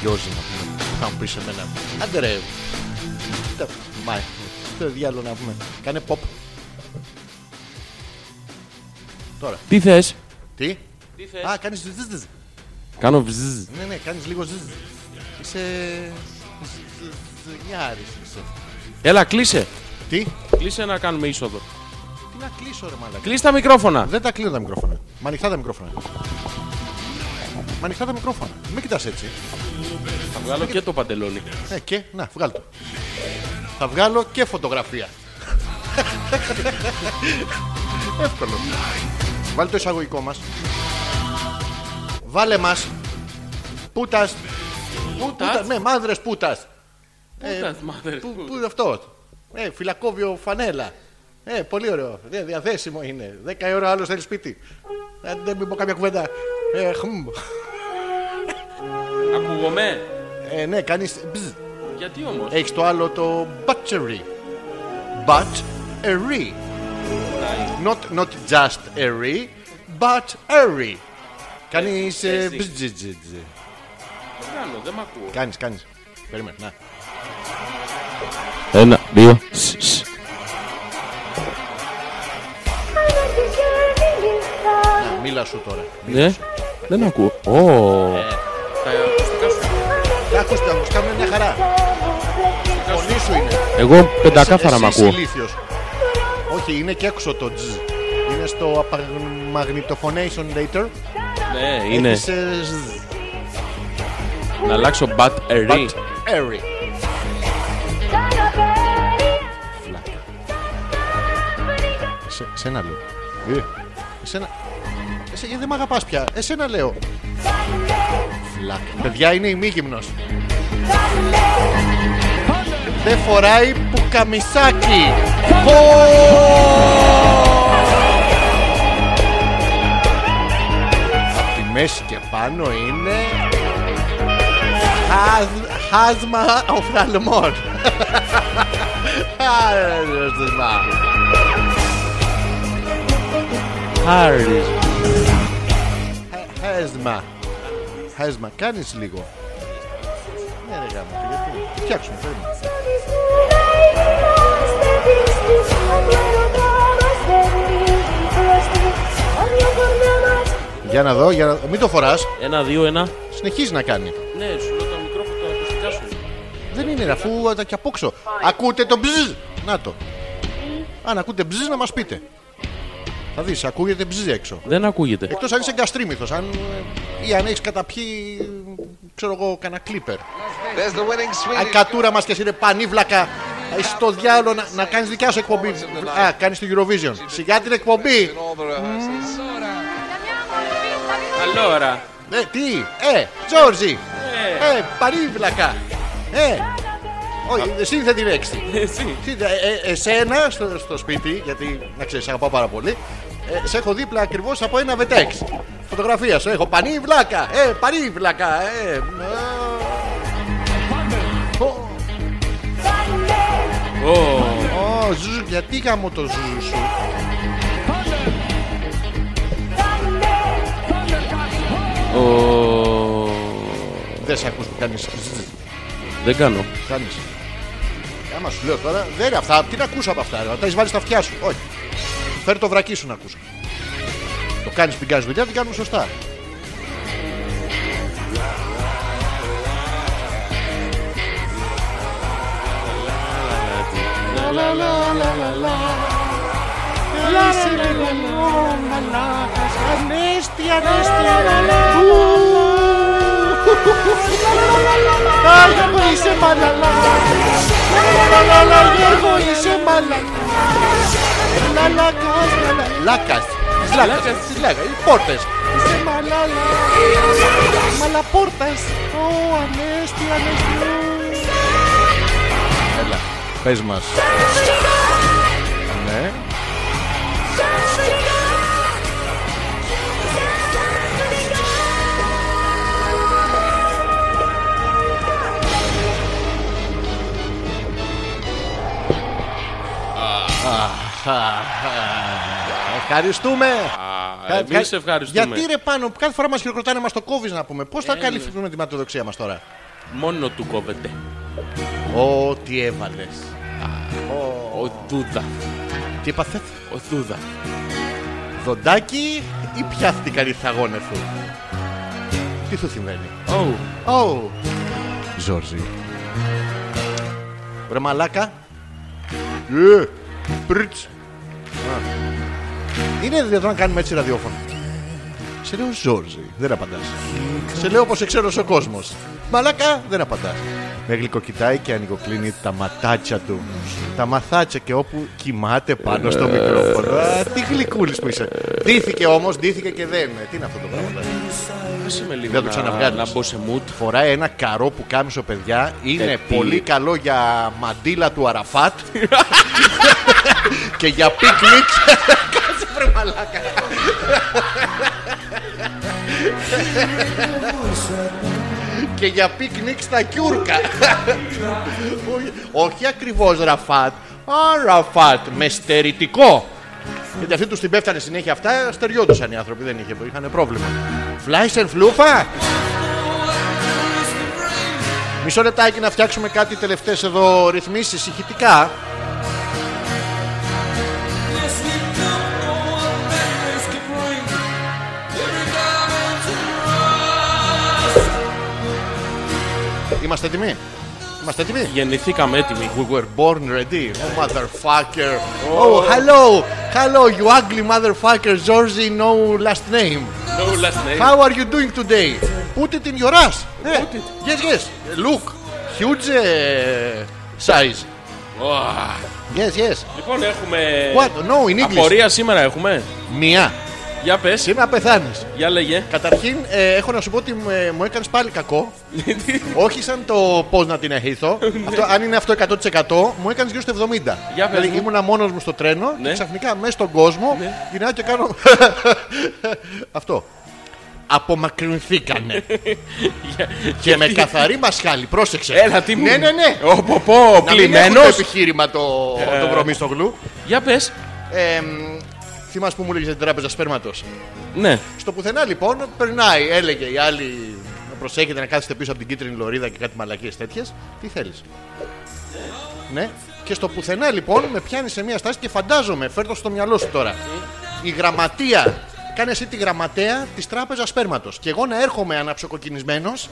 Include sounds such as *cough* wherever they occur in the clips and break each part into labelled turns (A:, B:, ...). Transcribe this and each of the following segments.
A: Γιώζη να πούμε. Θα μου πει σε μένα. Άντε ρε. Τε- Μα, το διάλογο να πούμε. Κάνε pop. Τώρα.
B: Τι θες.
A: Τι. Α, κάνεις ζζζζ.
B: Κάνω βζζ.
A: Ναι, ναι, κάνεις λίγο ζζζ. Είσαι. Γιάρη είσαι.
B: Έλα, κλείσε.
A: Τι.
B: Κλείσε να κάνουμε είσοδο.
A: Τι να κλείσω, ρε μαλακά.
B: Κλείσε τα μικρόφωνα.
A: Δεν τα κλείνω τα μικρόφωνα. Μα ανοιχτά τα μικρόφωνα. Μα ανοιχτά τα μικρόφωνα. Μην κοιτάς έτσι.
B: Θα βγάλω και το παντελόνι.
A: Ε, και, να, βγάλω το. Θα βγάλω και φωτογραφία. Εύκολο. Βάλει το εισαγωγικό μας. Βάλε μας. Πούτας. Πούτας. Ναι, μάνδρες πούτας.
B: Πούτας, μάνδρες
A: Πού,
B: πούτας.
A: πού είναι αυτό. Ε, φυλακόβιο φανέλα. Ε, πολύ ωραίο. Ε, διαθέσιμο είναι. 10 ευρώ άλλος θέλει σπίτι. Ε, δεν μην πω κάποια κουβέντα. Ε, χμ.
B: Ακούγομαι.
A: Ε, ναι, κάνεις... μπζ.
B: Γιατί όμως.
A: Έχεις το άλλο το butchery. Butchery. Not, not just a re, but ε, a re. Κάνει.
B: έτσι. Δεν κάνω, δεν μ' ακούω.
A: Κάνεις, κάνεις. Περίμενε, να.
B: Ένα, δύο.
A: να, Μίλα σου τώρα.
B: Ναι. Δεν ακούω. Ω. Τα ακουστικά σου.
A: Τα ακούς, τα ακουστικά μου είναι μια χαρά. Φωνή σου είναι.
B: Εγώ πεντακάθαρα
A: Εσύ
B: μ' ακούω.
A: είσαι ηλίθιος. Όχι, είναι και έξω το τζ. Είναι στο απα- magnetophonation later.
B: Ναι, είναι.
A: Έχεις, ε, ζζ.
B: Να αλλάξω battery.
A: But Harry. Φλάκα. Σε, σένα λέω. Ε, εσένα. Εσέ, γιατί δεν με αγαπάς πια. Εσένα λέω. Φλάκα. Παιδιά είναι ημίγυμνος. Δεν φοράει πουκαμισάκι. Απ' τη μέση και πάνω είναι... Χάζ- Χάσμα οφθαλμών. Χάρισμα.
B: Harris.
A: Χα- Χάσμα. Χάσμα. Κάνεις λίγο. Ναι ρε γάμο, το γιατί. Τι φτιάξουμε, περίμενε. Για να δω, για να... μην το φοράς.
B: Ένα, δύο, ένα.
A: Συνεχίζει να κάνει.
B: Ναι, σου λέω τα μικρόφωνα, τα ακουστικά σου.
A: Δεν είναι ρε, αφού τα και απόξω. Ακούτε το μπζζ. Να το. Αν ακούτε μπζζ να μας πείτε. Θα δεις, ακούγεται μπζζ έξω.
B: Δεν ακούγεται.
A: Εκτός αν είσαι εγκαστρίμηθος, αν... ή αν έχεις καταπιεί, ξέρω εγώ, κανένα κλίπερ.
C: There's the winning
A: Αν
C: Swedish.
A: Ε, κατούρα μας και εσύ είναι πανίβλακα. Είσαι στο διάλογο να, να κάνεις δικιά σου εκπομπή. Α, κάνεις το Eurovision. Σιγά την εκπομπή.
C: In all the rehearsals.
B: Allora.
A: Ε, τι, ε, Τζόρζι. Ε, πανίβλακα. Ε, όχι, σύνθετη λέξη.
B: Εσύ.
A: Σύνθε- ε, ε, Εσένα στο, στο σπίτι, γιατί να ξέρεις, αγαπάω πάρα πολύ. ε, σε έχω δίπλα ακριβώς από ένα βετέξ. Φωτογραφία σου έχω. Πανίβλακα. Ε, πανίβλακα. Ε, ε, Ω,
B: Ω.
A: Ω, ζουζου, γιατί γάμο το ζουζου σου.
B: Ω.
A: Δεν σε ακούς που κάνεις
B: Δεν κάνω.
A: Κάνεις Άμα σου λέω τώρα Δεν είναι αυτά Τι να ακούσω από αυτά ρε. Τα έχεις βάλει στα αυτιά σου Όχι Φέρ το βρακί σου να ακούσω Το κάνεις την κάνεις δουλειά Την κάνουμε σωστά Γιώργο είσαι μαλακά Λαλαλα Γιώργο είσαι μαλακά Λαλακάς λαλα- Λάκας Της λάκας Της λάκας Οι πόρτες Είσαι μαλαλα Μαλαπόρτας Ω ανέστη ανέστη Έλα Πες μας Ναι Ευχαριστούμε.
B: Ε, εμείς
A: Ευχα-
B: ευχαριστούμε. Ε,
A: Γιατί ρε πάνω, που κάθε φορά μας χειροκροτάνε, μας το κόβεις να πούμε. Πώς θα καλυφθούμε τη ματοδοξία μας τώρα.
B: Μόνο του κόβεται.
A: Ό,τι έβαλες.
B: Ο Δούδα.
A: Τι έπαθε.
B: Ο Δούδα.
A: Δοντάκι ή πιάστηκαν οι θαγόνες σου. Τι σου συμβαίνει.
B: Ω,
A: Ω. Ζόρζι. Βρε μαλάκα. Ε, πριτς. Α. Είναι δυνατόν να κάνουμε έτσι ραδιόφωνο. Σε λέω Ζόρζι, δεν απαντάς. Σε λέω όπως εξέρωσε ο κόσμος. Μαλάκα, δεν απαντάς. Με γλυκοκοιτάει και ανοιγοκλίνει τα ματάτσια του. Τα μαθάτσια και όπου κοιμάται πάνω στο μικρόφωνο. Α, Τι γλυκούλης που είσαι. Ντύθηκε όμως, ντύθηκε και δεν. Ε, Τι είναι αυτό το πράγμα. δηλαδή?
B: άσε με λίγο
A: Δεν το
B: να-
A: ξαναβγάλεις.
B: Να μπω σε mood.
A: Φοράει ένα καρό που κάμισο, παιδιά. Είναι
B: τι-
A: πολύ καλό για μαντίλα του
B: *laughs*
A: Αραφάτ. και για πίκνικ. Κάτσε βρε μαλάκα. και για πίκνικ στα κιούρκα. Όχι- Όχι ακριβώς Ραφάτ. Αραφάτ με στερητικό. Γιατί αυτοί τους την πέφτανε συνέχεια αυτά, στεριόντουσαν οι άνθρωποι, δεν είχε, είχαν πρόβλημα. Φλάισεν φλούφα! Μισό λεπτάκι να φτιάξουμε κάτι τελευταίες εδώ ρυθμίσεις ηχητικά. Είμαστε έτοιμοι. Είμαστε έτοιμοι.
B: Γεννηθήκαμε έτοιμοι.
A: We were born ready. Oh, motherfucker. Oh, hello. Hello, you ugly motherfucker, Georgie, no last name.
B: No last name.
A: How are you doing today? Put it in your ass. Eh, Yes, yes. Look. Huge uh, size.
B: Ωα.
A: Yes, yes.
B: Λοιπόν, έχουμε.
A: What? No, in English.
B: Απορία σήμερα έχουμε.
A: Μία.
B: Για πες,
A: Σήμερα πεθάνεις.
B: για λέγε.
A: Καταρχήν, ε, έχω να σου πω ότι ε, μου έκανες πάλι κακό. Όχι σαν το πώς να την
B: *laughs*
A: αιχήθω. αυτό, αν είναι αυτό 100%, μου έκανες γύρω στο 70.
B: Ναι. Για πες μου.
A: ήμουνα μόνος μου στο τρένο
B: Ναι.
A: και ξαφνικά μέσα στον κόσμο
B: Ναι.
A: γυρνάω και κάνω. *laughs* αυτό.
B: *laughs*
A: Απομακρυνθήκανε. και με καθαρή μασχάλη, πρόσεξε.
B: Έλα, τι μου.
A: Ναι, ναι, ναι.
B: Οποπό,
A: Να μην έχω το
B: πλημμένος.
A: επιχείρημα το,
B: Ε.
A: το βρωμίστογλου.
B: Για πες.
A: Ε, μ, θυμάσαι που μου έλεγε την τράπεζα σπέρματος.
B: Ναι.
A: Στο πουθενά λοιπόν περνάει, έλεγε η άλλη να προσέχετε να κάθεστε πίσω από την κίτρινη λωρίδα και κάτι μαλακίες τέτοιες. Τι θέλεις. Ναι. Και στο πουθενά λοιπόν με πιάνει σε μια στάση και φαντάζομαι, φέρ' το στο μυαλό σου τώρα. Η γραμματεία. Κάνε εσύ τη γραμματέα της τράπεζας σπέρματος Και εγώ να έρχομαι αναψοκοκκινισμένος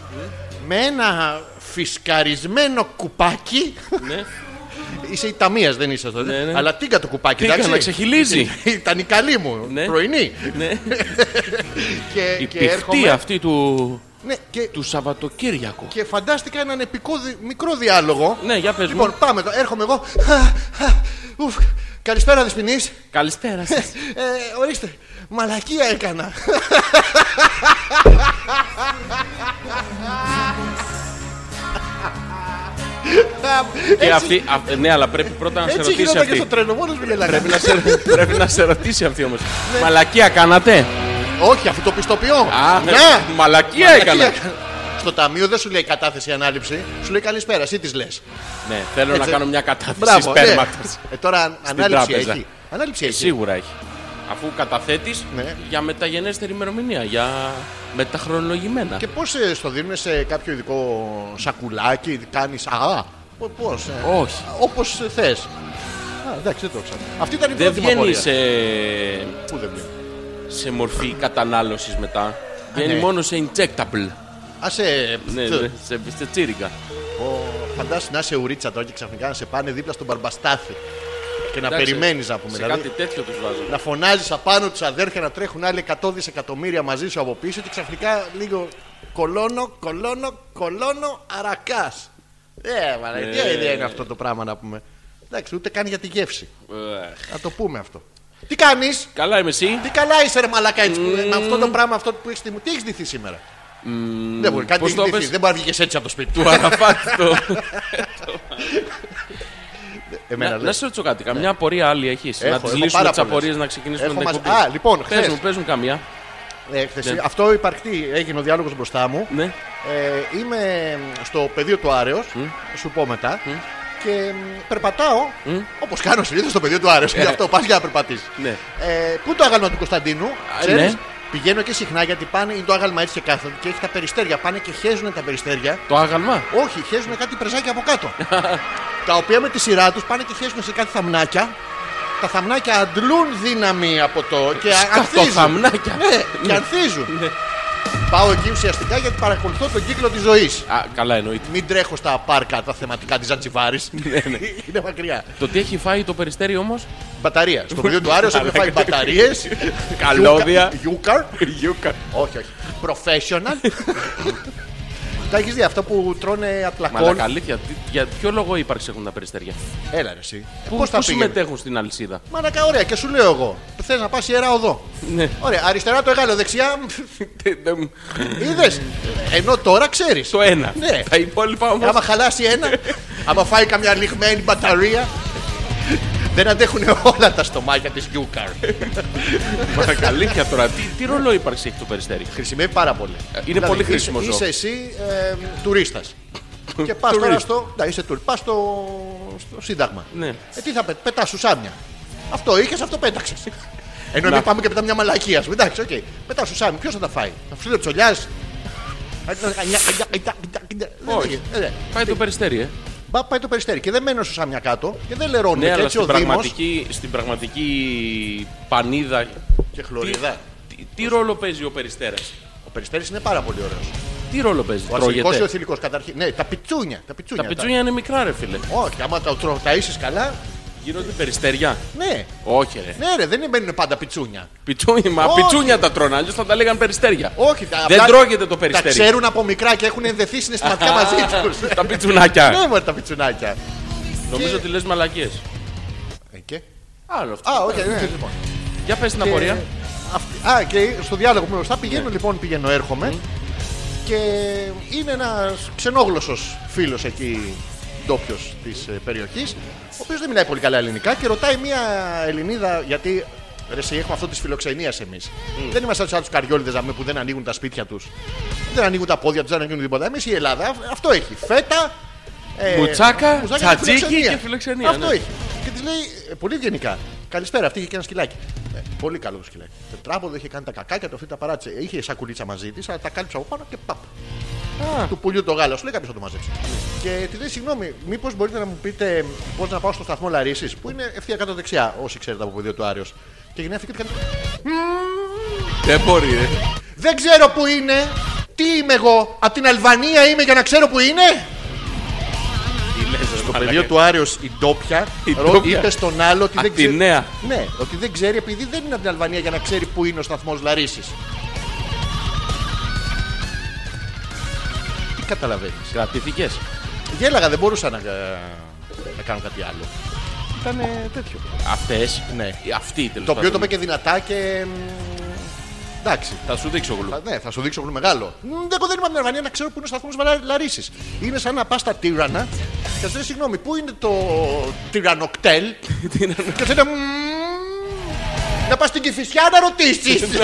A: με ένα φυσκαρισμένο κουπάκι.
B: Ναι.
A: *laughs* Είσαι η ταμεία, δεν είσαι τότε.
B: Ναι, ναι.
A: Αλλά τίγκα το κουπάκι,
B: Τίγκα,
A: εντάξει.
B: να ξεχυλίζει.
A: *laughs* Ήταν η καλή μου,
B: Ναι.
A: πρωινή.
B: Ναι.
A: Και,
B: Η
A: και
B: πηχτή
A: έρχομαι.
B: αυτή του,
A: Ναι, και,
B: του Σαββατοκύριακου.
A: και φαντάστηκα έναν επικό δι- μικρό διάλογο.
B: Ναι, για πες μου.
A: Λοιπόν, πάμε τώρα. Έρχομαι εγώ. Χα, χα, Ουφ. Καλησπέρα, Δεσποινή.
B: Καλησπέρα
A: *laughs*
B: σας.
A: Ε, ορίστε. Μαλακία έκανα.
B: και αυτή, α, ναι, αλλά πρέπει πρώτα να σε
A: Έτσι
B: ρωτήσει
A: γινόταν και στο
B: αυτή.
A: τρένο, μόνος μου
B: Πρέπει
A: γελάγανε.
B: να, σε, πρέπει να σε ρωτήσει αυτή όμως.
A: Ναι.
B: Μαλακία κάνατε.
A: Όχι, αφού το πιστοποιώ.
B: Α, ναι.
A: Να,
B: Μαλακία έκανα.
A: Στο ταμείο δεν σου λέει κατάθεση ανάληψη, σου λέει καλησπέρα, εσύ τη λες.
B: Ναι, θέλω να
A: Έτσι.
B: κάνω μια κατάθεση σπέρματος.
A: Ε, τώρα ανάληψη
B: τράπεζα.
A: έχει. Ανάληψη έχει.
B: Σίγουρα έχει. Αφού καταθέτεις
A: Ναι.
B: για μεταγενέστερη ημερομηνία, για μεταχρονολογημένα.
A: Και πώς στο δίνουν σε κάποιο ειδικό σακουλάκι, κάνεις αγά. Πώ.
B: Όχι.
A: Όπως θες. ε, Α, εντάξει, δεν το ξέρω. Αυτή ήταν η
B: Δεν
A: πρώτη μου
B: βγαίνει
A: απορία.
B: σε,
A: Πού δεν βγαίνει.
B: σε μορφή κατανάλωσης μετά. Βγαίνει
A: ναι.
B: μόνο σε injectable.
A: Α σε.
B: Ναι, ναι, σε, σε τσίριγκα.
A: Φαντάσου να είσαι ουρίτσα τώρα και ξαφνικά να σε πάνε δίπλα στον μπαρμπαστάθι. Και να
B: Εντάξει,
A: περιμένεις να πούμε.
B: Σε
A: δηλαδή,
B: κάτι τέτοιο τους βάζω.
A: Να φωνάζεις απάνω τους αδέρφια να τρέχουν άλλοι 100 δισεκατομμύρια μαζί σου από πίσω και ξαφνικά λίγο κολόνο, κολόνο, κολόνο, αρακάς. Ε, μαλάκα, τι ιδέα είναι αυτό το πράγμα να πούμε. Εντάξει, ούτε καν για τη γεύση.
B: Εχ.
A: Να το πούμε αυτό. Τι κάνεις,
B: Καλά είμαι εσύ.
A: τι καλά είσαι, ρε μαλακά, έτσι, που-
B: Mm.
A: με αυτό το πράγμα αυτό που έχεις στη μου. Τι έχεις ντυθεί σήμερα. δεν μπορεί, κάτι
B: πώς
A: έχει
B: το
A: ντυθεί.
B: πες?
A: Δεν μπορεί να βγεις έτσι από το σπίτι του.
B: Του Αραφάτ το.
A: Εμένα
B: Να-
A: λες.
B: Να σε ρωτήσω κάτι. Καμιά απορία άλλη έχεις.
A: Ναι. Έχω,
B: Να τις
A: έχω
B: λύσουμε
A: πάρα
B: τις
A: πολλές.
B: απορίες, να ξεκινήσουμε
A: Έχω
B: την
A: μαζί-
B: εκπομπή.
A: Α, λοιπόν,
B: Πες
A: χθες.
B: μου, πες μου καμιά.
A: Ε, χθες-
B: Ναι.
A: Αυτό υπαρκτή έγινε ο διάλογος μπροστά μου.
B: Ναι.
A: Ε, είμαι στο πεδίο του Άρεος, θα σου πω μετά. Και μ, περπατάω, όπως κάνω συνήθως στο πεδίο του Άρεος. Γι' αυτό πας για να περπατήσεις
B: Ναι.
A: Ε, πού το άγαλμα του Κωνσταντίνου, ξέρεις,
B: ναι.
A: Πηγαίνω εκεί συχνά γιατί πάνε, είναι το άγαλμα έτσι και κάθονται και έχει τα περιστέρια. Πάνε και χέζουν τα περιστέρια.
B: Το άγαλμα.
A: Όχι, χέζουν κάτι πρεζάκια από
B: *laughs*
A: κάτω. τα οποία με τη σειρά τους πάνε και χέζουν σε κάτι θαμνάκια. Τα θαμνάκια αντλούν δύναμη από το. και ανθίζουν.
B: θαμνάκια.
A: Ναι, και
B: Ναι.
A: ανθίζουν. Πάω εκεί ουσιαστικά γιατί παρακολουθώ τον κύκλο της ζωής.
B: Α, καλά εννοείται.
A: Μην τρέχω στα πάρκα τα θεματικά της Ζαντσιβάρης.
B: ναι.
A: *laughs* Είναι μακριά.
B: Το τι έχει φάει το περιστέρι όμως.
A: Μπαταρία. Στο βιβλίο του
B: *laughs*
A: Άριος έχουν φάει μπαταρίες.
B: Καλώδια.
A: Γιούκαρ.
B: Γιούκα.
A: Όχι, όχι.
B: *laughs*
A: Professional. Τα έχεις δει αυτό που τρώνε ατλακών.
B: Μαλακαλήθεια. τι- Για ποιο λόγο ύπαρξη έχουν τα περιστέρια.
A: Έλα ρε εσύ.
B: Πού-
A: Πώς θα
B: πού
A: πήγαινε.
B: συμμετέχουν στην αλυσίδα.
A: Μαλακά, ωραία, και σου λέω εγώ. Θες να πας ιερά οδό.
B: Ναι.
A: Ωραία, αριστερά το γάλο, δεξιά.
B: Τε- τε- μ,
A: Είδες. Ενώ τώρα ξέρεις.
B: Το ένα.
A: Ναι.
B: Τα υπόλοιπα όμως.
A: Άμα χαλάσει ένα, άμα φάει καμιά λιγμένη μπαταρία. Δεν αντέχουν όλα τα στομάκια της Γιούκαρ.
B: Μαλακαλήθεια τώρα. Τι- Τι ρόλο ύπαρξη έχει το περιστέρι.
A: Χρησιμεύει πάρα πολύ.
B: Είναι πολύ χρήσιμος
A: Είσαι,
B: ζώο.
A: είσαι εσύ ε, τουρίστας. και πας τώρα
B: Τουρίστη.
A: στο. Ναι, είσαι τουρ, πας στο, στο Σύνταγμα.
B: Ναι.
A: Ε, τι θα πετ, πετάς σουσάμια. Αυτό είχες, αυτό πέταξες. Ενώ εμείς πάμε και πετάμε μια μαλακία. σου. Εντάξει, οκ. Πετάς σουσάμια, ποιος θα τα φάει. Θα σου λέει ο τσολιά.
B: Όχι. Πάει το περιστέρι, ε.
A: Μπα πάει το περιστέρι και δεν μένει ο σουσάμια κάτω και δεν λερώνουν.
B: Ναι,
A: και
B: αλλά
A: έτσι ο
B: στην
A: Δήμο.
B: πραγματική, στην πραγματική πανίδα.
A: Και χλωρίδα.
B: Τι, τι ρόλο παίζει ο περιστέρας.
A: Ο περιστέρι είναι πάρα πολύ ωραίος.
B: Τι ρόλο παίζει.
A: Ο αρχικό ή ο
B: Τρώγεται.
A: θηλυκός καταρχήν. Ναι, τα πιτσούνια. Τα πιτσούνια.
B: Τα πιτσούνια είναι μικρά, ρε φίλε.
A: Όχι, άμα τα, τρο- τα είσαι καλά,
B: Γίνονται περιστέρια.
A: ναι.
B: Όχι, ρε.
A: Ναι, ρε, δεν μπαίνουν πάντα πιτσούνια.
B: Πιτσούνια, μα
A: Όχι.
B: πιτσούνια τα τρώνε. Αλλιώς θα τα λέγαν περιστέρια.
A: Όχι, τα,
B: Δεν
A: απλά
B: τρώγεται το
A: Τα
B: περιστέρι.
A: ξέρουν από μικρά και έχουν ενδεθεί συναισθηματικά
B: *laughs*
A: μαζί τους.
B: τα πιτσουνάκια. Ε,
A: Ναι, μωρέ, τα πιτσουνάκια.
B: Νομίζω ότι λες μαλακίες.
A: Ε, και-
B: Άλλο αυτό.
A: Α, όχι, ναι, λοιπόν.
B: Για πες την απορία.
A: Και αυτή- Α, και στο διάλογο που με μπροστά πηγαίνω λοιπόν, πηγαίνω, έρχομαι. Και είναι ένας ξενόγλωσσος φίλος εκεί, ντόπιος της περιοχής, ο οποίος δεν μιλάει πολύ καλά ελληνικά και ρωτάει μία Ελληνίδα, γιατί ρε, εσύ, έχουμε αυτό της φιλοξενίας εμείς. Δεν είμαστε σαν τους καριόλιδες που δεν ανοίγουν τα σπίτια τους, δεν ανοίγουν τα πόδια τους, δεν ανοίγουν τίποτα. Εμείς η Ελλάδα αυ- αυτό έχει. Φέτα, ε,
B: Μουτσάκα, τσατζίκι
A: φιλοξενία.
B: και φιλοξενία,
A: Αυτό
B: ναι.
A: έχει. Και της λέει ε, πολύ ευγενικά. Καλησπέρα, αυτή είχε και ένα σκυλάκι. Ε, πολύ καλό το σκυλάκι. Τετράποδο είχε κάνει τα κακάκια του, αυτή τα παράτησε. Ε, Είχε σακουλίτσα μαζί της, αλλά τα κάλυψε από πάνω και παπ.
B: Α.
A: Του πουλιού το γάλα, σου λέει κάποιος θα το μαζέψει. Και της λέει, συγγνώμη, μήπως μπορείτε να μου πείτε πώς να πάω στο σταθμό Λαρίσης, που είναι ευθεία κάτω δεξιά, όσοι ξέρετε από πεδίο του Άριος. Και γεννήθηκε και κάνει.
B: Δεν μπορεί, ρε.
A: Δεν ξέρω που είναι! Τι είμαι εγώ, από την Αλβανία είμαι για να ξέρω που είναι!
B: Τι λες, ρε,
A: Το
B: μαλάκα.
A: πεδίο του Άριο, η ντόπια,
B: Η
A: ρω-
B: ντόπια.
A: είπε στον άλλο ότι δεν ξέρει.
B: Αθηναία.
A: Ναι, ότι δεν ξέρει επειδή δεν είναι από την Αλβανία για να ξέρει που είναι ο σταθμός Λαρίσης. Τι καταλαβαίνεις.
B: Κρατηθήκε.
A: Γέλαγα, δεν μπορούσα να, ε, να κάνω κάτι άλλο. Ήταν τέτοιο.
B: Αυτές.
A: Ναι.
B: Αυτή τέλος
A: Το οποίο το είπε και δυνατά και. μ, Εντάξει.
B: Θα σου δείξω γλου.
A: Θα- Ναι, θα σου δείξω πολύ μεγάλο. Μ, Δεν κοντά είμαι από την Αλβανία να ξέρω που είναι ο σταθμός Λαρίσης. Είναι σαν να πας στα τύρανα και σου λέει συγγνώμη, πού είναι το τυρανοκτέλ. και σου λέει «Μμμ, Να πας στην Κυφυσιά να
B: *laughs*
A: ρωτήσει.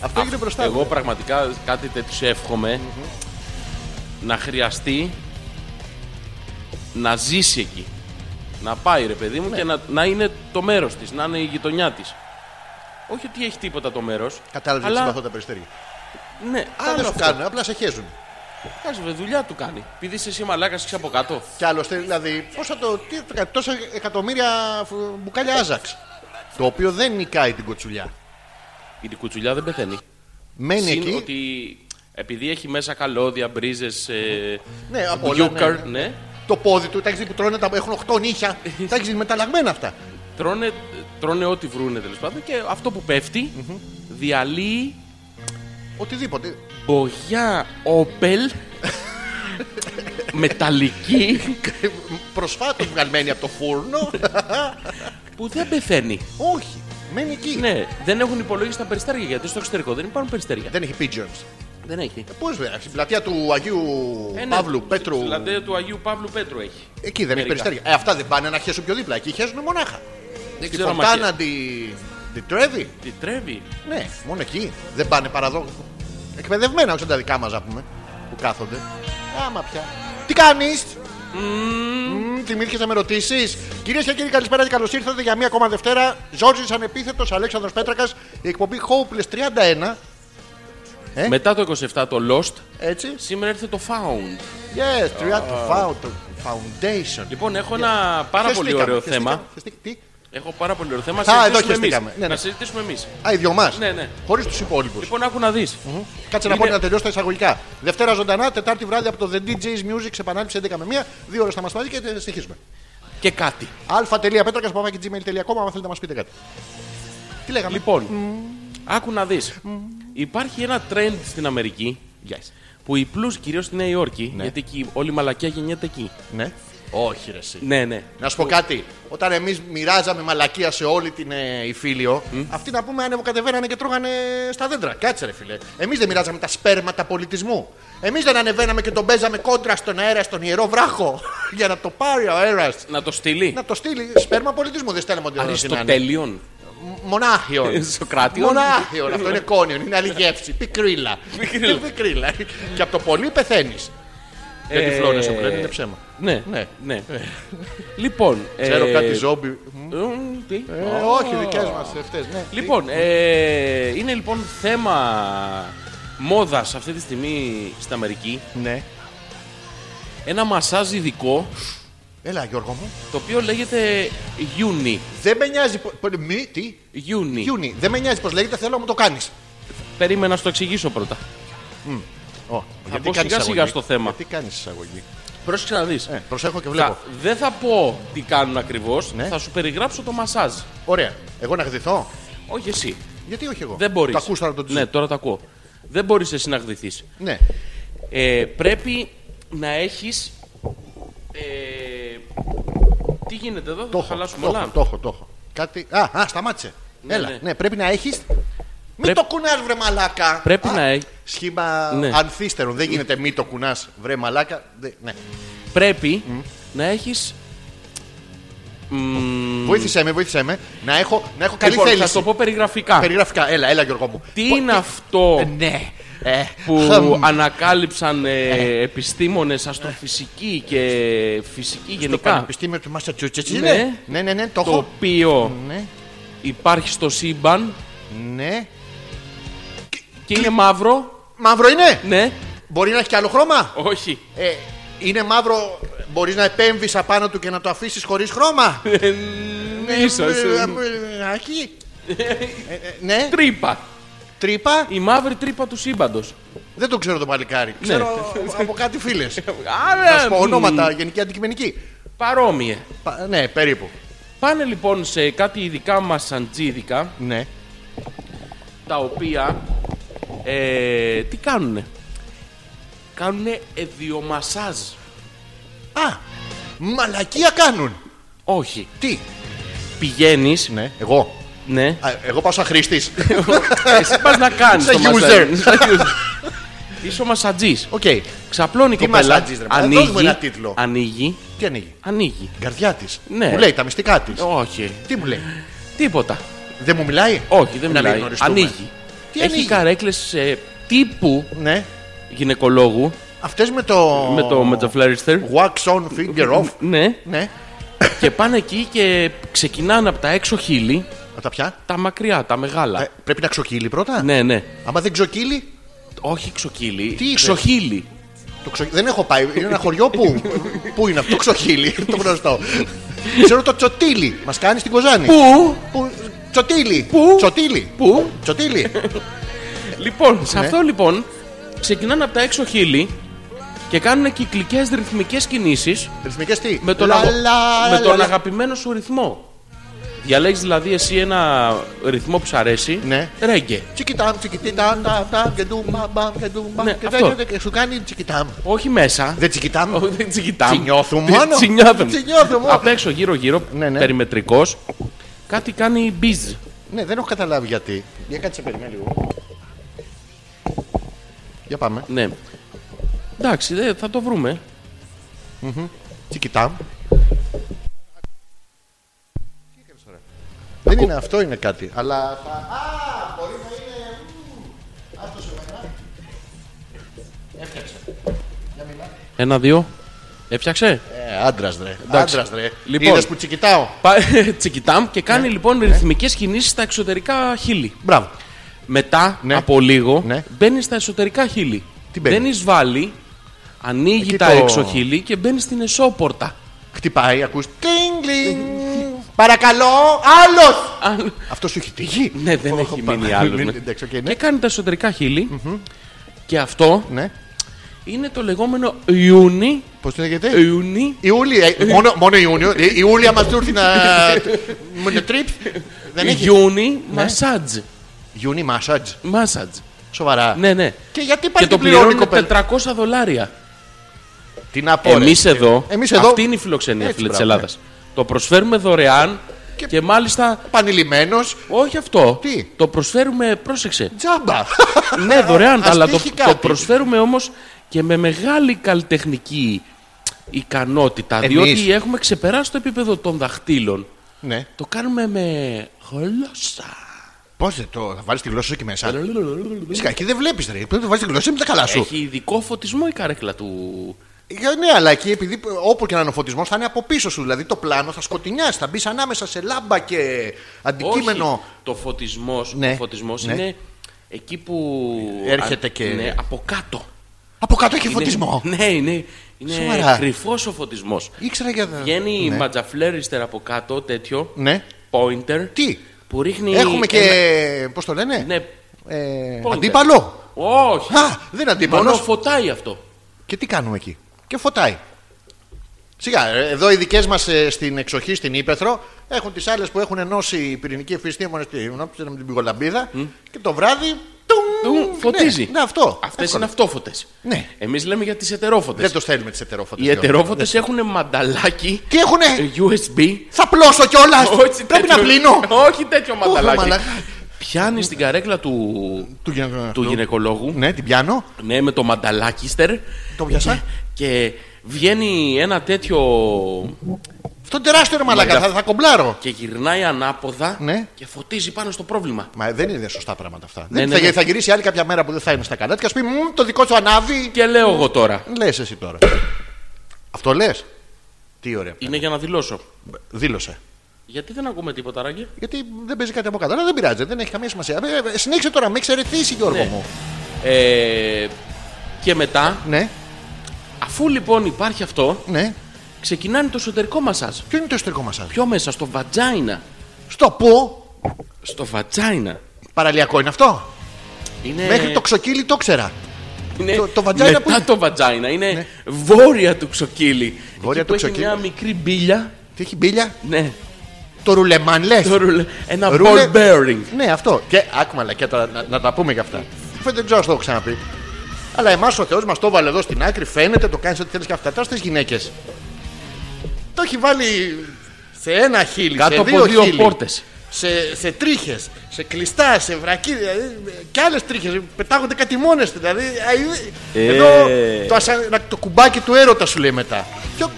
A: Αυτό έγινε μπροστά
B: Εγώ
A: μου.
B: πραγματικά κάτι τέτοιο σου εύχομαι
A: Mm-hmm.
B: να χρειαστεί να ζήσει εκεί. Να πάει ρε παιδί
A: Ναι.
B: μου και να, να είναι το μέρος της, να είναι η γειτονιά της. Όχι ότι έχει τίποτα το μέρος.
A: Κατάλαβε
B: αλλά-
A: τι συμπαθώ τα περιστέρια.
B: Ναι,
A: Αλλά δεν
B: άλλο
A: σου
B: αυτό.
A: κάνουν, απλά σε χέζουν.
B: Κάτσε, βε, δουλειά του κάνει. Επειδή είσαι εσύ μαλάκας, είσαι από κάτω.
A: Και άλλωστε, δηλαδή, πώς θα το, τι, θα- τόσα εκατομμύρια φου- μπουκάλια άζαξ. Το οποίο δεν νικάει την κοτσουλιά.
B: Η κουτσουλιά δεν πεθαίνει.
A: Μένει
B: Συν
A: εκεί.
B: ότι επειδή έχει μέσα καλώδια, μπρίζες. Ε,
A: Ναι, από όλα,
B: γιούκαρ,
A: ναι,
B: ναι.
A: το πόδι του, τα έχεις δει που τρώνε, τα, έχουν 8 νύχια.
B: *laughs*
A: τα έχεις δει μεταλλαγμένα αυτά.
B: Τρώνε, τρώνε ό,τι βρούνε τέλος πάντων και αυτό που πεφτει διαλύει
A: Οτιδήποτε.
B: μπογιά
A: *laughs*
B: όπελ μεταλλική
A: Προσφάτως βγαλμένη από το
B: *laughs*
A: φούρνο.
B: που δεν πεθαίνει.
A: Όχι, μένει εκεί.
B: ναι, δεν έχουν υπολογίσει τα περιστέρια γιατί στο εξωτερικό δεν υπάρχουν περιστέρια.
A: Δεν έχει pigeons.
B: Δεν έχει.
A: Πώς βέβαια, στην πλατεία του Αγίου
B: Ε, ναι,
A: Παύλου
B: στη-
A: Πέτρου.
B: στη λατρεία του Αγίου Παύλου Πέτρου έχει.
A: Εκεί δεν έχει
B: Μερικά.
A: περιστέρια. Ε, αυτά δεν πάνε να χέσουν πιο δίπλα. Εκεί χέσουν μονάχα.
B: Δεν
A: Στη
B: ξέρω αν
A: φωντάνα τη. τη τρέβει.
B: Τι τρέβει.
A: Ναι, μόνο εκεί. Δεν πάνε παρά εδώ. Εκπαιδευμένα, όχι σαν τα δικά μας, ας πούμε, που κάθονται. Άμα πια. Τι κάνεις! Μμμ, Θυμήθηκε να με ρωτήσεις. Κυρίες και κύριοι, καλησπέρα και καλώς ήρθατε για μία ακόμα Δευτέρα. Ζόρζης Ανεπίθετος, Αλέξανδρος Πέτρακας, η εκπομπή Hopeless 31. Ε?
B: Μετά το 27 το Lost,
A: Έτσι.
B: σήμερα ήρθε το Found.
A: Yes, 30 found- Foundation.
B: Λοιπόν, έχω ένα πάρα πολύ
A: Χεστήκαμε,
B: ωραίο
A: χεστήκαμε,
B: θέμα.
A: χεστή- Τι.
B: Έχω πάρα πολύ ωραίο θέμα.
A: Α, εδώ
B: συζητήσουμε
A: χεστήκαμε.
B: εμείς.
A: Ναι, ναι.
B: Να συζητήσουμε εμείς.
A: Α, οι δυο μας.
B: Ναι, ναι.
A: Χωρίς τους υπόλοιπους.
B: Λοιπόν, άκου να δεις.
A: Κάτσε να
B: είναι-
A: πω να τελειώσω τα εισαγωγικά. Δευτέρα ζωντανά, Τετάρτη βράδυ από το The DJ's Music, σε επανάληψη 11 με 1. Δύο ώρες θα μας πάρει και ε, συνεχίζουμε.
B: Και κάτι.
A: αλφα.πέτρακα παπάκι.gmail.com, άμα θέλετε να μας πείτε κάτι. Τι λέγαμε.
B: Λοιπόν, άκου να δεις. Υπάρχει ένα trend στην Αμερική
A: Yes.
B: που οι πλούσιοι, κυρίως στη Νέα Υόρκη, γιατί εκεί όλη η μαλακιά γεννιέται εκεί.
A: Ναι. Όχι, ρε, εσύ.
B: Ναι, ναι.
A: Να σου πω κάτι. Όταν εμείς μοιράζαμε μαλακία σε όλη την ε, Ιφίλιο, αυτοί να πούμε ανεβοκατεβαίνανε και τρώγανε στα δέντρα. Κάτσε, ρε φίλε. Εμείς δεν μοιράζαμε τα σπέρματα πολιτισμού. Εμείς δεν ανεβαίναμε και τον παίζαμε κόντρα στον αέρα, στον ιερό βράχο. *laughs* για να το πάρει ο αέρας.
B: Να το στείλει.
A: Να το στείλει σπέρμα πολιτισμού. Δεν στέλναμε ότι
B: Αριστοτέλειον. Ε,
A: Μονάχιον.
B: Σοκράτιον.
A: Μονάχιον. Αυτό είναι κόνιον. Είναι άλλη γεύση. Πικρίλα.
B: Πικρίλα. Ε,
A: Πικρίλα. και από το πολύ πεθαίνεις. Γιατί φλώνεσαι που λένε είναι ψέμα. Ε.
B: Ναι, ναι. ναι. λοιπόν.
A: Ξέρω
B: ε,
A: κάτι ζόμπι.
B: μ, τι?
A: Ε, όχι, δικές μας αυτές. Ναι.
B: Λοιπόν, ε, είναι λοιπόν θέμα μόδας αυτή τη στιγμή στην Αμερική.
A: Ναι.
B: Ένα μασάζ ειδικό
A: Έλα, Γιώργο μου.
B: το οποίο λέγεται Uni.
A: Δεν με νοιάζει. πο- πο- Μη, τι.
B: Uni.
A: Γιούνι. Δεν με νοιάζει πώ λέγεται, θέλω να μου το κάνεις.
B: Περίμενα να σου το εξηγήσω πρώτα. μπω σιγά-σιγά στο θέμα.
A: Τι κάνεις εισαγωγή.
B: Πρόσεξε να δεις.
A: Ε, προσέχω και βλέπω.
B: Θα- δεν θα πω τι κάνουν ακριβώς,
A: Ναι.
B: θα σου περιγράψω το μασάζ.
A: Ωραία. Εγώ να γδυθώ.
B: Όχι εσύ.
A: Γιατί όχι εγώ.
B: Δεν μπορείς.
A: Το ακούς τώρα τον τζι.
B: Ναι, τώρα το ακούω. Δεν μπορείς εσύ να γδυθείς.
A: ναι.
B: Ε, πρέπει να έχεις... Ε, τι γίνεται εδώ,
A: Το
B: θα
A: έχω.
B: χαλάσουμε
A: το,
B: όλα.
A: έχω, το έχω, το έχω. Κάτι. Α, α σταμάτησε.
B: Ναι,
A: Έλα.
B: ναι.
A: Ναι. πρέπει να έχεις. Μην
B: Πρέπει-
A: το κουνάς, βρε μαλάκα.
B: Πρέπει
A: Α,
B: να έχει-
A: Σχήμα
B: Ναι.
A: ανθίστερων. Δεν γίνεται μη το κουνάς, βρε μαλάκα. Δε- Ναι.
B: Πρέπει να έχεις... Μμμ,
A: Βοήθησέ με, βοήθησέ με. Να έχω, να έχω καλή
B: λοιπόν,
A: θέληση.
B: θα το πω περιγραφικά.
A: Περιγραφικά, έλα, έλα Γιώργο μου.
B: Τι
A: Πο- ε,
B: είναι αυτό
A: Ναι. Ε,
B: που
A: χαμ.
B: ανακάλυψαν ε, επιστήμονες αστροφυσικοί και φυσικοί
A: Το
B: γενικά.
A: Πανεπιστήμιο του Μασατσούτσετ
B: Ναι.
A: είναι. Ναι, ναι, ναι, το
B: Το
A: έχω.
B: οποίο
A: Ναι,
B: υπάρχει στο σύμπαν
A: ναι.
B: και είναι μαύρο.
A: Μαύρο είναι.
B: Ναι,
A: Μπορεί να έχει και άλλο χρώμα.
B: όχι.
A: Ε, είναι μαύρο. Μπορείς να επέμβεις απάνω του και να το αφήσεις χωρίς χρώμα.
B: Ε, Ίσως.
A: Ε,
B: ε,
A: ε, Άκη. Ε, ε, Ναι,
B: Τρύπα.
A: τρύπα.
B: Η μαύρη τρύπα του σύμπαντος.
A: Δεν το ξέρω το παλικάρι.
B: Ναι.
A: Ξέρω από κάτι φίλες.
B: Ε, Άρα.
A: Θα σου πω ονόματα γενική αντικειμενική.
B: Παρόμοιε.
A: Πα- Ναι, περίπου.
B: Πάνε λοιπόν σε κάτι ειδικά μασαντζίδικα
A: Ναι.
B: τα οποία. Ε, τι κάνουνε. Κάνουνε εδιομασάζ.
A: Α, μαλακία κάνουν.
B: Όχι.
A: Τι.
B: Πηγαίνεις.
A: Ναι, εγώ.
B: Ναι.
A: Α, εγώ πάω σαν χρήστης.
B: *laughs* Εσύ πας να κάνεις.
A: Σαν user.
B: Είσαι ο μασαντζή.
A: Οκ.
B: Ξαπλώνει η
A: Τι
B: κοπέλα.
A: μασαντζής, ρε, μα, δώσ' μου ένα τίτλο.
B: Ανοίγει.
A: Τι ανοίγει.
B: Ανοίγει.
A: Την καρδιά της.
B: Ναι.
A: Μου λέει τα μυστικά της.
B: Όχι.
A: Τι μου λέει.
B: Τίποτα.
A: Δεν μου μιλάει.
B: Όχι, δεν
A: Να μην
B: μιλάει.
A: γνωριστούμε.
B: Ανοίγει.
A: Τι
B: Έχει
A: ανοίγει?
B: καρέκλες ε, τύπου
A: Ναι.
B: γυναικολόγου
A: Αυτές με το.
B: με το, με το φλέριστερ.
A: Wax on finger off.
B: Ναι,
A: ναι.
B: και πάνε εκεί και ξεκινάνε από τα έξω χείλη,
A: Να τα πια.
B: τα μακριά, τα μεγάλα.
A: Ε, πρέπει να ξοκύλει πρώτα.
B: Ναι, ναι.
A: Άμα δεν ξοκύλει,
B: Όχι ξοκύλι.
A: Τι είπες?
B: ξοχύλι.
A: το ξο... δεν έχω πάει. Είναι ένα χωριό
B: *laughs*
A: που. Πού είναι αυτό, το ξοχύλι. *laughs* το γνωστό. Ξέρω το τσοτήλι. Μας κάνει στην Κοζάνη.
B: Πού,
A: Που... Τσοτήλι.
B: Πού?
A: Τσοτήλι.
B: πού.
A: Τσοτήλι.
B: Λοιπόν,
A: Ναι.
B: σε αυτό λοιπόν ξεκινάνε από τα έξω χείλη και κάνουν κυκλικές ρυθμικές κινήσεις
A: Ρυθμικές τι.
B: με τον,
A: Λα,
B: αγα-
A: λα,
B: με
A: λα,
B: τον
A: λα.
B: αγαπημένο σου ρυθμό. Διαλέγεις δηλαδή εσύ ένα ρυθμό που σου αρέσει.
A: Ναι.
B: Ρέγγε.
A: Τσικιτάμ, τσικιτάμ, τα, τα, και ντου, μπαμ, μπαμ, και ντου, μπαμ,
B: Ναι,
A: και
B: αυτό.
A: τέτοια, και Σου κάνει τσικιτάμ.
B: Όχι μέσα.
A: Δεν τσικιτάμ.
B: Όχι, Δεν τσιγητάμε.
A: Τσινιώθουμε μόνο.
B: Τσινιώθουμε.
A: Τσινιώθουμε.
B: Απ' έξω γύρω-γύρω,
A: Ναι, ναι.
B: περιμετρικός. Κάτι κάνει μπιζ.
A: Ναι, δεν έχω καταλάβει γιατί. Για κάτσε, περιμένει λίγο. Για πάμε.
B: Ναι. Εντάξει, δε, θα το βρούμε.
A: Τσικιτάμ. Δεν είναι αυτό, είναι κάτι. Αλλά θα. Α, μπορεί να είναι. μμ, Άστο σε μένα.
B: Ένα, δύο. Έφτιαξε.
A: Ε, άντρας ρε.
B: Εντάξει.
A: Άντρας ρε.
B: Λοιπόν.
A: Λοιπόν. Είδες που τσικητάω.
B: Πάει- *laughs* Τσικιτάμ και
A: Ναι.
B: κάνει λοιπόν ρυθμικές κινήσεις στα εξωτερικά χείλη.
A: Μπράβο.
B: Μετά
A: Ναι.
B: από λίγο
A: Ναι.
B: μπαίνεις στα εσωτερικά χείλη.
A: Τι μπαίνει?
B: Δεν εισβάλλει, ανοίγει
A: Εκεί
B: τα
A: το-
B: έξω χείλη και μπαίνει στην εσώπορτα.
A: Χτυπάει, ακούς. Τίγκλινγκ. Παρακαλώ, άλλος.
B: Αν- *laughs*
A: Αυτό σου έχει τύχει.
B: Ναι, δεν
A: Ω,
B: έχει
A: πα- *laughs*
B: μείνει άλλο.
A: μην- εντάξει, οκ, ναι.
B: Και κάνει τα εσωτερικά χείλη. Και αυτό
A: Ναι.
B: είναι το λεγόμενο Ιούνι.
A: Πώς το
B: Ε,
A: λέγεται.
B: Ιούνι.
A: Ιούλη, ε, μόνο, μόνο Ιούνιο. Ε, Ιούλια μας του έρθει να...
B: *laughs*
A: Με το τρίπ. Δεν έχει. Ναι.
B: Ιούνι μασάτζ.
A: Ιούνι μασάτζ.
B: Μασάτζ.
A: Σοβαρά.
B: Ναι, ναι.
A: Και γιατί
B: Και
A: πάει
B: το
A: την πληρώνει η
B: πληρώνουν
A: κοπέλα.
B: 400 δολάρια.
A: Τι να πω. ρε.
B: Εμεί εδώ,
A: Εμείς εδώ-
B: αυτή είναι η φιλοξενία
A: Έτσι,
B: φίλε της
A: μπράβο,
B: Ελλάδας. Το προσφέρουμε δωρεάν και...
A: Και-
B: μάλιστα
A: Πανηλημμένος.
B: όχι αυτό.
A: Τι?
B: Το προσφέρουμε, πρόσεξε.
A: Τζάμπα.
B: *laughs* ναι, δωρεάν,
A: Ας
B: αλλά το,
A: τύχει
B: το
A: κάτι.
B: προσφέρουμε όμως και με μεγάλη καλλιτεχνική ικανότητα.
A: Εμείς.
B: Διότι έχουμε ξεπεράσει το επίπεδο των δαχτύλων.
A: Ναι.
B: Το κάνουμε με γλώσσα.
A: Πώς δεν το. Θα βάλεις τη γλώσσα σου εκεί μέσα. Φυσικά εκεί δεν βλέπεις ρε. Πρέπει να το βάλεις τη γλώσσα με τα καλά σου.
B: Έχει ειδικό φωτισμό η καρέκλα του.
A: Ε, Ναι, αλλά εκεί επειδή όπου και να είναι ο φωτισμός θα είναι από πίσω σου. Δηλαδή το πλάνο θα σκοτεινιάσει. Θα μπεις ανάμεσα σε λάμπα και αντικείμενο.
B: Όχι, το φωτισμός,
A: Ναι,
B: ο φωτισμός
A: ναι.
B: είναι εκεί που...
A: Έρχεται
B: α-
A: και-
B: Ναι, από κάτω.
A: Από κάτω έχει
B: Είναι-
A: φωτισμό.
B: Ναι, είναι, είναι
A: Σοβαρά.
B: κρυφός ο φωτισμός.
A: Ήξερα για.
B: Βγαίνει η
A: ναι.
B: ματζαφλέριστερ από κάτω, τέτοιο,
A: ναι.
B: pointer,
A: Τι.
B: που ρίχνει...
A: Έχουμε και.
B: ένα-
A: Πώς το λένε.
B: ναι,
A: Ε,
B: pointer.
A: αντίπαλο.
B: Όχι.
A: Α, δεν είναι
B: Μόνο
A: αντίπαλο.
B: φωτάει αυτό.
A: Και τι κάνουμε εκεί. Και φωτάει. Σιγά, ε, εδώ οι δικές μας στην εξοχή, στην Ήπεθρο, έχουν τις άλλες που έχουν ενώσει οι πυρηνικοί επιστήμονε με την πυγολαμπίδα και το βράδυ. τουμ,
B: Του, φωτίζει.
A: Ναι, ναι, αυτό.
B: Αυτές
A: Εύκολα.
B: είναι αυτόφωτες.
A: Ναι.
B: Εμείς λέμε για τις ετερόφωτες.
A: Δεν το στέλνουμε τις ετερόφωτες.
B: Οι ετερόφωτες έχουν μανταλάκι
A: Τι έχουνε!
B: ε, USB
A: Θα πλώσω κιόλας!
B: Όχι
A: Πρέπει
B: τέτοιο-
A: να πλύνω!
B: Όχι τέτοιο
A: Ω,
B: μανταλάκι.
A: μαλάκα.
B: Πιάνεις την καρέκλα του,
A: Του γυναικολόγου.
B: του γυναικολόγου. Ναι.
A: Ναι, την πιάνω.
B: με το μανταλάκιστερ.
A: Το πιάσα.
B: Και βγαίνει ένα τέτοιο.
A: Αυτό τεράστιο ρε μαλακά, θα, θα κομπλάρω.
B: και γυρνάει ανάποδα
A: Ναι.
B: και φωτίζει πάνω στο πρόβλημα.
A: Μα δεν είναι σωστά πράγματα αυτά.
B: Ναι,
A: δεν,
B: ναι,
A: θα,
B: ναι.
A: θα γυρίσει άλλη κάποια μέρα που δεν θα είναι στα καλά και α πει «Μμμ, το δικό σου ανάβει.
B: Και λέω εγώ τώρα.
A: Λες εσύ τώρα. Αυτό λες. Τι ωραία.
B: Είναι για να δηλώσω.
A: Δήλωσε.
B: Γιατί δεν ακούμε τίποτα, Ράγκη.
A: Γιατί δεν παίζει κάτι από κάτω. Αλλά δεν πειράζει, δεν έχει καμία σημασία. Ε, ε, Συνέχισε τώρα, με εξαιρεθήσει Γιώργο
B: Ναι.
A: μου.
B: Ε, και μετά,
A: Ναι,
B: αφού λοιπόν υπάρχει αυτό,
A: ναι.
B: ξεκινάει το εσωτερικό μασάζ.
A: Ποιο είναι το εσωτερικό μα
B: Πιο μέσα, στο βατζάινα.
A: Στο πού
B: Στο βατζάινα.
A: παραλιακό είναι αυτό.
B: Είναι...
A: Μέχρι το ξοκύλι το ξέρα.
B: Είναι
A: Το- το vagina
B: μετά
A: που είναι. Ναι.
B: το βατζάινα. Είναι βόρεια του ξοκύλι.
A: Βόρεια
B: Εκεί
A: του
B: που
A: ξοκύλι.
B: Έχει μια μικρή μπίλια.
A: Τι έχει μπίλια.
B: Ναι.
A: Το ρουλεμάν λες.
B: Το ρουλε- Ένα
A: Ρούλε-
B: ball bearing.
A: Ναι, αυτό. Και άκουμα, αλλά και τώρα να, να τα πούμε γι' αυτά. Φε- Δεν ξέρω αν το έχω ξαναπεί. Αλλά εμάς ο Θεός μας το βάλε εδώ στην άκρη. Φαίνεται, το κάνεις ό,τι θέλεις και αυτά. Τώρα στις γυναίκες. Το έχει βάλει σε ένα χείλι,
B: Κάτω
A: σε
B: από
A: δύο,
B: δύο
A: χείλη,
B: πόρτες.
A: Σε, σε τρίχες, σε κλειστά, σε βρακί. Δηλαδή, και άλλες τρίχες. Πετάγονται κάτι μόνες του. Δηλαδή, α, ε,
B: Ε.
A: εδώ το, ασα- το κουμπάκι του έρωτα σου λέει μετά. Ποιο-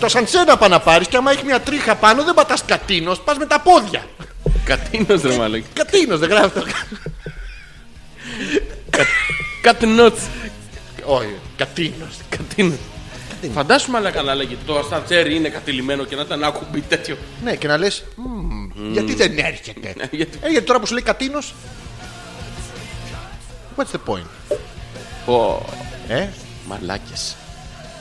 A: το σαντσένα πά να πάρεις και άμα έχει μια τρίχα πάνω δεν πατάς κατίνος, πας με τα πόδια.
B: Κατίνος ρε μάλλον.
A: Κατίνος, δεν γράφει το.
B: Κατίνος.
A: Όχι, κατίνος.
B: Κατίνος. Φαντάσουμε αλλά καλά λέγει το αστατσέρι είναι κατηλημένο και να ήταν άκουμπι τέτοιο.
A: Ναι, και να λες. Γιατί δεν έρχεται.
B: Ναι, γιατί-
A: Ε, γιατί τώρα που σου λέει κατίνος. What's the point.
B: Πω,
A: Ε,
B: μαλάκες.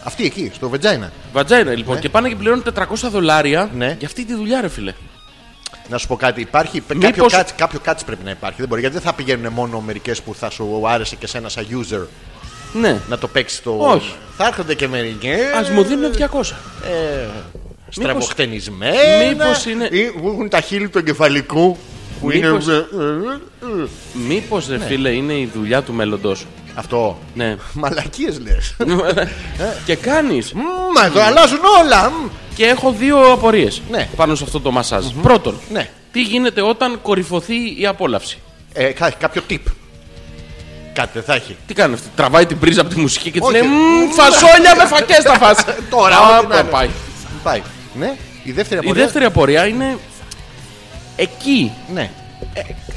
A: αυτή εκεί, στο βετζάινα.
B: Βατζάινα λοιπόν και πάνε και πληρώνουν 400 δολάρια
A: Ναι.
B: για αυτή τη δουλειά ρε φίλε.
A: Να σου πω κάτι, υπάρχει. Κάποιο,
B: Μήπως-
A: κάτι, κάποιο κάτι πρέπει να υπάρχει. Δεν μπορεί, γιατί δεν θα πηγαίνουν μόνο μερικές που θα σου άρεσε και σένα σαν user
B: Ναι.
A: να το παίξεις το.
B: Όχι.
A: Θα έρχονται και μερικέ.
B: Ας μου
A: Ε,
B: δίνουν 200.
A: Στραβοχτενισμένα.
B: μήπως είναι-
A: Ή που έχουν τα χείλη του εγκεφαλικού. Που
B: Μήπως-
A: είναι. Ε, ε, ε.
B: Μήπως ρε φίλε είναι η δουλειά του μέλλοντος.
A: Αυτό.
B: Ναι.
A: Μαλακίες λες.
B: και κάνεις
A: Μα εδώ αλλάζουν όλα. μμ.
B: Και έχω δύο απορίες
A: Ναι.
B: πάνω σε αυτό το μασαζ Πρώτον,
A: Ναι.
B: τι γίνεται όταν κορυφωθεί η απόλαυση.
A: Ε, θα έχει κάποιο tip. Κάτι δεν θα έχει.
B: Τι κάνει αυτή, τραβάει την πρίζα από τη μουσική και της
A: Όχι.
B: λέει «Μμμ, Φασόλια με φακές θα φας
A: *laughs* Τώρα,
B: Α,
A: ό,τι να
B: πα-
A: είναι.
B: πάει.
A: Πάει. Ναι. Η δεύτερη
B: Η
A: απορία.
B: δεύτερη απορία είναι εκεί ε,
A: Ναι.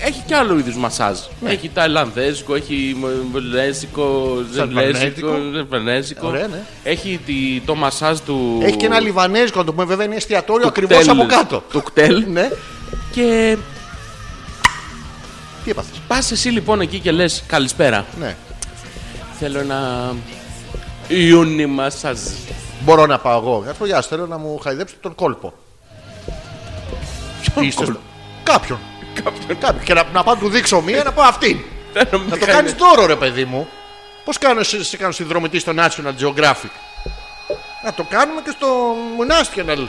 B: έχει κι άλλο είδους μασάζ. Έχει ταϊλανδέζικο, έχει μολέσικο,
A: Σαλπανέζικο.
B: ζελέζικο, ζελπενέζικο.
A: Ωραία, ναι.
B: ε, Έχει τη- το μασάζ του.
A: Έχει και ένα λιβανέζικο, να το πούμε, βέβαια είναι εστιατόριο
B: του
A: ακριβώς
B: κτέλ-
A: από κάτω.
B: Του κτέλ.
A: Ναι,
B: Και
A: τι έπαθες.
B: πας εσύ λοιπόν εκεί και λες καλησπέρα.
A: Ναι.
B: Θέλω να. Ιούνι μασάζ.
A: Μπορώ να πάω εγώ. Να σου πω, γεια σας, θέλω να μου χαϊδέψετε τον κόλπο. Είστε
B: κόλπο?
A: στο- Κάποιον. Κάποιον. Και να, να πάω να του δείξω μία να πω αυτήν.
B: Θέλω
A: να το
B: χαϊδέψεις.
A: κάνει δώρο, ρε παιδί μου. Πώς κάνω σε, σε κάνω συνδρομητή στο National Geographic. Να το κάνουμε και στο National.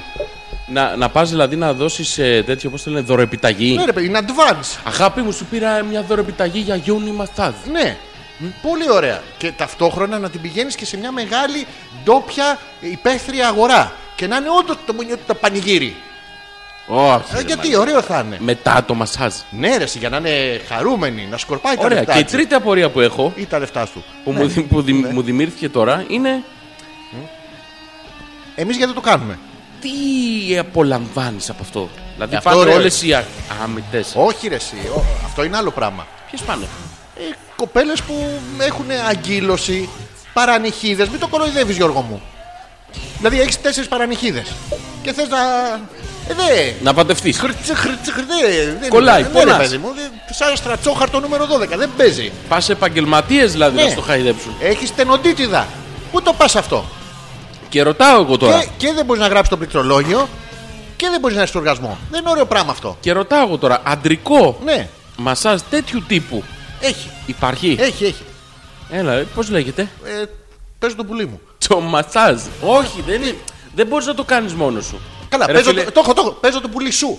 B: Να, να πας δηλαδή να δώσεις τέτοιο, πώς το λένε, δωρεπιταγή.
A: Ναι, ρε παιδί, είναι advance.
B: Αγάπη μου, σου πήρα μια δωρεπιταγή για Ιούνι μασάζ.
A: Ναι. Πολύ ωραία. Και ταυτόχρονα να την πηγαίνεις και σε μια μεγάλη ντόπια υπαίθρια αγορά. Και να είναι όντως το μουνιό του τα πανηγύρι.
B: Όχι.
A: Ε,
B: ρε
A: γιατί,
B: μαλάκα.
A: ωραίο θα είναι.
B: Μετά το μασάζ.
A: Ναι, ρε, εσύ, για να είναι χαρούμενοι, να σκορπάει τα
B: Ωραία.
A: λεφτά.
B: Και η
A: της.
B: τρίτη απορία που έχω,
A: Ή τα λεφτά σου.
B: που, μου, δη- που δη-
A: Ναι.
B: μου δημιουργήθηκε τώρα, είναι
A: Εμείς γιατί το κάνουμε.
B: τι απολαμβάνεις από αυτό. Δηλαδή
A: Ε, αυτό
B: πάνε
A: ωραίο
B: όλες οι αμυντέ.
A: Όχι, ρε, εσύ. Ο- αυτό είναι άλλο πράγμα.
B: Ποιες πάνε.
A: Ε, Κοπέλες που έχουν αγκύλωση, παρανυχίδες. Μην το κοροϊδεύεις, Γιώργο μου. Δηλαδή έχεις τέσσερις παρανυχίδες. Και θες να. Ε, δε.
B: Να παντευτεί.
A: Χρτσε, χρτσε, χρτσε, δε- δεν-
B: Κολλάει,
A: δεν- δεν
B: πονάς.
A: ρε, παιδί μου. δεν- Σαν στρατσόχαρτο νούμερο 12. Δεν παίζει.
B: Πας επαγγελματίες δηλαδή
A: Ναι.
B: να στο χαϊδέψουν.
A: Έχει στενοντίτιδα. Πού το πας αυτό.
B: Και ρωτάω εγώ τώρα.
A: Και, και δεν μπορείς να γράψεις το πληκτρολόγιο και δεν μπορείς να έχεις οργασμό. Δεν είναι ωραίο πράγμα αυτό.
B: Και ρωτάω εγώ τώρα, αντρικό
A: Ναι,
B: μασάζ τέτοιου τύπου
A: έχει.
B: υπάρχει.
A: Έχει, έχει.
B: Έλα, πώς λέγεται.
A: Ε, παίζω τον πουλί μου.
B: Το μασάζ. Όχι, δεν, είναι- δεν μπορείς να το κάνεις μόνος σου.
A: Καλά,
B: Ρε
A: παίζω,
B: φίλε,
A: το, το, έχω, το έχω. Παίζω το πουλί σου.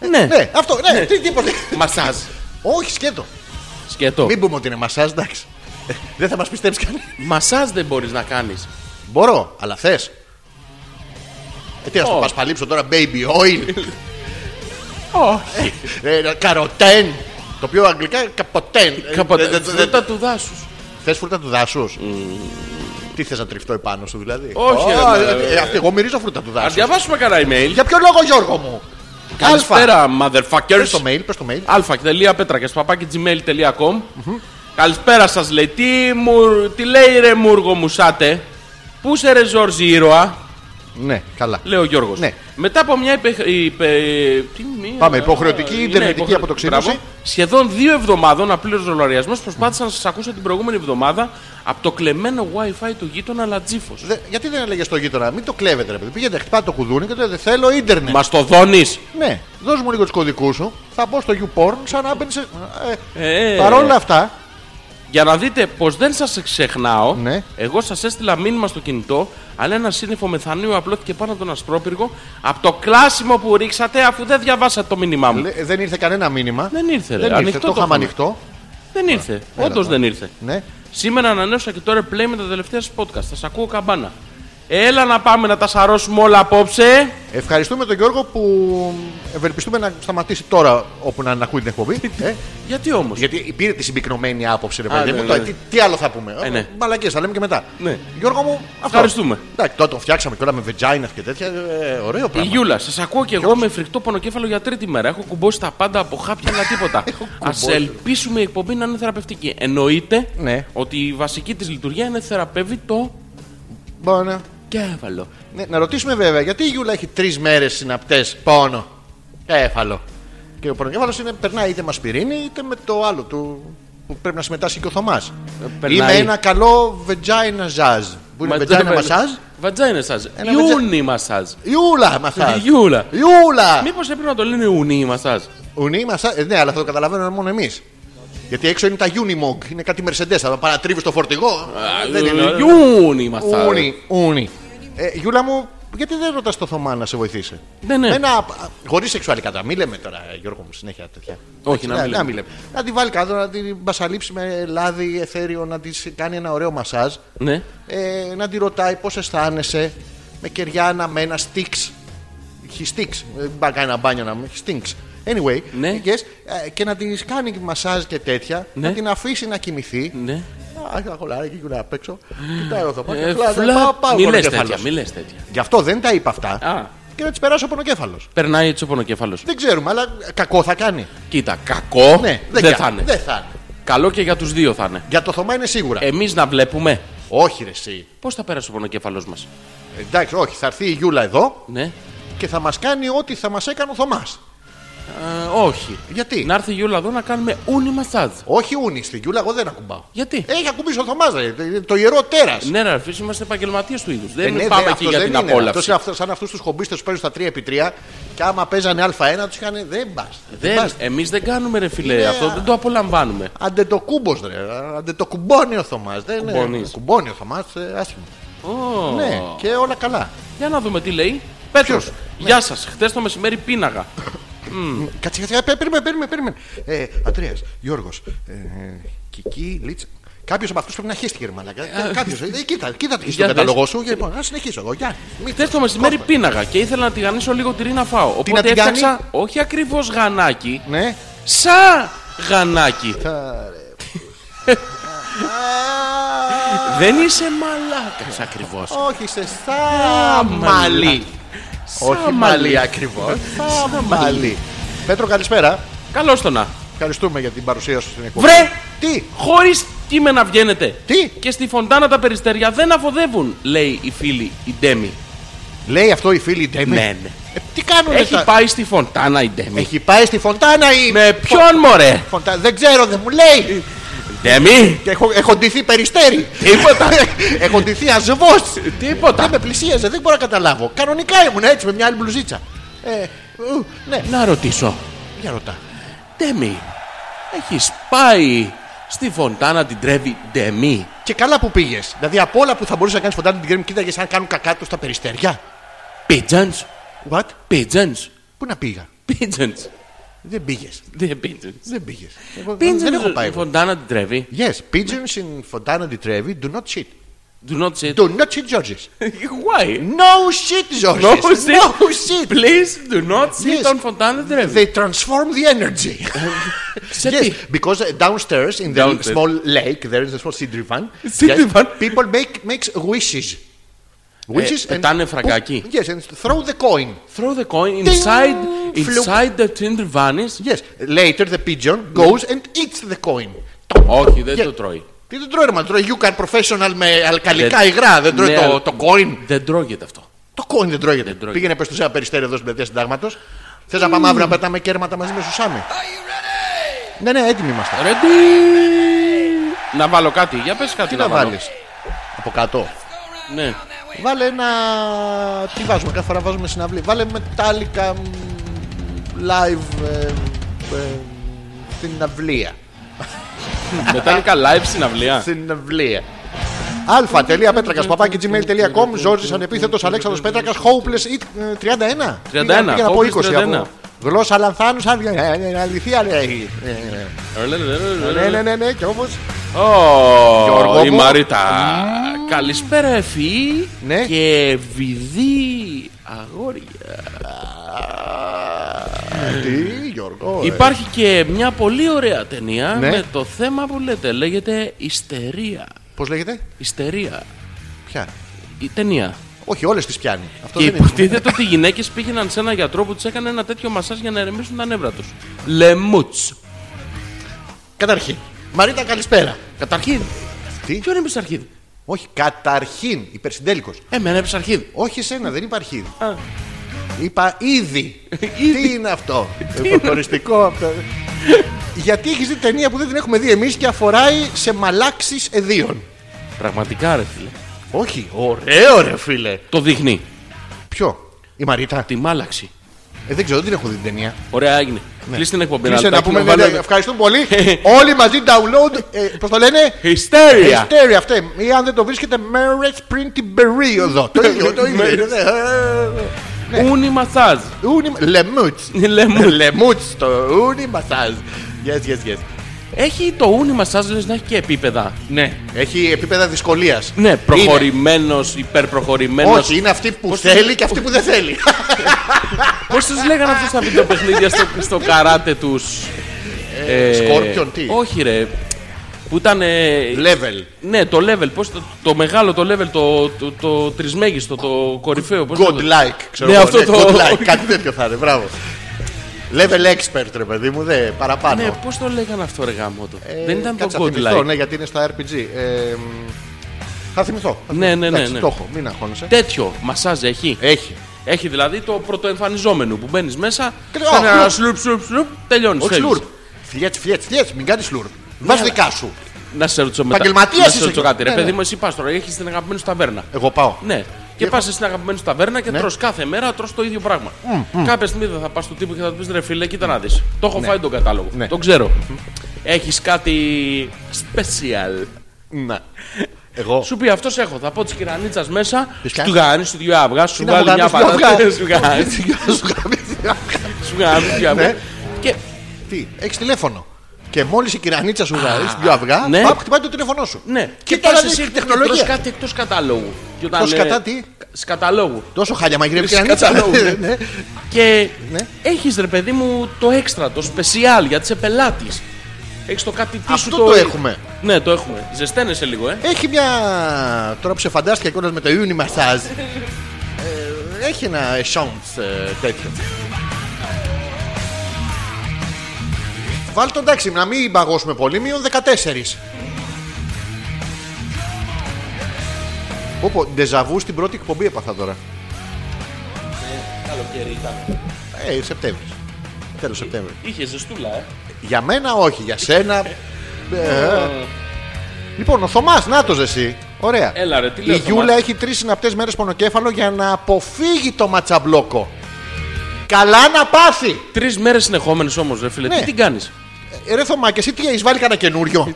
B: Ναι,
A: Ναι, αυτό, ναι, τι, τίποτε.
B: μασάζ.
A: Όχι, σκέτο.
B: Σκέτο.
A: Μην πούμε ότι είναι μασάζ, εντάξει. Ε, Δεν θα μας πιστέψει κανείς.
B: Μασάζ δεν μπορείς να κάνεις.
A: Μπορώ, αλλά θες. Ε, τι, ας το
B: Όχι.
A: πασπαλίψω τώρα, baby oil.
B: Όχι.
A: ε, καροτέν. Το οποίο αγγλικά καποτέν.
B: Φρούτα του δάσους.
A: Θες φρούτα του δάσους. Τι θες να τριφτώ επάνω σου, δηλαδή.
B: Όχι,
A: Α,
B: ρε,
A: ε,
B: ε,
A: ε, αυτή, Εγώ μυρίζω φρούτα του
B: Α
A: δάσου.
B: διαβάσουμε κανένα email.
A: Για ποιο λόγο, Γιώργο μου. Αλφα.
B: Καλησπέρα,
A: Πες το
B: motherfuckers.
A: mail, πες το mail.
B: αλφα.πέτρακα παπάκι gmail.com. Καλησπέρα σας, λέει. Τι, μου, τι λέει ρε Μούργο Μουσάτε. Πού σε ρε Ζόρζι ήρωα,
A: Ναι, καλά.
B: λέει ο Γιώργος.
A: Ναι.
B: Μετά από μια υπε... υπε- τι μία-
A: Πάμε, υποχρεωτική,
B: Ναι,
A: ιντερνετική
B: υποχρεω-
A: αποτοξίνωση.
B: Μπράβο. Σχεδόν δύο εβδομάδων απλήρως ρολαριασμό προσπάθησα να σας ακούσω την προηγούμενη εβδομάδα από το κλεμμένο WiFi του γείτονα Λατζήφο.
A: Δε- γιατί δεν έλεγε στο γείτονα, μην το κλέβετε, ρε παιδί. Πήγαινε, χτυπάτε το κουδούνι και τότε δεν θέλω ίντερνετ.
B: Μας το δώνεις.
A: Ναι, δώσ' μου λίγο τους κωδικούς σου. Θα μπω στο YouPorn σαν να μπαίνει. σε- Ε,
B: Ε,
A: παρόλα αυτά,
B: Για να δείτε πως δεν σας ξεχνάω,
A: Ναι.
B: εγώ σας έστειλα μήνυμα στο κινητό, αλλά ένα σύννεφο μεθανίου απλώθηκε πάνω από τον ασπρόπυργο από το κλάσιμο που ρίξατε αφού δεν διαβάσατε το μήνυμά μου.
A: λέ- ε, δεν ήρθε κανένα μήνυμα.
B: Δεν ήρθε, ρε.
A: Δεν
B: Ανοιχτό
A: το
B: το
A: είχαμε
B: είχαμε.
A: ανοιχτό.
B: Δεν ήρθε.
A: έλα
B: Όντως
A: τώρα.
B: δεν ήρθε.
A: Ναι.
B: Σήμερα ανανέωσα και το replay με τα τελευταία σας podcast. Θα σας ακούω καμπάνα. Έλα να πάμε να τα σαρώσουμε όλα απόψε.
A: Ευχαριστούμε τον Γιώργο που ευελπιστούμε να σταματήσει τώρα όπου να, να ακούει την εκπομπή.
B: *laughs*
A: ε.
B: Γιατί όμως.
A: Γιατί πήρε τη συμπυκνωμένη άποψη, ρε
B: Α,
A: παιδί
B: ναι,
A: μου.
B: ναι.
A: Τώρα Τι, τι άλλο θα πούμε.
B: Ε, ναι.
A: Μαλακίες, θα λέμε και μετά.
B: Ναι.
A: Γιώργο μου, αυτό.
B: Ευχαριστούμε.
A: Εντάξει, τώρα τον φτιάξαμε και όλα με vagina και τέτοια. ε, ωραίο
B: Η
A: πράγμα.
B: Γιούλα, σας ακούω και εγώ με φρικτό πονοκέφαλο για τρίτη μέρα. Έχω κουμπώσει τα πάντα από χάπια αλλά
A: *laughs*
B: τίποτα. Α
A: κουμπώσει.
B: ελπίσουμε η εκπομπή να είναι θεραπευτική. Εννοείται
A: Ναι.
B: ότι η βασική της λειτουργία είναι θεραπεύει το
A: Μπορεί να-
B: κέφαλο.
A: Ναι, να ρωτήσουμε βέβαια γιατί η Γιούλα έχει τρεις μέρες συναπτές πόνο. Κέφαλο. Και ο πονοκέφαλος είναι, περνάει είτε με ασπιρίνη είτε με το άλλο του που πρέπει να συμμετάσχει και ο Θωμάς.
B: περνάει.
A: Ή με ένα καλό vagina jazz. Που είναι vagina massage.
B: Βατζάινα σα.
A: Ένα
B: Ιούνι μασάζ.
A: Ιούλα massage.
B: Γιούλα.
A: Ιούλα!
B: Μήπως έπρεπε να το λένε Ιούνι μασάζ.
A: Ουνί massage. Ε, Ναι, αλλά θα το καταλαβαίνουμε μόνο εμείς. Γιατί έξω είναι τα Unimog. Είναι κάτι Mercedes. Θα παρατρίβεις το φορτηγό. Δεν είναι.
B: Ιούνι μασάζ.
A: Ούνι, ούνι. Ε, Γιούλα μου, γιατί δεν ρωτάς το Θωμά να σε βοηθήσει.
B: Ναι, ναι.
A: Με Ένα, χωρίς σεξουαλικά τώρα. Μη λέμε τώρα, Γιώργο μου, συνέχεια τέτοια.
B: Όχι, να
A: Ναι,
B: μην
A: να
B: λέμε.
A: Να τη βάλει κάτω, να την μπασαλείψει με λάδι, εθέριο, να της κάνει ένα ωραίο μασάζ.
B: Ναι.
A: Ε, να τη ρωτάει πώς αισθάνεσαι με κεριά με ένα στίξ. Χιστίξ. Δεν πάει κανένα μπάνιο να μην. Χιστίξ. Anyway,
B: Ναι.
A: yes. Ε, και να της κάνει μασάζ και τέτοια,
B: Ναι.
A: να την αφήσει να κοιμηθεί.
B: Ναι.
A: Α, τα κολλάρια και κοιμούνται απ' έξω. Κοιτάει ο Θωμά και
B: Ε,
A: φλάζ,
B: φλα-
A: πάω, πάω,
B: Μη λες
A: κολοκεφάλος.
B: τέτοια, μη λες τέτοια.
A: Γι' αυτό δεν τα είπα αυτά.
B: Α,
A: και να τη περάσει ο πονοκέφαλος.
B: Περνάει έτσι ο πονοκέφαλος.
A: Δεν ξέρουμε, αλλά κακό θα κάνει.
B: Κοίτα, κακό
A: Ναι,
B: δεν,
A: κα-
B: θα είναι.
A: δεν θα είναι.
B: Καλό και για τους δύο θα είναι.
A: Για το Θωμά είναι σίγουρα.
B: Εμείς να βλέπουμε
A: όχι, ρε, εσύ.
B: πώς θα πέρασε ο πονοκέφαλος μας.
A: Εντάξει, όχι. Θα έρθει η Γιούλα εδώ
B: Ναι.
A: και θα μας κάνει ό,τι θα μας έκανε ο Θωμάς.
B: Ε, όχι.
A: Γιατί?
B: Να έρθει η Γιούλα εδώ να κάνουμε ούνι μασάζ.
A: Όχι ούνη στη Γιούλα, εγώ δεν ακουμπάω.
B: Γιατί?
A: Έχει ακουμπήσει ο Θωμάς, ρε. Το ιερό τέρας.
B: Ναι, ρε, αφήσει, είμαστε επαγγελματίες του είδους.
A: Ε,
B: Δεν
A: ναι,
B: πάμε
A: δε,
B: εκεί
A: αυτός
B: για
A: δεν
B: την
A: είναι. Αυτός
B: απόλαυση.
A: είναι αυτός, σαν αυτούς τους χομπίστες που παίζουν στα 3x3 και άμα παίζανε Α1 του είχαν. Δεν πα.
B: Δεν, εμείς δεν κάνουμε, ρε φιλέ,
A: Είναι
B: αυτό
A: α-
B: δεν το απολαμβάνουμε.
A: Αντετοκούμπο, ρε. Αντετοκουμπώνει ο Θωμάς. Δεν είναι-
B: Κουμπώνεις.
A: Κουμπώνει ο Θωμάς, άσχημα.
B: Ω.
A: Ναι, και όλα καλά.
B: Για να δούμε τι λέει. Πέτρος,
A: Ποιος? Ναι.
B: γεια σας. Χθες το μεσημέρι πίναγα.
A: Κάτσε, κάτσε, πέ- περίμενε, περίμενε. περίμενε. Ε, Αντρέα, Γιώργος, ε, Κική, Λίτσα. Κάποιος από αυτούς πρέπει να χέστηκε, ρε μαλάκα.
B: Ε,
A: Κάποιος. Ε, Κοίτα, κοίτα
B: Για
A: στον
B: δες.
A: καταλογό σου. και Λοιπόν, να συνεχίσω εγώ. Γεια. Μην-
B: Χθε το μεσημέρι πίναγα και ήθελα να τηγανίσω λίγο τυρί να φάω.
A: να
B: Οπότε
A: την κάνει?
B: έφτιαξα όχι ακριβώς γανάκι, *laughs*
A: Ναι.
B: σα γανάκι.
A: Τα- ρε.
B: Δεν είσαι μαλάκας ακριβώς.
A: Όχι, σε σαμαλί. Όχι μαλλί ακριβώ. Σαμαλί. Πέτρο, καλησπέρα.
B: Καλώς το να.
A: Ευχαριστούμε για την παρουσία σου στην εκπομπή.
B: Βρε!
A: Τι!
B: Χωρίς κείμενα βγαίνετε.
A: Τι?
B: Και στη φωντάνα τα περιστέρια δεν αφοδεύουν, λέει η φίλη η Ντέμι.
A: Λέει αυτό η φίλη Ντέμι.
B: Ναι, ναι.
A: Ε, τι κάνουν
B: Έχει
A: τα-
B: πάει στη φωντάνα η Ντέμι.
A: Έχει πάει στη φωντάνα η.
B: Με ποιον μωρέ!
A: Φωντα... Δεν ξέρω, δεν μου λέει.
B: Ντέμι!
A: Και έχω, έχω ντυθεί περιστέρι.
B: Τίποτα.
A: *laughs* έχω ντυθεί ασβό. Δεν
B: Τίποτα!
A: με πλησίαζε, δεν μπορώ να καταλάβω. Κανονικά ήμουν έτσι με μια άλλη μπλουζίτσα. Ε, ου, ναι,
B: Να ρωτήσω.
A: για ρωτά.
B: Ντέμι, έχεις πάει στη φωντάνα την τρέβει Ντέμι.
A: Και καλά που πήγες. Δηλαδή από όλα που θα μπορούσες να κάνεις φωντάνα την κρέμη, κοίταγες αν κάνουν κακά τους τα περιστέρια.
B: Pigeons,
A: What?
B: pigeons,
A: Πού να πήγα.
B: pigeons.
A: Δεν πήγες.
B: Δεν pigeons.
A: Δεν πήγες. Εγώ
B: Pigeons,
A: δεν- δεν έχω πάει.
B: η
A: εγώ.
B: φωντάνα την τρέβει.
A: Yes, pigeons in Fontana di Trevi do not shit.
B: Do not sit.
A: Do not shit, Georges.
B: Why?
A: No shit, Georges.
B: No shit.
A: No shit.
B: Please do not sit
A: Yes.
B: on φωντάνα την τρέβει.
A: They transform the *laughs* energy.
B: Σε τι?
A: yes, because uh, downstairs in the
B: Downstairs.
A: small lake there is a small
B: *laughs*
A: sidrivan.
B: Sidrivan.
A: Yes, people make makes wishes.
B: Eh,
A: Wishes and
B: πετάνε φραγκάκι.
A: Yes, and throw the coin.
B: Throw the coin inside,
A: Ding.
B: inside the tinder vanis.
A: Yes, later the pigeon goes and eats the coin.
B: Όχι, δεν
A: Yeah.
B: το τρώει.
A: Τι δεν τρώει, ρε, μα τρώει Yukan professional με αλκαλικά υγρά. Δεν τρώει
B: Ναι,
A: το,
B: αλλά-
A: το coin.
B: Δεν τρώγεται αυτό.
A: Το coin δεν τρώγεται.
B: Δεν τρώγεται.
A: Πήγαινε πες του ένα περιστέρι εδώ στην πλατεία συντάγματος. Θες να πάμε αύριο να πετάμε κέρματα μαζί με Σουσάμι. Ναι, ναι, έτοιμοι είμαστε.
B: Ready. Να βάλω κάτι, για πες κάτι
A: Τι
B: να,
A: να
B: βάλω.
A: βάλεις από κάτω.
B: Ναι.
A: Βάλε ένα. Τι βάζουμε, κάθε φορά βάζουμε συναυλή. Βάλε μετάλλικα live ε, ε, στην αυλία.
B: Μετάλλικα live συναυλία.
A: Στην αυλία. αλφα.πέτρακα παπάκι gmail.com Ζόρζης ανεπίθετος Αλέξανδρος Πέτρακας Hopeless Eat ε, 31.
B: 31,
A: Πήγα να πω 20
B: Hopeless 31.
A: από γλώσσα λανθάνους. ε, Αληθεία λέει. Ε, ε, ε. Ναι, ναι, ναι, ναι, και όμω. Γιώργο
B: Ω, η
A: μου.
B: Μαρίτα. Καλησπέρα, Εφή.
A: Ναι.
B: Και βιδί αγόρια.
A: Τι, Γιώργο. ε.
B: Υπάρχει και μια πολύ ωραία ταινία
A: Ναι.
B: με το θέμα που λέτε. Λέγεται Ιστερία.
A: Πώς λέγεται,
B: Ιστερία.
A: ποια.
B: Η ταινία.
A: Όχι, όλες τις πιάνει. Αυτό
B: και
A: δεν είναι.
B: υποτίθεται ότι οι γυναίκες πήγαιναν σε έναν γιατρό που τους έκανε ένα τέτοιο μασάζ για να ερεμήσουν τα νεύρα τους. Λεμούτς.
A: Καταρχήν. Μαρίτα, καλησπέρα.
B: Καταρχήν.
A: Τι,
B: Ποιον είπες αρχίδ.
A: όχι, καταρχήν, υπερσυντέλικος.
B: Εμένα είπε αρχίδ.
A: Όχι εσένα, δεν υπάρχει.
B: Α.
A: Είπα ήδη.
B: *laughs*
A: Τι
B: Ήδη.
A: είναι αυτό. Φωτοριστικό αυτό. Γιατί έχεις δει ταινία που δεν την έχουμε δει εμείς και αφοράει σε μαλάξεις εδίων.
B: Πραγματικά ρε φίλε. Ε,
A: Όχι, ωραίο ρε φίλε.
B: Το δείχνει.
A: Ποιο, η Μαρίτα.
B: Τη μάλαξη.
A: Ε, δεν ξέρω, δεν την έχω δει την ταινία.
B: Ωραία έγινε. Κλείστε την
A: Ναι.
B: εκπομπή.
A: Κλείσε να
B: λεπτάκι,
A: πούμε,
B: να βάλω-
A: ναι, ναι, ευχαριστούμε πολύ.
B: *laughs*
A: Όλοι μαζί download, ε, πώς το λένε,
B: Hysteria.
A: Hysteria αυτό. Ε, Ή αν δεν το βρίσκετε, Marriage πριν την περίοδο.
B: *laughs*
A: Το ίδιο, το ίδιο. είναι, ναι. Ε,
B: Ούνι μασάζ.
A: Ούνι,
B: *laughs*
A: λεμούτς.
B: Λεμού.
A: Λεμούτς, το ούνι μασάζ. Yes, yes, yes.
B: Έχει το ούνι μασάζ λες να έχει και επίπεδα. Ναι.
A: Έχει επίπεδα δυσκολίας.
B: Ναι,
A: Είναι.
B: προχωρημένος, υπερπροχωρημένος.
A: Όχι, είναι αυτή που θέλει και αυτή που δεν
B: *laughs*
A: θέλει. *laughs*
B: Πώς τους λέγανε αυτούς τα βιντεοπαιχνίδια στο, στο καράτε τους.
A: Ε, Σκόρπιον, τι.
B: Όχι ρε. Που ήταν. ε,
A: Level.
B: Ναι, το level, πώς, το, το μεγάλο το level, το, το, το τρισμέγιστο, το κορυφαίο. Πώς το-
A: God like. Ξέρω
B: Ναι,
A: εγώ,
B: αυτό
A: ναι,
B: το-
A: Good like. Κάτι τέτοιο θα είναι. Μπράβο. Level expert, ρε παιδί μου, δε, παραπάνω.
B: Ναι, πώς το λέγανε αυτό, ρε γάμο το.
A: Ε,
B: Δεν ήταν το
A: κάτσε να
B: God
A: θυμηθώ,
B: Like.
A: Ναι, γιατί είναι στα RPG. Ε, μ, θα θυμηθώ. θα
B: Ναι,
A: θυμηθώ.
B: ναι, ναι,
A: Εντάξει,
B: ναι.
A: Το έχω, μην αγχώνεσαι.
B: Τέτοιο μασάζ έχει.
A: Έχει.
B: Έχει δηλαδή το πρωτοεμφανιζόμενο που μπαίνεις μέσα.
A: Και-
B: Κάνει
A: Α,
B: ένα
A: φλουρ.
B: σλουρπ, σλουρπ, σλουρπ, τελειώνεις.
A: Όχι σλουρ. Φλιέτ, φλιέτ, φλιέτ, μην κάνεις σλουρ.
B: Ναι,
A: Βάζ δικά σου.
B: Να σε ρωτήσω μετά.
A: Επαγγελματίας
B: Να σε
A: είσαι
B: ρωτήσω
A: και-
B: κάτι. Ρε
A: ναι,
B: παιδί
A: ναι.
B: μου, εσύ πας τώρα, έχεις την αγαπημένη σου ταβέρνα.
A: Εγώ πάω.
B: Ναι. Και πα στην αγαπημένη σου ταβέρνα και τρως κάθε μέρα τρως το ίδιο πράγμα. Κάποια στιγμή δεν θα πας στον τύπο και θα του πεις ρε φίλε, κοίτα να δεις. Το έχω φάει τον κατάλογο.
A: Ναι.
B: Το ξέρω. Έχεις κάτι special.
A: Ναι. Εγώ.
B: Σου πει αυτός έχω. Θα πω τη κυρανίτσας μέσα.
A: Της
B: Του
A: κάνεις.
B: κάνει του δυο αυγά, σου
A: Είναι
B: βάλει μια
A: αυγά, δυο αυγά.
B: πατάτα. Σου κάνει
A: Σου γαμίζει.
B: σου κάνει δυο αυγά.
A: Ναι.
B: Και
A: Τι, έχεις τηλέφωνο. Και μόλις η κυρανίτσα σου γαρίσει δυο αυγά,
B: ναι.
A: παπ, χτυπάει το τηλέφωνό σου.
B: ναι,
A: Και
B: πας
A: τώρα
B: εσύ
A: δεις
B: και τρως
A: τεχνολογία.
B: κάτι εκτός καταλόγου. Και όταν,
A: Εκτός
B: ε,
A: κατά τι?
B: Σκαταλόγου.
A: Τόσο χάλια μαγειρεύει η
B: Είσαι
A: κυρανίτσα.
B: κατσαλόγου,
A: Ναι.
B: Και
A: Ναι.
B: έχεις ρε παιδί μου το έξτρα, το σπεσιάλ γιατί είσαι πελάτης. Έχεις το κάτι τι σου
A: Αυτό το έχουμε.
B: Ναι, το έχουμε. Ζεσταίνεσαι λίγο, ε.
A: Έχει μια. Τώρα που σε φαντάστηκα κιόλας με το Uni Massage. ε, έχει ένα sound ε, τέτοιο. Βάλτε το εντάξει, να μην παγώσουμε πολύ, μείον 14. Πω πω, ντεζαβού στην πρώτη εκπομπή έπαθα τώρα.
B: Καλοκαίρι ήταν.
A: Ε, Σεπτέμβρης. Τέλος Σεπτέμβρης.
B: Είχε ζεστούλα, ε.
A: Για μένα όχι, για σένα. ε. Λοιπόν, ο Θωμάς, να το εσύ. Ωραία.
B: Έλα, ρε, τι λέει
A: Η
B: ο Θωμάς?
A: Γιούλα έχει τρεις συναπτές μέρες πονοκέφαλο για να αποφύγει το ματσαμπλόκο. Καλά να πάθει!
B: Τρεις μέρες συνεχόμενες όμως ρε φίλε.
A: Ναι.
B: Τι την κάνεις.
A: Ε, ρε Θωμά, και εσύ τι έχεις βάλει κανένα καινούριο.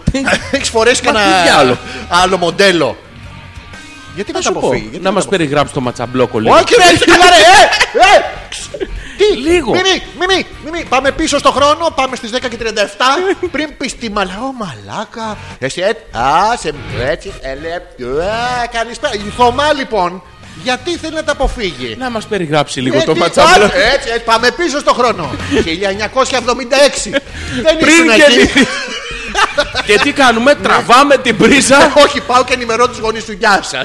A: έχει φορέσει
B: Ε, Μα τι
A: κανένα
B: διάλογο.
A: άλλο μοντέλο. Γιατί
B: Θα
A: να τα
B: σου πω.
A: αποφύγει, γιατί
B: Να
A: τα
B: μας
A: αποφύγει.
B: περιγράψει το ματσαμπλόκο λίγο.
A: Όχι, ρε, έχετε καλά, ρε! ε, ε. Τι,
B: Λίγο.
A: Μιμή, μιμή, μιμή. Πάμε πίσω στο χρόνο, πάμε στις 10 και
B: *laughs*
A: 37. πριν πεις τη μαλάκα. Ω, μαλάκα. Εσύ, ε, α, σε έτσι, ελεπτό. Καλησπέρα. Η Θωμά, λοιπόν, γιατί θέλει να τα αποφύγει.
B: Να μας περιγράψει λίγο
A: Ε,
B: το
A: τι,
B: ματσαμπλόκο.
A: α, Έτσι, έτσι, πάμε πίσω στο
B: *laughs*
A: χρόνο. 1976. Δεν ήσουν
B: και,
A: εκεί.
B: και τι
A: Ναι.
B: κάνουμε, τραβάμε την
A: *laughs*
B: πρίζα.
A: *laughs* Όχι, πάω και ενημερώ τους γονείς του. Γεια σας.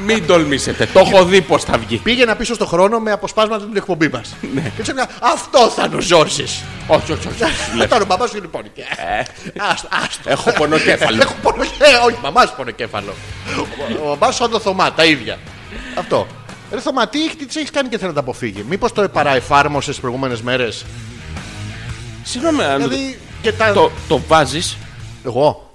B: Μην τολμήσετε, το έχω δει πώς θα βγει.
A: Πήγαινα πίσω στο χρόνο με αποσπάσματα την εκπομπή μας. Και ξέρω, αυτό θα είναι ο Ζόρζης.
B: Ναι. Όχι, όχι, όχι.
A: *laughs* Μετά ο μπαμπάς σου λοιπόν. και-
B: Ε,
A: Άστο, άστο.
B: Έχω πονοκέφαλο.
A: *laughs* Έχω πονοκέφαλο. Όχι, μπαμπά σου
B: *laughs*
A: πονοκέφαλο. Ο μπαμπά σου σαν το Θωμά, τα ίδια. Αυτό. Ρε Θωμά, τι τι έχεις κάνει και θέλει να τα αποφύγει. Μήπως το παραεφάρμοσες τι προηγούμενες μέρες.
B: Συγγνώμη, αν
A: Δηλαδή και τα.
B: το, το βάζεις.
A: Εγώ.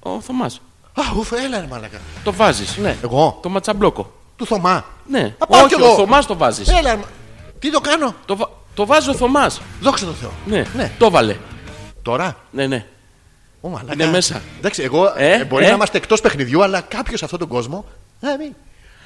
B: Ο Θωμάς.
A: Α, ουφ, έλα ρε μαλακά.
B: Το βάζεις. Ναι.
A: Εγώ.
B: Το ματσαμπλόκο.
A: Του Θωμά.
B: Ναι.
A: Α, πάω
B: Όχι,
A: κι εγώ. Ε.
B: ο Θωμάς το βάζεις.
A: Έλα. ρε μα- Τι το κάνω.
B: Το, βα- το βάζει ο Θωμάς.
A: Δόξα τω Θεώ.
B: Ναι.
A: Ναι.
B: Το βάλε.
A: Τώρα.
B: Ναι, ναι.
A: Ω, μαλάκα.
B: Είναι μέσα.
A: Εντάξει, εγώ
B: Ε,
A: ε, μπορεί
B: ε.
A: να είμαστε εκτός παιχνιδιού, αλλά κάποιος σε αυτόν τον κόσμο. Α, μη.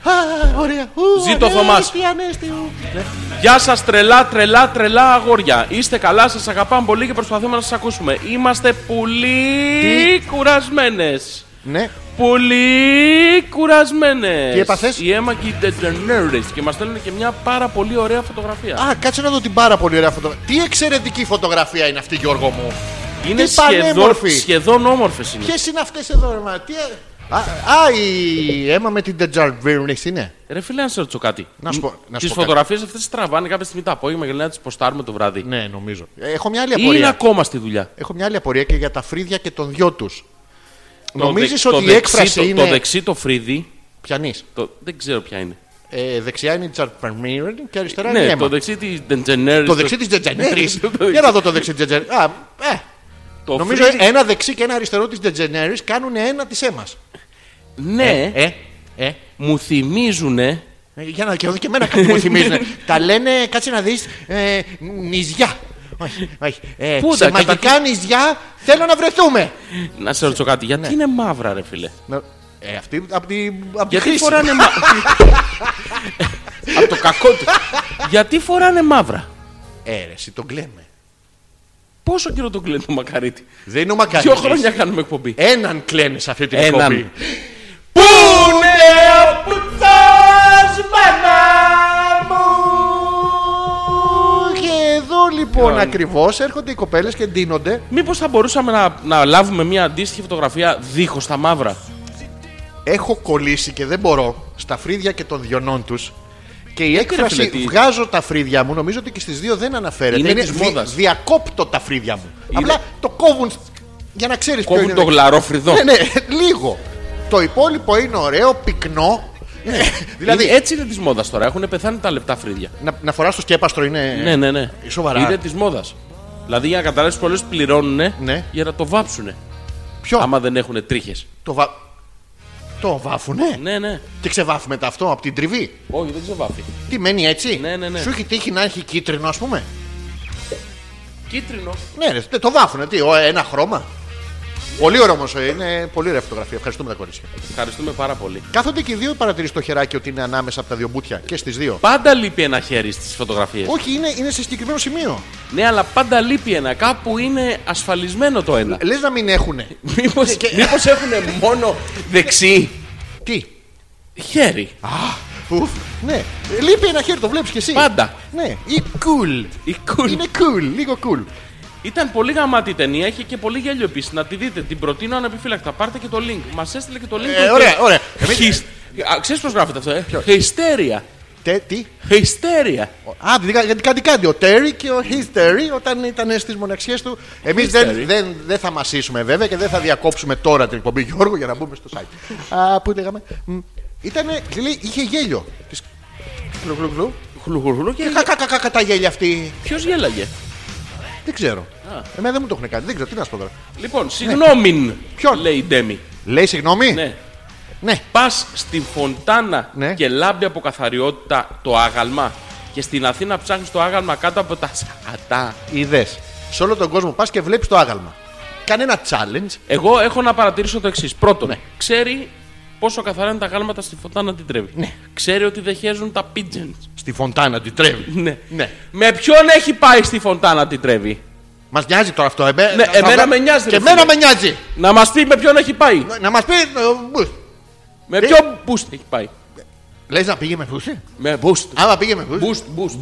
A: Α, ωραία. Ου,
B: Ζήτω ο
A: ανέστη,
B: Θωμάς.
A: ανέστη, ου. Ναι.
B: Γεια σας, τρελά, τρελά, τρελά αγόρια. Είστε καλά, σας αγαπάμε πολύ και προσπαθούμε να σας ακούσουμε. Είμαστε πολύ κουρασμένες.
A: Ναι.
B: Πολύ κουρασμένες.
A: Τι έπαθες?
B: Η αίμα και οι τετενέρες. Και μας στέλνουν και μια πάρα πολύ ωραία φωτογραφία.
A: Α, κάτσε να δω την πάρα πολύ ωραία φωτογραφία. Τι εξαιρετική φωτογραφία είναι αυτή, Γιώργο μου.
B: είναι
A: τι πανέμορφη.
B: σχεδόν, σχεδόν όμορφες είναι.
A: Ποιες είναι αυτές εδώ, ρε, μα, τι... ε- Α, α, η αίμα με την Τετζαρβίρνη είναι.
B: Ρε φίλε, να σε ρωτήσω κάτι.
A: Να σου πω- να σου
B: Τις
A: πω κάτι.
B: φωτογραφίες αυτές τις τραβάνε κάποια στιγμή τα απόγευμα για να τις ποστάρουμε το βράδυ.
A: Ναι, νομίζω. Έχω μια άλλη
B: Ή είναι
A: απορία.
B: ακόμα στη δουλειά.
A: Έχω μια άλλη απορία και για τα φρύδια και των δυο τους. Νομίζει
B: Το
A: ότι η
B: δεξί
A: έκφραση
B: το-
A: είναι.
B: Το δεξί το φρύδι.
A: Πιανής.
B: Το... Δεν ξέρω ποια είναι.
A: Ε, δεξιά είναι η Τζαρβίρνη και αριστερά είναι η
B: ναι,
A: αίμα.
B: το δεξί της Ντεντζενέρη.
A: Το δεξί της Τζετζενέρη.
B: *laughs* Το-
A: Για να δω το δεξί της Τζετζενέρη. Α, ε.
B: το
A: Νομίζω
B: φρύδι-
A: ένα δεξί και ένα αριστερό της Τζετζενέρη κάνουν ένα της αίμα.
B: Ναι,
A: Ε, ε.
B: μου θυμίζουν.
A: Ε, Για να και εδώ και εμένα κάτι μου θυμίζουν.
B: *laughs*
A: Τα λένε, κάτσε να δεις, ε, νηζιά. Όχι, όχι. Ε,
B: Πού
A: σε
B: τα-
A: μαγικά
B: καταρχήν-
A: νηζιά θέλω να βρεθούμε.
B: Να σε ρωτήσω κάτι,
A: Ναι.
B: γιατί είναι μαύρα, ρε φίλε.
A: Να- Ε, αυτή από τη, απ' τη
B: Γιατί
A: χρήση.
B: φοράνε μαύρα. Από το κακό *laughs* του. Γιατί φοράνε μαύρα.
A: Ε, ρε, εσύ τον κλαίμε.
B: Πόσο καιρό τον κλείνει το μακαρίτι.
A: Δεν είναι ο μακαρίτης.
B: Δύο χρόνια κάνουμε εκπομπή.
A: Έναν κλαίνε σε αυτή την
B: Έναν.
A: εκπομπή.
B: Πού είναι ο πουτός μάνα μου
A: Και εδώ λοιπόν λοιπόν ακριβώς έρχονται οι κοπέλες και ντύνονται.
B: Μήπως θα μπορούσαμε να, να λάβουμε μια αντίστοιχη φωτογραφία δίχως τα μαύρα.
A: Έχω κολλήσει και δεν μπορώ στα φρύδια και των διονών τους. Και η
B: Γιατί, ρε
A: έκφραση
B: φίλε, Ε, τι-
A: βγάζω τα φρύδια μου, νομίζω ότι και στις δύο δεν αναφέρεται.
B: Είναι της μόδας.
A: διακόπτω τα φρύδια μου. Απλά το κόβουν για να ξέρεις ποιο είναι.
B: Κόβουν το γλαρό φρυδό.
A: Ναι, ναι, λίγο. Το υπόλοιπο είναι ωραίο, πυκνό. δηλαδή,
B: Ναι. Είναι- έτσι είναι της μόδας τώρα. Έχουν πεθάνει τα λεπτά φρύδια.
A: να, να φοράς το σκέπαστρο είναι.
B: Ναι, ναι, ναι.
A: Ε, Σοβαρά.
B: Είναι της μόδας. Δηλαδή για να καταλάβεις, πολλές πληρώνουν
A: Ναι.
B: για να το βάψουν.
A: Ποιο?
B: Άμα δεν έχουν τρίχες.
A: Το, βα... το βάφουνε.
B: Ναι, ναι.
A: Και ξεβάφουμε μετά αυτό από την τριβή.
B: Όχι, δεν ξεβάφει.
A: Τι μένει έτσι.
B: Ναι, ναι, ναι.
A: Σου έχει τύχει να έχει κίτρινο, ας πούμε.
B: Κίτρινο.
A: Ναι, ρε, δεν το βάφουνε. Τι, ο, ένα χρώμα. Πολύ ωραίο όμως. Είναι πολύ ωραία φωτογραφία. Ευχαριστούμε τα κορίτσια.
B: Ευχαριστούμε πάρα πολύ.
A: Κάθονται και οι δύο παρατηρείς το χεράκι ότι είναι ανάμεσα από τα δύο μπουτια και στις δύο.
B: Πάντα λείπει ένα χέρι στις φωτογραφίες.
A: Όχι, είναι, είναι σε συγκεκριμένο σημείο.
B: Ναι, αλλά πάντα λείπει ένα. Κάπου είναι ασφαλισμένο το ένα.
A: Λες να μην έχουνε.
B: Μήπως
A: ε,
B: μήπως έχουν μόνο δεξί
A: Τι.
B: χέρι.
A: Ουφ, ναι. Λείπει ένα χέρι, το βλέπεις κι εσύ.
B: Πάντα.
A: Ναι. Ή cool.
B: Η cool.
A: Είναι cool, λίγο cool.
B: Ήταν πολύ γαμάτη η ταινία, είχε και πολύ γέλιο επίσης. Να τη δείτε, την προτείνω ανεπιφύλακτα. Πάρτε και το link. Μας έστειλε και το link.
A: Ε, ωραία, ωραία.
B: Χισ... Ξέρεις πώς γράφεται αυτό, ε? Χεϊστέρια.
A: Τε, τι.
B: Χεϊστέρια.
A: Α, δηλαδή, γιατί κάτι κάτι. Ο Τέρι και ο His Terry όταν ήταν στις μοναξιές του. Εμείς δεν,
B: Terry.
A: δεν, δεν θα μασίσουμε βέβαια και δεν θα διακόψουμε τώρα την εκπομπή Γιώργο για να μπούμε στο site. Α, πού λέγαμε. Ήτανε, λέει, είχε γέλιο. Της... Γλου, γλου, γλου.
B: Χλουχουρχουλού και.
A: Κα, κα, κα, κα, κα, τα γέλια αυτή.
B: Ποιος γέλαγε.
A: Δεν ξέρω. Εμένα δεν μου το έχουν κάνει. Δεν ξέρω τι να σου πω τώρα.
B: Λοιπόν, συγγνώμη.
A: Ποιον?
B: Λέει η Ντέμι.
A: Λέει συγγνώμη.
B: Ναι.
A: ναι.
B: Πας στην Φοντάνα
A: Ναι.
B: και λάμπει από καθαριότητα το άγαλμα. Και στην Αθήνα ψάχνεις το άγαλμα κάτω από τα σακατά.
A: Είδες. Σε όλο τον κόσμο πας και βλέπεις το άγαλμα. Κάνε ένα challenge.
B: Εγώ έχω να παρατηρήσω το εξής. Πρώτον, ξέρει πόσο καθαρά είναι τα γάλματα στη φωτάνα την τρέβει.
A: Ναι.
B: Ξέρει ότι δεν χέζουν τα pigeons.
A: Στη φωντάνα την τρέβει.
B: Ναι.
A: Ναι.
B: Με ποιον έχει πάει στη φωντάνα την τρέβει.
A: Μας νοιάζει τώρα αυτό. Εμέ...
B: Ναι,
A: θα
B: εμένα
A: βγα-
B: με νοιάζει,
A: Και
B: ρε φίλε.
A: εμένα με νοιάζει.
B: Να μας πει με ποιον έχει πάει.
A: Να- Ε. Να μας πει. ε,
B: Με ποιον boost έχει πάει.
A: Λες να πήγε με φούσι.
B: Με boost.
A: Άμα πήγε με φούσι.
B: Boost, boost.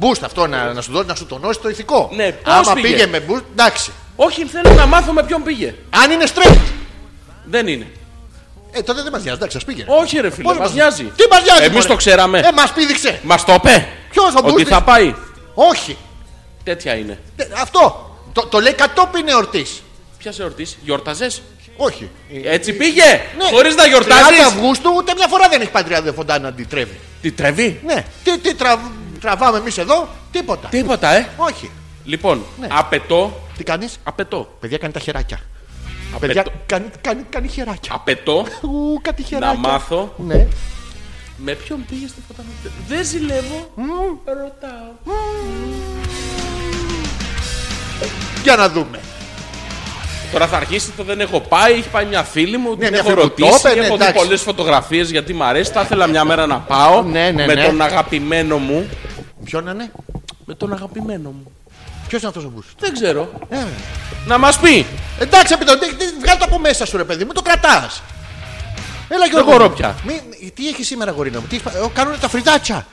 A: Boost αυτό να, να σου δώσει να σου τονώσει το ηθικό.
B: Ναι, πώς
A: Άμα πήγε.
B: πήγε.
A: με boost, εντάξει.
B: Όχι, θέλω να μάθω με ποιον πήγε.
A: Αν είναι straight,
B: Δεν είναι.
A: ε, τότε δεν μας νοιάζει. Εντάξει, ας πήγε.
B: Όχι, ρε φίλε,
A: Πώς
B: μας
A: μας-
B: νοιάζει.
A: Τι μας νοιάζει.
B: Εμείς
A: μωρέ.
B: το ξέραμε.
A: Ε, μας πήδηξε.
B: Μας το είπε.
A: Ποιος θα
B: Ότι
A: boost
B: θα
A: της?
B: πάει.
A: Όχι.
B: Τέτοια είναι.
A: Ε, Αυτό. Το, το λέει κατόπιν εορτής.
B: Ποιας σε ρωτήσει, γιόρταζε.
A: Όχι.
B: Έτσι πήγε.
A: Ναι.
B: Χωρίς να
A: 30
B: γιορτάζεις.
A: Αυγούστου ούτε μια φορά δεν έχει πάει 30 φοντάνα αντιτρέβει.
B: Τι τρεβεί.
A: Ναι. Τι, τι τραβ, τραβάμε εμείς εδώ, τίποτα.
B: Τίποτα, ε.
A: Όχι.
B: Λοιπόν,
A: Ναι.
B: απαιτώ.
A: Τι κάνεις.
B: Απαιτώ.
A: Παιδιά κάνει τα χεράκια.
B: Απαιτώ,
A: Παιδιά κάνει, κάνει, κάνει χεράκια.
B: απαιτώ
A: Ου, κάτι χεράκια.
B: να μάθω
A: Ναι.
B: με ποιον πήγες στη φωτά. Δεν ζηλεύω. Ρωτάω.
A: Για να δούμε.
B: Τώρα θα αρχίσει το δεν έχω πάει. Έχει πάει Ναι, μια φίλη μου. ναι, την
A: μια
B: έχω
A: φίλη που το
B: ρωτήσει.
A: έπαιρνε,
B: έχω δει
A: εντάξει.
B: πολλές φωτογραφίες γιατί μου αρέσει. Θα ήθελα μια μέρα να πάω
A: Ναι, ναι,
B: με
A: ναι.
B: τον αγαπημένο μου.
A: Ποιο να είναι.
B: Με τον αγαπημένο μου.
A: Ποιος είναι αυτός ο μπούς.
B: Δεν ξέρω.
A: Ε,
B: Να μας πει.
A: εντάξει, επειδή τι- τι- βγάλ' το από μέσα σου, ρε παιδί μου, το κρατάς. Έλα, Γιώργο.
B: μπορώ
A: μου.
B: πια.
A: Μη- μη- τι έχεις σήμερα, γορίνα μου. Τι έχεις πα- ε, Κάνουν τα φρυδάτσα.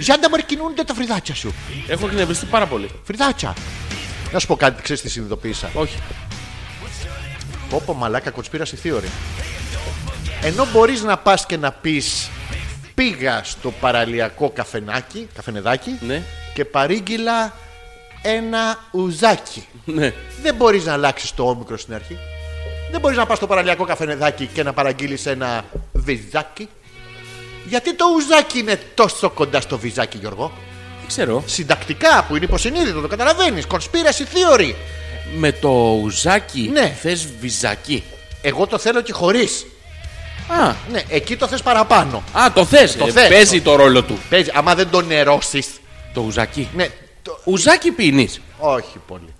A: Ζάντα μου κινούνται τα φρυδάτσα σου.
B: Έχω εκνευριστεί πάρα πολύ.
A: Φρυδάτσα. Να σου πω κάτι, ξέρεις τι συνειδητοποίησα.
B: Όχι.
A: Πόπο μαλάκα κοτσπίραση θείωρη. Ενώ μπορείς να πας και να πεις πήγα στο παραλιακό καφενάκι, καφενεδάκι
B: Ναι.
A: και παρήγγειλα ένα ουζάκι.
B: Ναι.
A: Δεν μπορείς να αλλάξεις το όμικρο στην αρχή. Δεν μπορείς να πας στο παραλιακό καφενεδάκι και να παραγγείλεις ένα βυζάκι. Γιατί το ουζάκι είναι τόσο κοντά στο βυζάκι, Γιώργο.
B: Δεν ξέρω.
A: Συντακτικά που είναι υποσυνείδητο, το καταλαβαίνεις. Conspiracy theory.
B: Με το ουζάκι
A: Ναι.
B: θες βυζάκι.
A: Εγώ το θέλω και χωρίς.
B: Α,
A: Ναι, εκεί το θες παραπάνω.
B: α, το θες.
A: Το
B: Ε,
A: θες,
B: Παίζει το ρόλο του.
A: Παίζει, άμα δεν το νερώσεις.
B: Το ουζάκι.
A: Ναι, το-
B: Ουζάκι πίνεις.
A: όχι πολύ.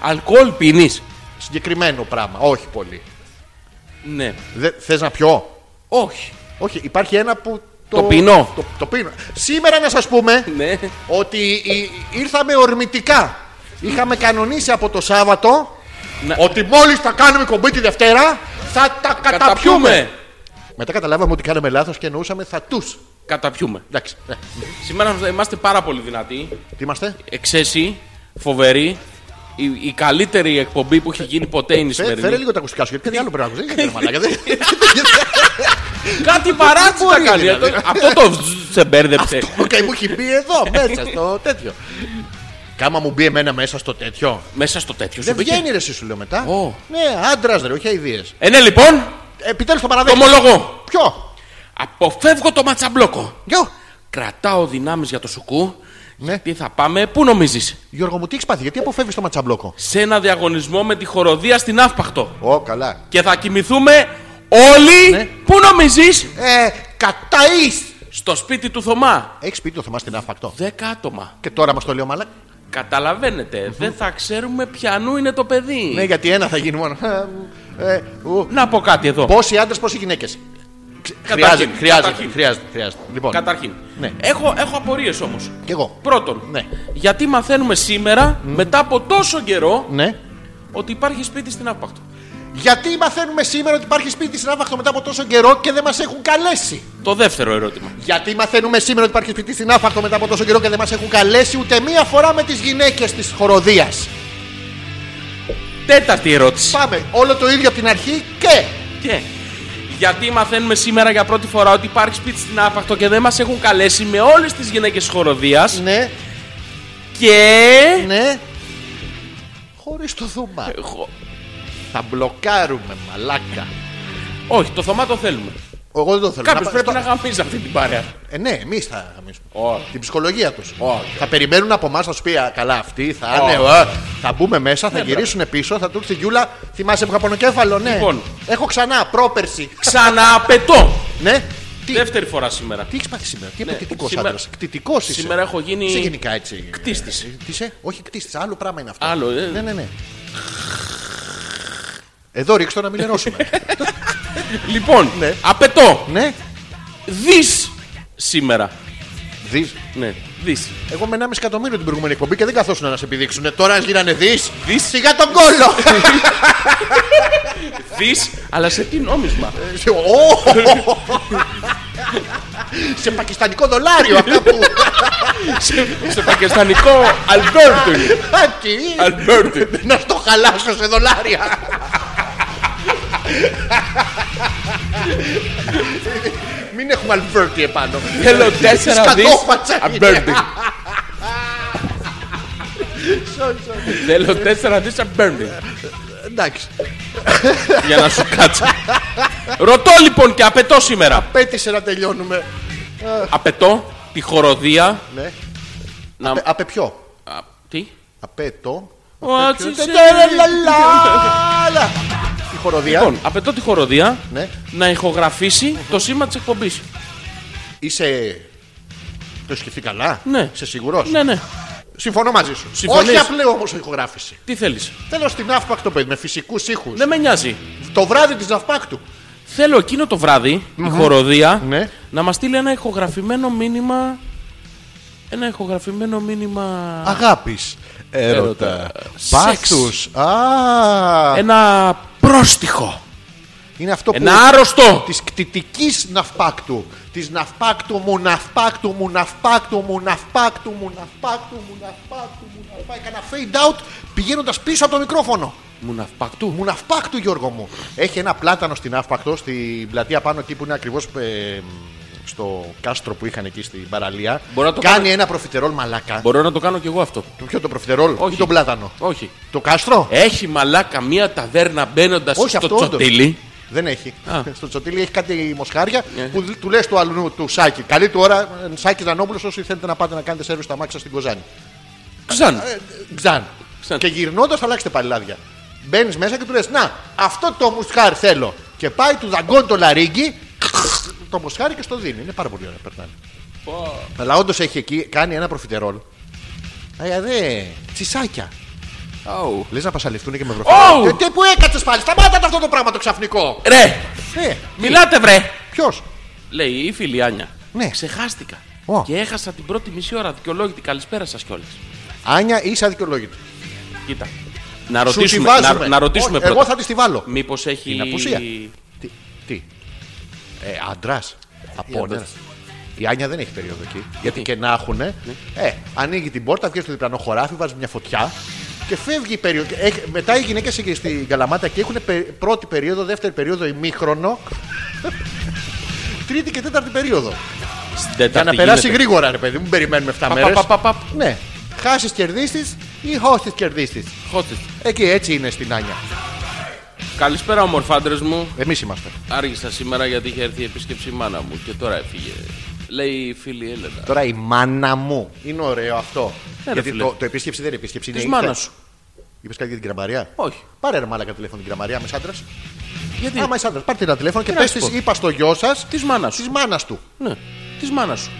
B: Αλκοόλ πίνεις.
A: Συγκεκριμένο πράγμα, όχι πολύ.
B: Ναι.
A: Δε, θες να πιω.
B: Όχι.
A: Όχι, υπάρχει ένα που.
B: Το πίνω.
A: Το, το πίνω. Σήμερα να σας πούμε
B: Ναι.
A: ότι ή- ήρθαμε ορμητικά. Είχαμε κανονίσει από το Σάββατο
B: Να-
A: ότι μόλις θα κάνουμε κομπή τη Δευτέρα θα τα καταπιούμε.
B: Καταπιούμε.
A: Μετά καταλάβαμε ότι κάναμε λάθος και εννοούσαμε θα τους.
B: Καταπιούμε.
A: Εντάξει. ε,
B: Σήμερα είμαστε πάρα πολύ δυνατοί.
A: Τι είμαστε.
B: Εξέση. φοβερή. Η, η καλύτερη εκπομπή που έχει γίνει ποτέ είναι η
A: Φε- Φέρε
B: σημερινή.
A: λίγο τα ακουστικά σου, γιατί κάτι άλλο πρέπει να ακούσει. Δεν γίνεται, ρε μαλάκα. Δεν-
B: Κάτι παράτσι
A: μπορεί,
B: θα κάνει.
A: δηλαδή.
B: Αυτό- Αυτό
A: *laughs*
B: το βζζ σε μπέρδεψε.
A: Οκ, Μου έχει μπει εδώ μέσα στο τέτοιο. Κάμα μου μπει εμένα μέσα στο τέτοιο.
B: Μέσα στο τέτοιο σου
A: Δεν
B: μπήκε.
A: βγαίνει ρε εσύ, σου λέω μετά.
B: Ω.
A: Ναι, άντρας ρε, όχι αειδίε.
B: Ε, ναι, λοιπόν,
A: Επιτέλου το
B: το
A: παραδέχομαι.
B: ομολογώ.
A: Ποιο?
B: Αποφεύγω το ματσαμπλόκο.
A: Ποιο?
B: Κρατάω δυνάμεις για το σουκού.
A: Ναι.
B: Τι θα πάμε, πού νομίζεις.
A: Γιώργο μου, τι έχεις πάθει, γιατί αποφεύγεις το ματσαμπλόκο.
B: Σε ένα διαγωνισμό με τη χοροδία στην Αύπακτο.
A: Ω, καλά.
B: Και θα κοιμηθούμε όλοι,
A: Ναι.
B: πού νομίζεις,
A: Ε, καταεί!
B: στο σπίτι του Θωμά.
A: Έχεις πει το Θωμά στην άφακτο.
B: Δέκα άτομα.
A: Και τώρα μας το λέω μαλάκα.
B: Καταλαβαίνετε, δεν θα ξέρουμε ποιανού είναι το παιδί.
A: Ναι, γιατί ένα θα γίνει μόνο. Ε, ου.
B: Να πω κάτι εδώ.
A: Πόσοι άντρες, πόσοι γυναίκες. Χρειάζεται,
B: Καταρχήν,
A: χρειάζεται,
B: καταρχήν.
A: χρειάζεται, χρειάζεται. Λοιπόν,
B: Καταρχήν.
A: Ναι.
B: Έχω, έχω απορίες όμως.
A: κι εγώ.
B: Πρώτον,
A: Ναι.
B: γιατί μαθαίνουμε σήμερα, μετά από τόσο καιρό,
A: Ναι.
B: ότι υπάρχει σπίτι στην Αύπακτο.
A: Γιατί μαθαίνουμε σήμερα ότι υπάρχει σπίτι στην άφακτο μετά από τόσο καιρό και δεν μας έχουν καλέσει.
B: Το δεύτερο ερώτημα.
A: Γιατί μαθαίνουμε σήμερα ότι υπάρχει σπίτι στην άφακτο μετά από τόσο καιρό και δεν μας έχουν καλέσει ούτε μία φορά με τις γυναίκες της χοροδίας.
B: Τέταρτη ερώτηση.
A: Πάμε όλο το ίδιο από την αρχή και.
B: Και γιατί μαθαίνουμε σήμερα για πρώτη φορά ότι υπάρχει σπίτι στην Άπακτο και δεν μας έχουν καλέσει με όλες τις γυναίκες χοροδίας.
A: Ναι,
B: Και.
A: ναι. Χωρίς το Θωμά.
B: Χω-
A: Ε, Θα μπλοκάρουμε, μαλάκα.
B: Όχι, το Θωμά το θέλουμε.
A: Εγώ δεν το θέλω.
B: Κάποιος
A: πα-
B: πρέπει
A: το-
B: να γαμίζει αυτή την παρέα.
A: Ε, ναι, εμείς θα γαμίσουμε.
B: Όχι.
A: Την ψυχολογία τους.
B: Όχι.
A: Θα περιμένουν από εμάς, θα σου πει «Α, καλά αυτοί, θα είναι.
B: Όχι.
A: α, Θα μπούμε μέσα,
B: Ναι,
A: θα γυρίσουν πίσω, θα τους έρθει η Γιούλα. Θυμάσαι που είχα πονοκέφαλο, ναι.
B: Λοιπόν.
A: Έχω ξανά, πρόπερση.
B: Ξανααπαιτώ!
A: Ναι. Τι,
B: Δεύτερη φορά σήμερα.
A: τι έχεις πάθει σήμερα, τι
B: Ναι,
A: απαιτητικός
B: σήμερα-
A: άντρας. Κτητικός είσαι.
B: Σήμερα έχω γίνει-
A: Είσαι γενικά έτσι.
B: Κτίστης.
A: Τι είσαι, όχι κτίστης, άλλο πράγμα είναι αυτό.
B: Άλλο, ε.
A: Ναι, ναι, ναι. Εδώ ρίξτε το να μην νερώσουμε.
B: *laughs* Λοιπόν,
A: Ναι.
B: απαιτώ
A: ναι,
B: δι σήμερα.
A: δεις.
B: Ναι, δι.
A: Εγώ με 1,5 εκατομμύριο την προηγούμενη εκπομπή και δεν καθόσουν να σε επιδείξουν. Τώρα γίνανε δεις.
B: Δις.
A: Σιγά τον κόλλο.
B: *laughs* Δι, αλλά σε τι νόμισμα.
A: Σε-
B: *laughs*
A: Ω! Σε πακιστανικό δολάριο αυτά που.
B: σε, σε πακιστανικό Αλμπέρτο. είναι.
A: Α, τι.
B: Αλμπέρτο.
A: Να στο χαλάσω σε δολάρια. Μην έχουμε αλβέρτι επάνω.
B: Θέλω τέσσερα δι.
A: Σκατόφατσα.
B: Αλμπέρτο. Θέλω τέσσερα δις Αλμπέρτο.
A: Εντάξει.
B: για να σου κάτσει. Ρωτώ λοιπόν και απαιτώ σήμερα.
A: Πέτησε να τελειώνουμε.
B: Απαιτώ τη χοροδία
A: Ναι.
B: να.
A: Απε- Απε ποιο.
B: Α, Τι.
A: Απέτο.
B: What's
A: Ποιο-
B: it
A: Τε-
B: say?
A: τε- λα- λα- λα. Η χοροδία.
B: *laughs* Λοιπόν, απαιτώ τη χοροδία
A: Ναι.
B: να ηχογραφήσει το σήμα της εκπομπής.
A: Είσαι. Το έχεις σκεφτεί καλά.
B: Ναι.
A: Είσαι σίγουρος.
B: Ναι, ναι.
A: Συμφωνώ μαζί σου.
B: Συμφωνείς.
A: Όχι απλή όμως ηχογράφηση.
B: Τι θέλεις.
A: Θέλω στην Ναύπακτο παιδί με φυσικούς ήχους.
B: Δεν με νοιάζει.
A: Το βράδυ της Ναύπακτου.
B: Θέλω εκείνο το βράδυ η χοροδία
A: Ναι.
B: να μας στείλει ένα ηχογραφημένο μήνυμα. Ένα ηχογραφημένο μήνυμα.
A: Αγάπης. Έρωτα.
B: Έρωτα.
A: Πάθους. Α.
B: Ένα πρόστιχο.
A: Είναι αυτό που.
B: Ένα άρρωστο.
A: Της κτητικής ναυπάκτου. Της ναυπάκτου μου, ναυπάκτου μου, ναυπάκτου μου, ναυπάκτου μου, ναυπάκτου μου, ναυπάκτου μου. ναυπά- Έκανα fade out πηγαίνοντας πίσω από το μικρόφωνο.
B: Μου να φπακτού.
A: Μου ναυπάκτου, Γιώργο μου. Έχει ένα πλάτανο στην ναύπακτο, στην πλατεία πάνω εκεί που είναι ακριβώς στο κάστρο που είχαν εκεί στην παραλία.
B: Μπορώ να το
A: Κάνει
B: κάνω-
A: ένα προφιτερόλ μαλάκα.
B: Μπορώ να το κάνω κι εγώ αυτό.
A: Το ποιο το προφιτερόλ,
B: Όχι.
A: ή τον πλάτανο.
B: Όχι.
A: Το κάστρο.
B: Έχει μαλάκα μία ταβέρνα μπαίνοντας
A: Όχι
B: στο
A: αυτό όντως.
B: τσοτήλι.
A: Δεν έχει.
B: Α.
A: *laughs*
B: Ναι.
A: Στο τσοτήλι έχει κάτι μοσχάρια που δι- του λες του αλλού του Σάκη. Καλή του ώρα, ε, Σάκης Δανόπουλος, όσοι θέλετε να πάτε να κάνετε σερβι στα μάξια στην Κοζάνη.
B: Ξανά.
A: Ε, Ξαν.
B: Ξαν.
A: Και γυρνώντας, θα αλλάξετε παλιλάδια. Μπαίνεις μέσα και του λες: Να, αυτό το μουσχάρι θέλω. Και πάει του δαγκών το λαρίγκι, το μουσχάρι και στο δίνει. Είναι πάρα πολύ ωραία, περνάνε. Αλλά όντως έχει εκεί, κάνει ένα προφιτερόλ. Αι, δε, τσισάκια.
B: Αου.
A: Λες να πασαλευτούν και με
B: Ωου!
A: βροχή. Ε, Τι που έκατσες πάλι, σταμάτα αυτό το πράγμα το ξαφνικό.
B: Ρε!
A: Ε,
B: Μιλάτε, βρε!
A: ποιος.
B: Λέει η φίλη Άνια.
A: Ναι.
B: Ξεχάστηκα.
A: Ω.
B: Και έχασα την πρώτη μισή ώρα δικαιολόγητη. Καλησπέρα σας κιόλας.
A: Άνια, είσαι αδικαιολόγητη.
B: Κοίτα. Να
A: Σου τη
B: ρωτήσουμε,
A: βάζουμε.
B: να, να ρωτήσουμε
A: Όχι,
B: πρώτα.
A: Εγώ θα τη τη βάλω.
B: Μήπως έχει.
A: Είναι απουσία. Τι. τι. Ε, άντρα. Από
B: άντρας.
A: άντρας. Η Άνια δεν έχει περίοδο εκεί. Γιατί και να έχουν.
B: Ναι.
A: Ε, ανοίγει την πόρτα, βγαίνει στο διπλανό χωράφι, βάζει μια φωτιά και φεύγει η περίοδο. Έχ- μετά οι γυναίκες εκεί στην Καλαμάτα και έχουν πε- πρώτη περίοδο, δεύτερη περίοδο, ημίχρονο. τρίτη και τέταρτη περίοδο.
B: Στην
A: Για
B: Τετάρτη
A: να περάσει
B: γίνεται.
A: γρήγορα, ρε παιδί μου, περιμένουμε 7
B: Πα,
A: μέρες.
B: πα, πα, πα, πα.
A: Ναι. Χάσεις κερδίσεις ή χώσει κερδίσει.
B: Χώτες.
A: Εκεί έτσι είναι στην Άνια.
B: Καλησπέρα, ομορφάντρε μου.
A: Εμείς είμαστε.
B: Άργησα σήμερα γιατί είχε έρθει η επίσκεψη η μάνα μου και τώρα έφυγε. Λέει η φίλη Έλενα.
A: Τώρα η μάνα μου. Είναι ωραίο αυτό.
B: Ναι, ρε
A: Γιατί
B: φίλε.
A: το, το επίσκεψη δεν είναι επίσκεψη.
B: Τη
A: είναι
B: μάνας
A: ήρθε.
B: σου.
A: Είπες κάτι για την κραμπαριά.
B: Όχι.
A: Πάρε ρε μάλακα τηλέφωνο την κραμπαριά, μες άντρας.
B: Γιατί.
A: Άμα είσαι άντρας, πάρτε ένα τηλέφωνο και
B: Τι να
A: πες
B: σου πω.
A: τη είπα στο γιο σας
B: Της μάνας σου.
A: της μάνας του.
B: Ναι, της μάνας σου.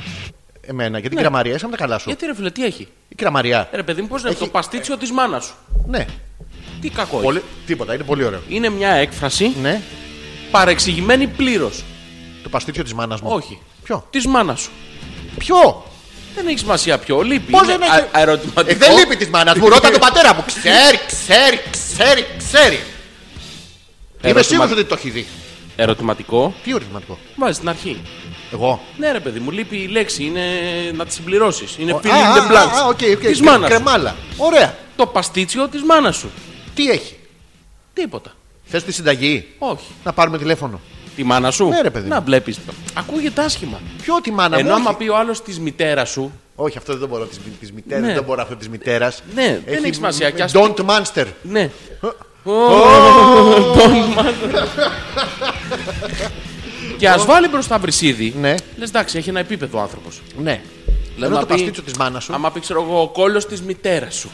A: Εμένα,
B: Ναι.
A: γιατί την κραμαρία, είσαι με τα καλά σου.
B: Γιατί ρε φίλε, τι έχει.
A: Η κραμαρία.
B: Ε, Ρε παιδί μου, πώς είναι
A: Έχει-
B: το παστίτσιο της μάνας σου.
A: Ναι.
B: Τι κακό
A: Πολύ... Τίποτα, είναι πολύ ωραίο.
B: έχει. Είναι μια έκφραση
A: Ναι.
B: παρεξηγημένη πλήρως.
A: Το παστίτσιο της μάνας μου.
B: Όχι.
A: Ποιο.
B: Της μάνας σου.
A: Ποιο.
B: Δεν έχεις σημασία ποιο. Λείπει.
A: Πώς
B: Είναι
A: δεν έχει.
B: α- ερωτηματικό.
A: Ε, δεν λείπει της μάνας μου, ρώτα τον πατέρα
B: *laughs*
A: μου. Ξέρει, ξέρει, ξέρει, ξέρει. Είμαι
B: Ερωτημα-
A: σίγουρος ότι το έχει δει.
B: Ερωτηματικό.
A: Τι ορισματικό.
B: Βάζει στην αρχή.
A: Εγώ.
B: Ναι, ρε παιδί μου, λείπει η λέξη. Είναι να τη συμπληρώσεις. Είναι
A: Ο-
B: φίλη
A: Α, α,
B: the blanks.
A: α, οκ, οκ,
B: Της
A: κρε-
B: μάνας σου.
A: Κρεμάλα. Ωραία.
B: Το παστίτσιο της μάνας σου.
A: Τι έχει.
B: Τίποτα.
A: Θες τη συνταγή.
B: Όχι.
A: Να πάρουμε τηλέφωνο.
B: Τη μάνα σου.
A: Ναι, ρε παιδί μου.
B: να βλέπεις. Ακούγεται άσχημα.
A: Ποιο τη μάνα
B: Ενώ
A: μου.
B: άμα
A: όχι.
B: πει ο άλλος της μητέρας σου.
A: Όχι, αυτό δεν μπορώ της της μητέρας.
B: Ναι.
A: Δεν μπορώ αυτό της μητέρας.
B: Ναι, δεν έχει σημασία, κι ας-
A: Don't monster.
B: Ναι. Και ας βάλει μπροστά βρυσίδι.
A: Ναι.
B: Λες εντάξει, έχει ένα επίπεδο άνθρωπος.
A: Ναι.
B: Λέω
A: Ενώ
B: να
A: το
B: πει-
A: παστίτσιο της μάνας σου.
B: Άμα πει, ξέρω εγώ, ο κόλο της μητέρας σου.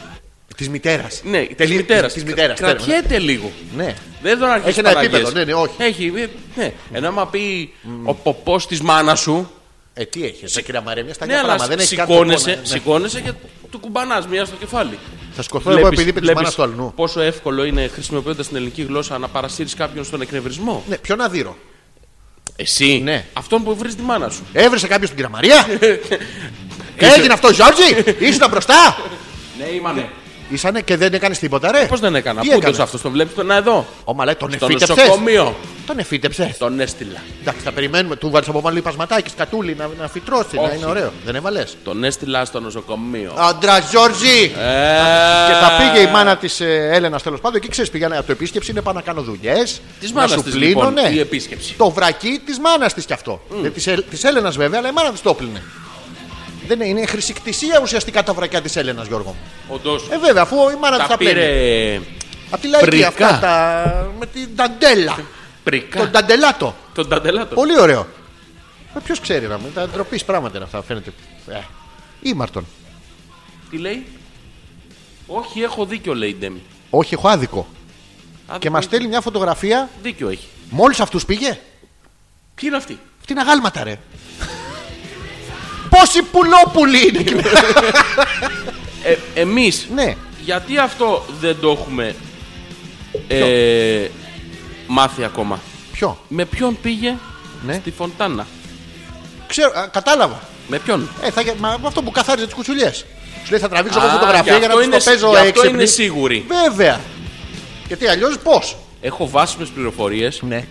A: Τη μητέρα.
B: Ναι, της μητέρας.
A: Τη μητέρα.
B: Κρατιέται λίγο.
A: Ναι.
B: Δεν τον αρχίζει
A: Έχει ένα επίπεδο, ναι, ναι, όχι.
B: Έχει, ε, ναι. Ενώ άμα πει ο ποπός της μάνας σου.
A: Ε, τι έχει. Σε κυρία Μαρία, μια
B: Ναι,
A: σταγιά πράγμα. Δεν
B: αλλά
A: έχει κάτι
B: σηκώνεσαι,
A: εικόνα. Ναι.
B: σηκώνεσαι και του κουμπανάς μία στο κεφάλι.
A: Θα σκοτώ εγώ επειδή είπε της
B: βλέπεις
A: μάνας του αλλού.
B: Πόσο εύκολο είναι χρησιμοποιώντας την ελληνική γλώσσα να παρασύρεις κάποιον στον εκνευρισμό.
A: Ναι, ποιον αδύρω.
B: Εσύ,
A: Ναι.
B: αυτόν που βρεις τη μάνα σου.
A: Έβρισε κάποιος την κυρία Μαρία.
B: *laughs*
A: Έγινε αυτό, Γιώργη. Ήσουν μπροστά.
B: Ναι, ήμανε.
A: Ήσανε και δεν έκανες τίποτα, ρε.
B: Πώς δεν έκανα.
A: Τι Ε,
B: Πού
A: έκανες.
B: αυτό, τον βλέπεις τον να εδώ.
A: Ω, μαλάκα, τον
B: Στο
A: εφύτεψες.
B: νοσοκομείο.
A: Τον εφύτεψες.
B: Τον έστειλα.
A: Εντάξει, θα περιμένουμε. Του βάλεις από πάνω λιπασματάκι, σκατούλι να, να φυτρώσει, να
B: Όχι.
A: είναι ωραίο. Δεν έβαλες.
B: Τον έστειλα στο νοσοκομείο.
A: Αντρα Γιώργη!
B: Ε,
A: Και θα πήγε η μάνα της Έλενας τέλος πάντων και ξέρεις, πήγανε από το επίσκεψη είναι πάνω να κάνω δουλειές.
B: Της μάνας της, λοιπόν,
A: ναι.
B: η επίσκεψη.
A: Το βρακί της μάνας της κι αυτό. Ε, Της Έλενας βέβαια, αλλά η μάνα της το πλύνε. Δεν είναι, είναι χρησικτησία ουσιαστικά τα βρακιά της Έλενα, Γιώργο μου.
B: Όντως.
A: Ε, βέβαια, αφού η μάνα της
B: Τα
A: τα πλύνει.
B: πήρε.
A: Απ' τη λαϊκή
B: πρικά.
A: αυτά τα. με την ταντέλα. Τον
B: Πρικά.
A: ταντελάτο.
B: Τον ταντελάτο.
A: Πολύ ωραίο. Ποιο Ε, ξέρει να μην. Τα ντροπής πράγματα είναι αυτά, φαίνεται. Ε, Ήμαρτον.
B: Τι λέει. Όχι, έχω δίκιο, λέει η Ντέμι.
A: Όχι, έχω άδικο. Και
B: Άδικο
A: μας
B: έχει.
A: Ε, στέλνει μια φωτογραφία.
B: Δίκιο έχει.
A: Μόλις αυτούς πήγε.
B: Ποιοι είναι αυτοί.
A: Αυτή είναι αγάλματα,
B: *laughs*
A: ρε. Πόσοι πουλόπουλοι είναι εκεί πέρα.
B: Ε, Εμείς.
A: Ναι.
B: Γιατί αυτό δεν το έχουμε ε, μάθει ακόμα.
A: Ποιο.
B: Με ποιον πήγε
A: Ναι.
B: στη Φοντάνα.
A: Ξέρω, α, κατάλαβα.
B: Με ποιον.
A: Ε, θα, μα, αυτό που καθάριζε τις κουτσουλιές. Σου λέει θα τραβήξω εγώ
B: Α,
A: φωτογραφία
B: γι'
A: για να
B: αυτό
A: του το
B: είναι-
A: παίζω
B: γι' αυτό
A: έξυπνη.
B: είναι σίγουρη.
A: Βέβαια. Γιατί αλλιώς πώς.
B: Έχω βάσιμες πληροφορίες.
A: Ναι.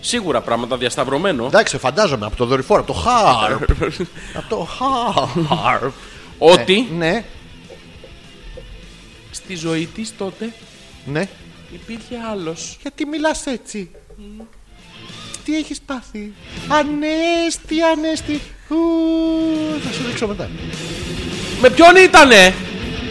B: Σίγουρα πράγματα διασταυρωμένο.
A: Εντάξει, φαντάζομαι από το δορυφόρο, από το
B: *laughs*
A: harp. από το harp.
B: ότι
A: Ναι,
B: στη ζωή της τότε
A: ναι.
B: υπήρχε άλλος.
A: Γιατί μιλάς έτσι. Τι έχει πάθει. Ανέστη, ανέστη. Ου, θα σου δείξω μετά.
B: Με ποιον ήτανε!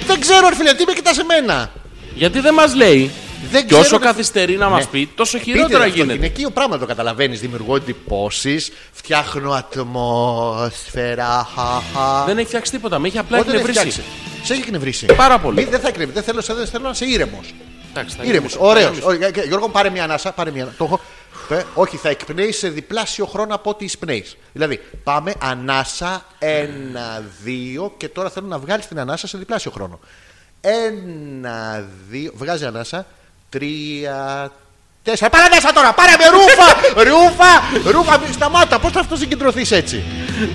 A: Δεν ξέρω, ρε φίλε, τι με κοιτάς εμένα.
B: Γιατί δεν μας λέει.
A: Δεν
B: Και όσο
A: ξέρω, ρε-
B: καθυστερεί να μας
A: Ναι.
B: πει, τόσο
A: Πείτε
B: χειρότερα
A: αυτό,
B: γίνεται.
A: γυναικείο πράγμα το καταλαβαίνεις. Δημιουργώ εντυπώσεις, φτιάχνω ατμόσφαιρα. χαχα.
B: Δεν έχει φτιάξει τίποτα, με έχει απλά εκνευρίσει.
A: Σε έχει εκνευρίσει.
B: Πάρα πολύ.
A: Μη- Δεν θα εκνευρίσει. Δεν θέλω, σε- δεν θέλω να είσαι ήρεμος.
B: Εντάξει, θα
A: Ήρεμος.
B: γεμίσω, θα
A: Ωραίο.
B: γεμίσω.
A: Γιώργο, μου, πάρε μια ανάσα. Πάρε μια... Το έχω. Πε- όχι, θα εκπνέεις σε διπλάσιο χρόνο από ό,τι εισπνέεις. Δηλαδή, πάμε ανάσα, ένα, δύο και τώρα θέλω να βγάλεις την ανάσα σε διπλάσιο χρόνο. Ένα, δύο. Βγάζει ανάσα. Τρία, τέσσερα. Πάρε ανάσα τώρα! Πάρε με ρούφα! ρούφα! Ρούφα! Μη- Σταμάτα! Πώς θα αυτοσυγκεντρωθείς έτσι.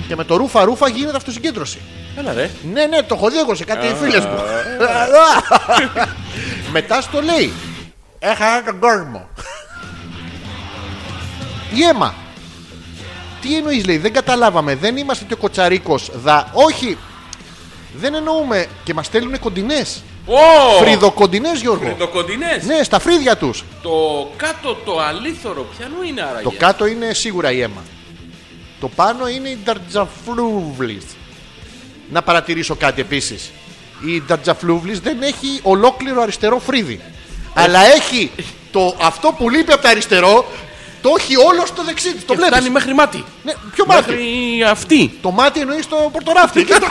A: και με το ρούφα, ρούφα γίνεται αυτοσυγκέντρωση.
B: Έλα ρε.
A: Ναι, ναι, το έχω δει εγώ σε κάτι φίλες
B: *laughs*
A: μου. Μετά στο λέει. Έχανα τον κόσμο. Η αίμα. Τι εννοείς, λέει, δεν καταλάβαμε. Δεν είμαστε και ο Κοτσαρίκος. Δα. Όχι. Δεν εννοούμε και μας στέλνουν κοντινές.
B: Ω!
A: Φρυδοκοντινές, Γιώργο.
B: Φρυδοκοντινές.
A: Ναι, στα φρύδια τους.
B: Το κάτω το αλήθωρο πιανού είναι άραγε.
A: Το κάτω είναι σίγουρα η αίμα. Το πάνω είναι η Νταρτζαφλούβλης. Να παρατηρήσω κάτι επίσης. Η Νταρτζαφλούβλης δεν έχει ολόκληρο αριστερό φρύδι. Αλλά έχει το, αυτό που λείπει από το αριστερό, το έχει όλο στο δεξί της. Το
B: Και
A: βλέπεις.
B: φτάνει μέχρι μάτι.
A: Ναι, ποιο μάτι.
B: Μέχρι Ναι, αυτή.
A: Το μάτι εννοείς στο
B: *laughs*
A: πορτοράφτη. Και το-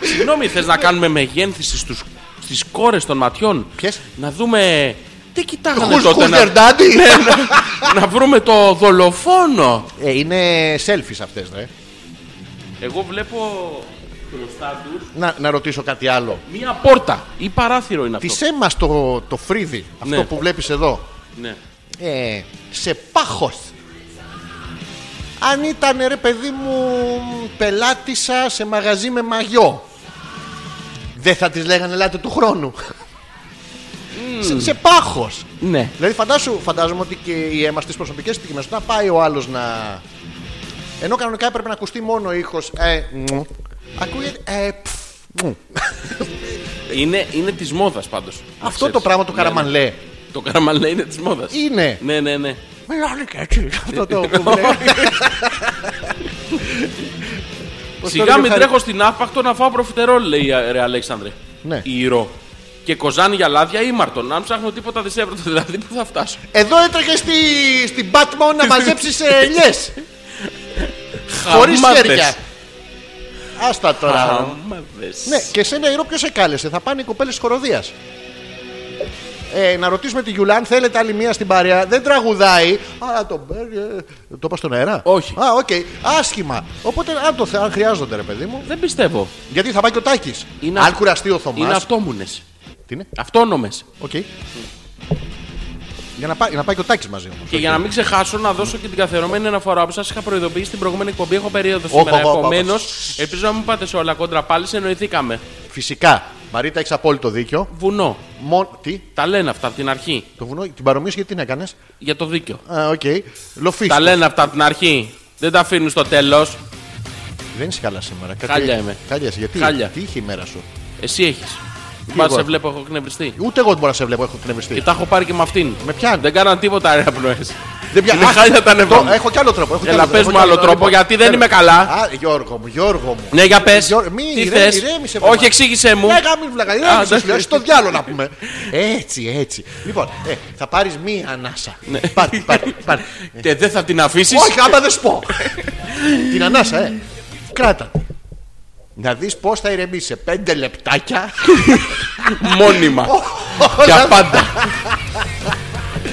B: Συγγνώμη, θες να κάνουμε μεγένθηση στους, στις κόρες των ματιών.
A: Ποιες?
B: Να δούμε... Τι κοιτάγανε
A: Who's-
B: τότε
A: who's their
B: να... *laughs* Ναι,
A: daddy?
B: να βρούμε το δολοφόνο.
A: Ε, είναι selfies αυτές, ρε.
B: Εγώ βλέπω μπροστά τους
A: Να, να ρωτήσω κάτι άλλο.
B: μία πόρτα ή παράθυρο είναι αυτό.
A: Τη έμα το, το φρύδι, αυτό
B: Ναι.
A: που βλέπεις εδώ.
B: Ναι.
A: Ε, σε πάχος. Αν ήταν ρε παιδί μου πελάτησα σε μαγαζί με μαγιό. Δεν θα τη λέγανε ελάτε του χρόνου. Σε, σε πάχος.
B: ναι.
A: Δηλαδή φαντάσου, φαντάζομαι ότι και οι αίμα στις προσωπικές επικοινωνίε να πάει ο άλλος να. Ενώ κανονικά έπρεπε να ακουστεί μόνο ο ήχος. Ε, μου. ακούγεται. Ε, πφ, μου.
B: Είναι, είναι της μόδας πάντως.
A: Αυτό το πράγμα του καραμανλέ.
B: Το καραμανλέ είναι της μόδας.
A: Είναι.
B: Ναι, ναι, ναι.
A: Μιλάνε και έτσι. Αυτό *laughs* το που λέει. Πώς το
B: Σιγά
A: λέει ο
B: μην
A: Χάρη-
B: τρέχω στην άφπακτο να φάω προφιτερόλ, λέει ρε Αλέξανδρε.
A: Ναι.
B: Ηρώ. Και κοζάνι για λάδια ή μαρτον. Αν ψάχνω τίποτα δισεύρετο, *laughs* δηλαδή που θα φτάσω.
A: Εδώ έτρεχε στη, στην Batman να μαζέψεις
B: *laughs*
A: ελιές. Χωρίς
B: Χαμάδες.
A: χέρια. Άστα τώρα.
B: Χαμάδες.
A: ναι, και σένα η ποιος σε κάλεσε. Θα πάνε οι κοπέλες της χοροδίας. Ε, να ρωτήσουμε τη Γιουλά αν θέλετε άλλη μία στην παρέα. Δεν τραγουδάει. Α, το παίρνει. ε, Το είπα στον αέρα.
B: Όχι.
A: Α, οκ. Άσχημα. Οπότε αν, το, θε- αν χρειάζονται, ρε παιδί μου.
B: Δεν πιστεύω.
A: Γιατί θα πάει και ο Τάκης.
B: Είναι
A: Αν
B: αυ-
A: κουραστεί ο Θωμάς.
B: Είναι αυτόμουνες.
A: Τι είναι.
B: Αυτόνομες.
A: Οκ. Για να, πάει, να πάει και ο Τάκης μαζί όμως.
B: Και για να μην ξεχάσω, να δώσω και την καθερωμένη αναφορά που σας είχα προειδοποιήσει στην προηγούμενη εκπομπή. Έχω περίοδο
A: Όπα,
B: σήμερα.
A: όπα, όπα.
B: Επομένω, ελπίζω να μην πάτε σε όλα κόντρα πάλι. Συνοηθήκαμε.
A: Φυσικά. Μαρίτα, έχεις απόλυτο δίκιο.
B: Βουνό.
A: Μον... Τι,
B: Τα λένε αυτά από την αρχή.
A: το βουνό, την παρομοίωση γιατί την έκανες.
B: Για το δίκιο.
A: Α, οκ. Λοφίσκος.
B: Τα λένε αυτά από την αρχή. Δεν τα αφήνουν στο τέλος.
A: Δεν είσαι καλά σήμερα. Κάτι...
B: Χάλια είμαι.
A: Χάλια, είσαι. γιατί.
B: Χάλια.
A: Τι είχε η μέρα σου.
B: Εσύ έχεις. Μπα
A: εγώ.
B: σε βλέπω, έχω κνευριστεί.
A: Ούτε εγώ δεν μπορώ να σε βλέπω, έχω
B: Και
A: κνευριστεί.
B: τα έχω πάρει και με αυτήν.
A: Με πιάνει.
B: Δεν κάναν τίποτα ρε απνοέ.
A: Δεν πια-
B: Είναι
A: Αχ,
B: χάλια τα
A: το-
B: νευρά μου.
A: Έχω κι άλλο τρόπο. Έχω λοιπόν. κι
B: Έλα,
A: άλλο
B: πες
A: τρόπο,
B: μου άλλο
A: έχω κι
B: τρόπο, γιατί δεν είμαι καλά.
A: Α, Γιώργο μου, Γιώργο μου.
B: Ναι, για πες.
A: Γιώργο, μη
B: Τι
A: ηρέ-
B: θε.
A: ηρέμησε, βρε,
B: Όχι,
A: μα.
B: εξήγησε μου.
A: Ναι, γάμι βλακα.
B: Ε, Α,
A: Δεν
B: εντάξει.
A: ξέρω, στο διάλογο να πούμε. Έτσι, έτσι. Λοιπόν, ε, θα πάρεις μία ανάσα.
B: Ναι.
A: Πάρ' τη, πάρ' τη, πάρ' τη.
B: Και δεν θα την αφήσεις.
A: Όχι, άμα δεν σου πω. Την ανάσα, ε. Κράτα. τη. Να δεις πώς θα ηρεμήσει σε πέντε λεπτάκια. *laughs*
B: Μόνιμα. Για πάντα.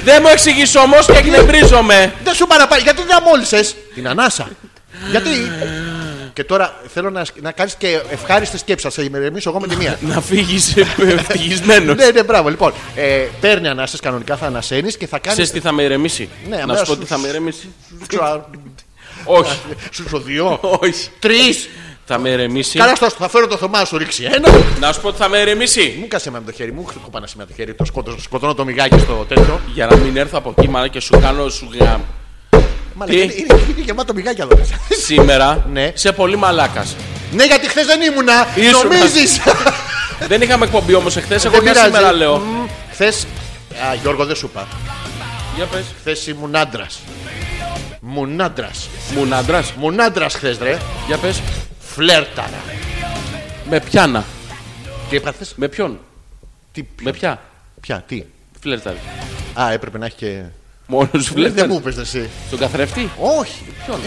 B: Δεν μου εξηγείς όμως και εκνευρίζομαι.
A: Δεν σου παραπάει. Γιατί δεν αμόλυσες την ανάσα. Γιατί. Και τώρα θέλω να, να κάνεις και ευχάριστη σκέψη. Θα σε ηρεμήσω εγώ με τη μία.
B: Να ε, φύγεις ευτυχισμένος.
A: ναι, ναι, μπράβο. Λοιπόν, ε, παίρνει ανάσες κανονικά, θα ανασένεις και θα
B: Ξέρεις
A: κάνεις...
B: τι θα με ηρεμήσει.
A: Ναι,
B: να
A: αμέσως.
B: σου πω τι θα με ηρεμήσει.
A: Ξέρω,
B: Όχι.
A: Σου σου δύο.
B: Όχι.
A: Τρεις.
B: Θα με ηρεμήσει.
A: Καλά, στο θα φέρω το θωμά σου ρίξει ένα.
B: Να σου πω τι θα με ηρεμήσει.
A: Μου κασέ με το χέρι μου, χτυπώ με το χέρι, το σκότω, σκοτώνω το μυγάκι στο τέτοιο.
B: Για να μην έρθω από εκεί, μάνα, και σου κάνω σου γα-
A: Μαλάκα, είναι, είναι, είναι γεμάτο μυγάκια εδώ μέσα.
B: Σήμερα
A: Ναι.
B: σε πολύ μαλάκας.
A: ναι, γιατί χθες δεν ήμουνα.
B: Ήσουνα.
A: Νομίζεις.
B: Δεν είχαμε εκπομπή όμως εχθές. Εγώ μια σήμερα λέω.
A: Χθες. Α, Γιώργο, δεν σου είπα.
B: Για πες.
A: Χθες ήμουν άντρας. Μουν άντρα.
B: Μου άντρα.
A: Μουν άντρας χθες, ρε.
B: Για πες.
A: Φλέρταρα.
B: Με πιάνα.
A: Και είπα χθε.
B: Με ποιον.
A: Τι,
B: Με ποια.
A: ποια, τι.
B: Φλερτάρι.
A: Α, έπρεπε να έχει και.
B: Μόνος
A: Δεν μου
B: φλερτάρι.
A: είπες εσύ.
B: Στον καθρέφτη.
A: Όχι.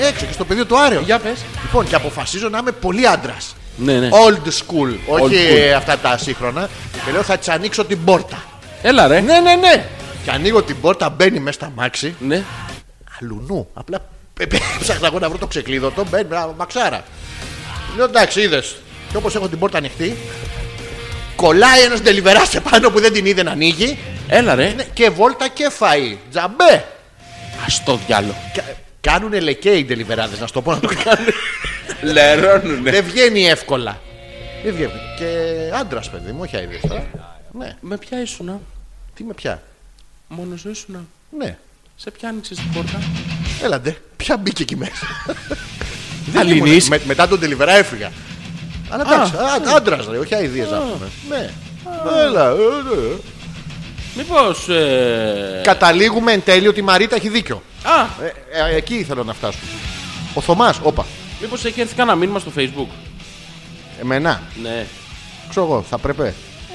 A: Έξω και στο πεδίο του Άρεο.
B: Για πες.
A: Λοιπόν, και αποφασίζω να είμαι πολύ άντρας.
B: Ναι, ναι.
A: Old school. Όχι
B: school.
A: ε, αυτά τα σύγχρονα. Και λέω θα τσανοίξω την πόρτα.
B: Έλα ρε.
A: Ναι, ναι, ναι. Και ανοίγω την πόρτα, μπαίνει μέσα στα μάξι.
B: Ναι.
A: Αλουνού. Απλά πε- *laughs* πε- ψάχνα εγώ να βρω το ξεκλείδωτο. Μπαίνει, μπράβο, μαξάρα. Λέω εντάξει, είδες. Και όπως έχω την πόρτα ανοιχτή, κολλάει ένας ντελιβεράς σε πάνω που δεν την είδε να ανοίγει.
B: Έλα ρε.
A: Ναι, Και βόλτα και φαΐ. Τζαμπέ.
B: Ας το
A: *laughs*
B: διάλο.
A: Κα- Κάνουνε λεκέ οι ντελιβεράδες, να σου το πω να το κάνουν.
B: Λερώνουνε.
A: δεν βγαίνει εύκολα. Δεν βγαίνει. Και άντρας, παιδί μου, όχι αίδε τώρα. Ναι,
B: Με ποια ήσουνα.
A: τι με πια.
B: Μόνο ήσουνα.
A: Ναι.
B: Σε ποια άνοιξες την πόρτα.
A: Έλαντε, ποια μπήκε εκεί μέσα. ήμουνα.
B: Αλληνής.
A: Με- μετά τον τελειβερά έφυγα. Αλλά
B: Α,
A: εντάξει, άντρα ρε, όχι αειδίε άφημε. Ναι. Έλα, ε, ναι.
B: Μήπως. Ε...
A: Καταλήγουμε εν τέλει ότι η Μαρίτα έχει δίκιο.
B: Α,
A: Ε, ε, εκεί ήθελα να φτάσουμε. Ο Θωμάς, όπα.
B: μήπως έχει έρθει κανένα μήνυμα στο facebook.
A: Εμένα,
B: Ναι.
A: ξέρω εγώ, θα πρέπει.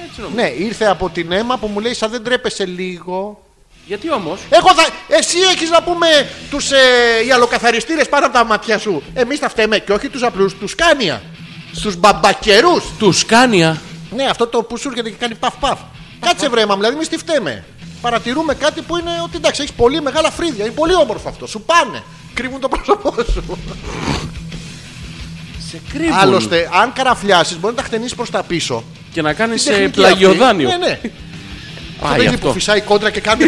B: Έτσι νομίζω.
A: Ναι, ήρθε από την αίμα που μου λέει σαν δεν τρέπεσαι λίγο.
B: Γιατί όμως.
A: Εγώ θα... Εσύ έχεις να πούμε τους ε, γυαλοκαθαριστήρε πάνω από τα μάτια σου. Εμείς τα φταίμε και όχι τους απλούς, τους κάνια. Στους μπαμπακερούς.
B: Τους σκάνια.
A: Ναι, αυτό το που σου έρχεται και κάνει παφ παφ. Κάτσε βρέμα, δηλαδή εμείς τι φταίμε. Παρατηρούμε κάτι που είναι ότι εντάξει, έχεις πολύ μεγάλα φρύδια. Είναι πολύ όμορφο αυτό. Σου πάνε. Κρύβουν το πρόσωπό σου.
B: Σε κρύβουν.
A: Άλλωστε, αν καραφλιάσει, μπορεί να τα χτενίσεις προς τα πίσω.
B: Και να κάνεις
A: Την τεχνική
B: πλαγιοδάνειο.
A: αυτή, Ναι, ναι.
B: Πάει
A: Πάει που
B: αυτό.
A: φυσάει κόντρα και κάνει.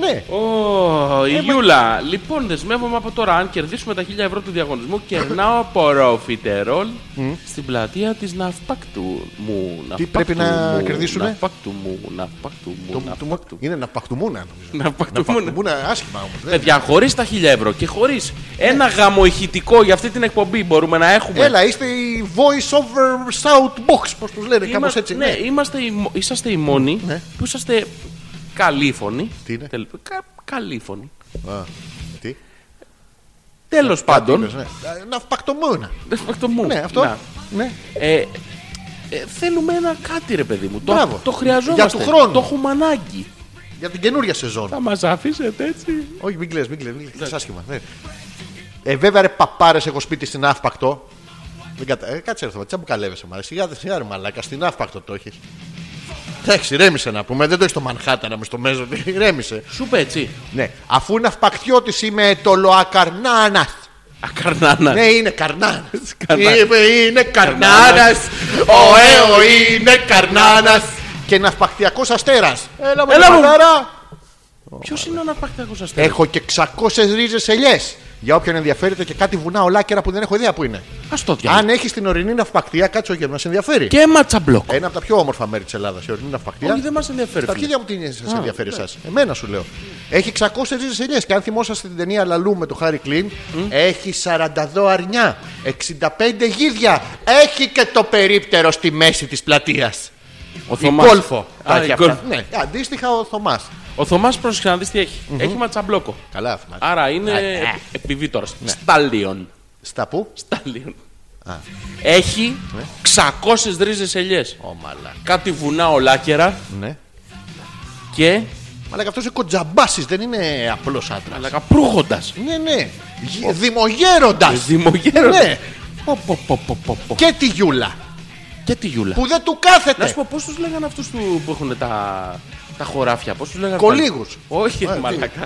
A: ναι.
B: Ω, η Γιούλα. Λοιπόν, δεσμεύομαι από τώρα. Αν κερδίσουμε τα 1000 ευρώ του διαγωνισμού, κερνάω προφιτερόλ στην πλατεία της Ναυπάκτου μου. Ναυπάκτου
A: πρέπει να
B: μου,
A: κερδίσουνε?
B: Ναυπάκτου μου, Ναυπάκτου
A: Το-
B: μου.
A: το-
B: Ναυπάκτου.
A: Είναι να παχτουμούνα νομίζω.
B: Ναυπάκτου μου, ναι.
A: Παχτουμούνα άσχημα όμω.
B: Παιδιά, χωρί τα 1000 ευρώ και χωρίς
A: Ναι.
B: ένα γαμοηχητικό για αυτή την εκπομπή μπορούμε να έχουμε.
A: Έλα, είστε η voice over sound box, πώς τους λένε, κάπω
B: Είμα-
A: Ε, έτσι.
B: ναι, είμαστε οι μο- είσαστε οι μόνοι
A: Ναι.
B: που είσαστε καλήφωνοι.
A: Τι είναι?
B: Τελ, κα, καλήφωνοι.
A: Α, Τι.
B: Τέλος
A: είπες,
B: πάντων.
A: ναι. Ε, Να παχτομούνα.
B: *laughs* το μου.
A: Ναι, αυτό.
B: Να.
A: Ναι.
B: Ε, ε, θέλουμε ένα κάτι, ρε παιδί μου. Το,
A: Μπράβο.
B: το χρειαζόμαστε.
A: Για του χρόνου.
B: Το έχουμε ανάγκη.
A: Για την καινούρια σεζόν.
B: Θα μας αφήσετε έτσι.
A: Όχι, μην κλαις, μην κλαις, μην κλαις, είσαι άσχημα. ναι. Ε, βέβαια ρε παπάρες έχω σπίτι στην Αύπακτο. Δεν κατα... ε, κάτσε ρε Θωμά, τι τσαμπουκαλεύεσαι μάλλον. Σιγά, σιγά ρε μαλάκα, στην Αύπακτο το έχεις. Εντάξει, ρέμισε να πούμε, δεν το έχεις στο Μανχάτα να με στο μέσο, *laughs* ρέμισε.
B: Σου πες έτσι.
A: Ναι, αφού είναι αυπακτιώτης είμαι το Λοακαρνάνας.
B: Ακαρνάνας.
A: Ναι, είναι
B: *laughs*
A: καρνάνας.
B: Καρνάνας.
A: Είμαι, είναι καρνάνας. Ο Έω είναι καρνάνας. Και ναυπακτιακός αστέρας. Έλα Ε, μου,
B: Έλα
A: ρε
B: μου.
A: πατέρα.
B: Ποιος είναι ο αναπακτικό αστέρας.
A: Έχω και 600 ρίζες ελιές. Για όποιον ενδιαφέρεται και κάτι βουνά ολάκερα που δεν έχω ιδέα που είναι.
B: Ας το διάλογο.
A: Αν έχεις την ορεινή ναυπακτία, κάτσε όχι, μα ενδιαφέρει.
B: Και ματσαμπλοκ.
A: Ένα από τα πιο όμορφα μέρη της Ελλάδας, η ορεινή ναυπακτία.
B: Όχι, δεν μας ενδιαφέρει.
A: Τα
B: φίλε.
A: αρχίδια μου τι σα ενδιαφέρει εσάς. Εμένα σου λέω. Έχει 600 ρίζε ελιέ. Και αν θυμόσαστε την ταινία Λαλού με το Χάρι Κλίν, έχει 42 αρνιά, 65 γίδια. Έχει και το περίπτερο στη μέση της πλατείας.
B: Ο
A: Η
B: Θωμάς.
A: κόλφο.
B: Α,
A: τα
B: η
A: έχει αυτά.
B: Golf.
A: Ναι, αντίστοιχα ο Θωμάς.
B: Ο Θωμάς πρόσεξε να δει τι έχει. Έχει ματσαμπλόκο.
A: Καλά, Θωμάς.
B: Άρα είναι
A: ε.
B: επι- επιβίτορα.
A: Ναι.
B: Στάλιον.
A: Στα πού?
B: Στάλιον. Έχει 600 ρίζες ελιές.
A: Ναι. Ω μαλάκα.
B: Κάτι βουνά ολάκερα
A: Ναι.
B: και
A: Αλλά και αυτός είναι κοντζαμπάσης, δεν είναι απλός άντρας.
B: αλακαπρούχοντα.
A: Ναι, ναι. Δημογέροντα.
B: Δημογέροντας.
A: Ναι. Και τη Γιούλα.
B: Και τη Γιούλα.
A: Που δεν του
B: Να σου
A: κάθεται.
B: πω πώς τους λέγανε αυτούς που έχουν τα, τα χωράφια. Πώς τους λέγανε.
A: Κολύγους.
B: Όχι,
A: Ε, τι.
B: μαλακά.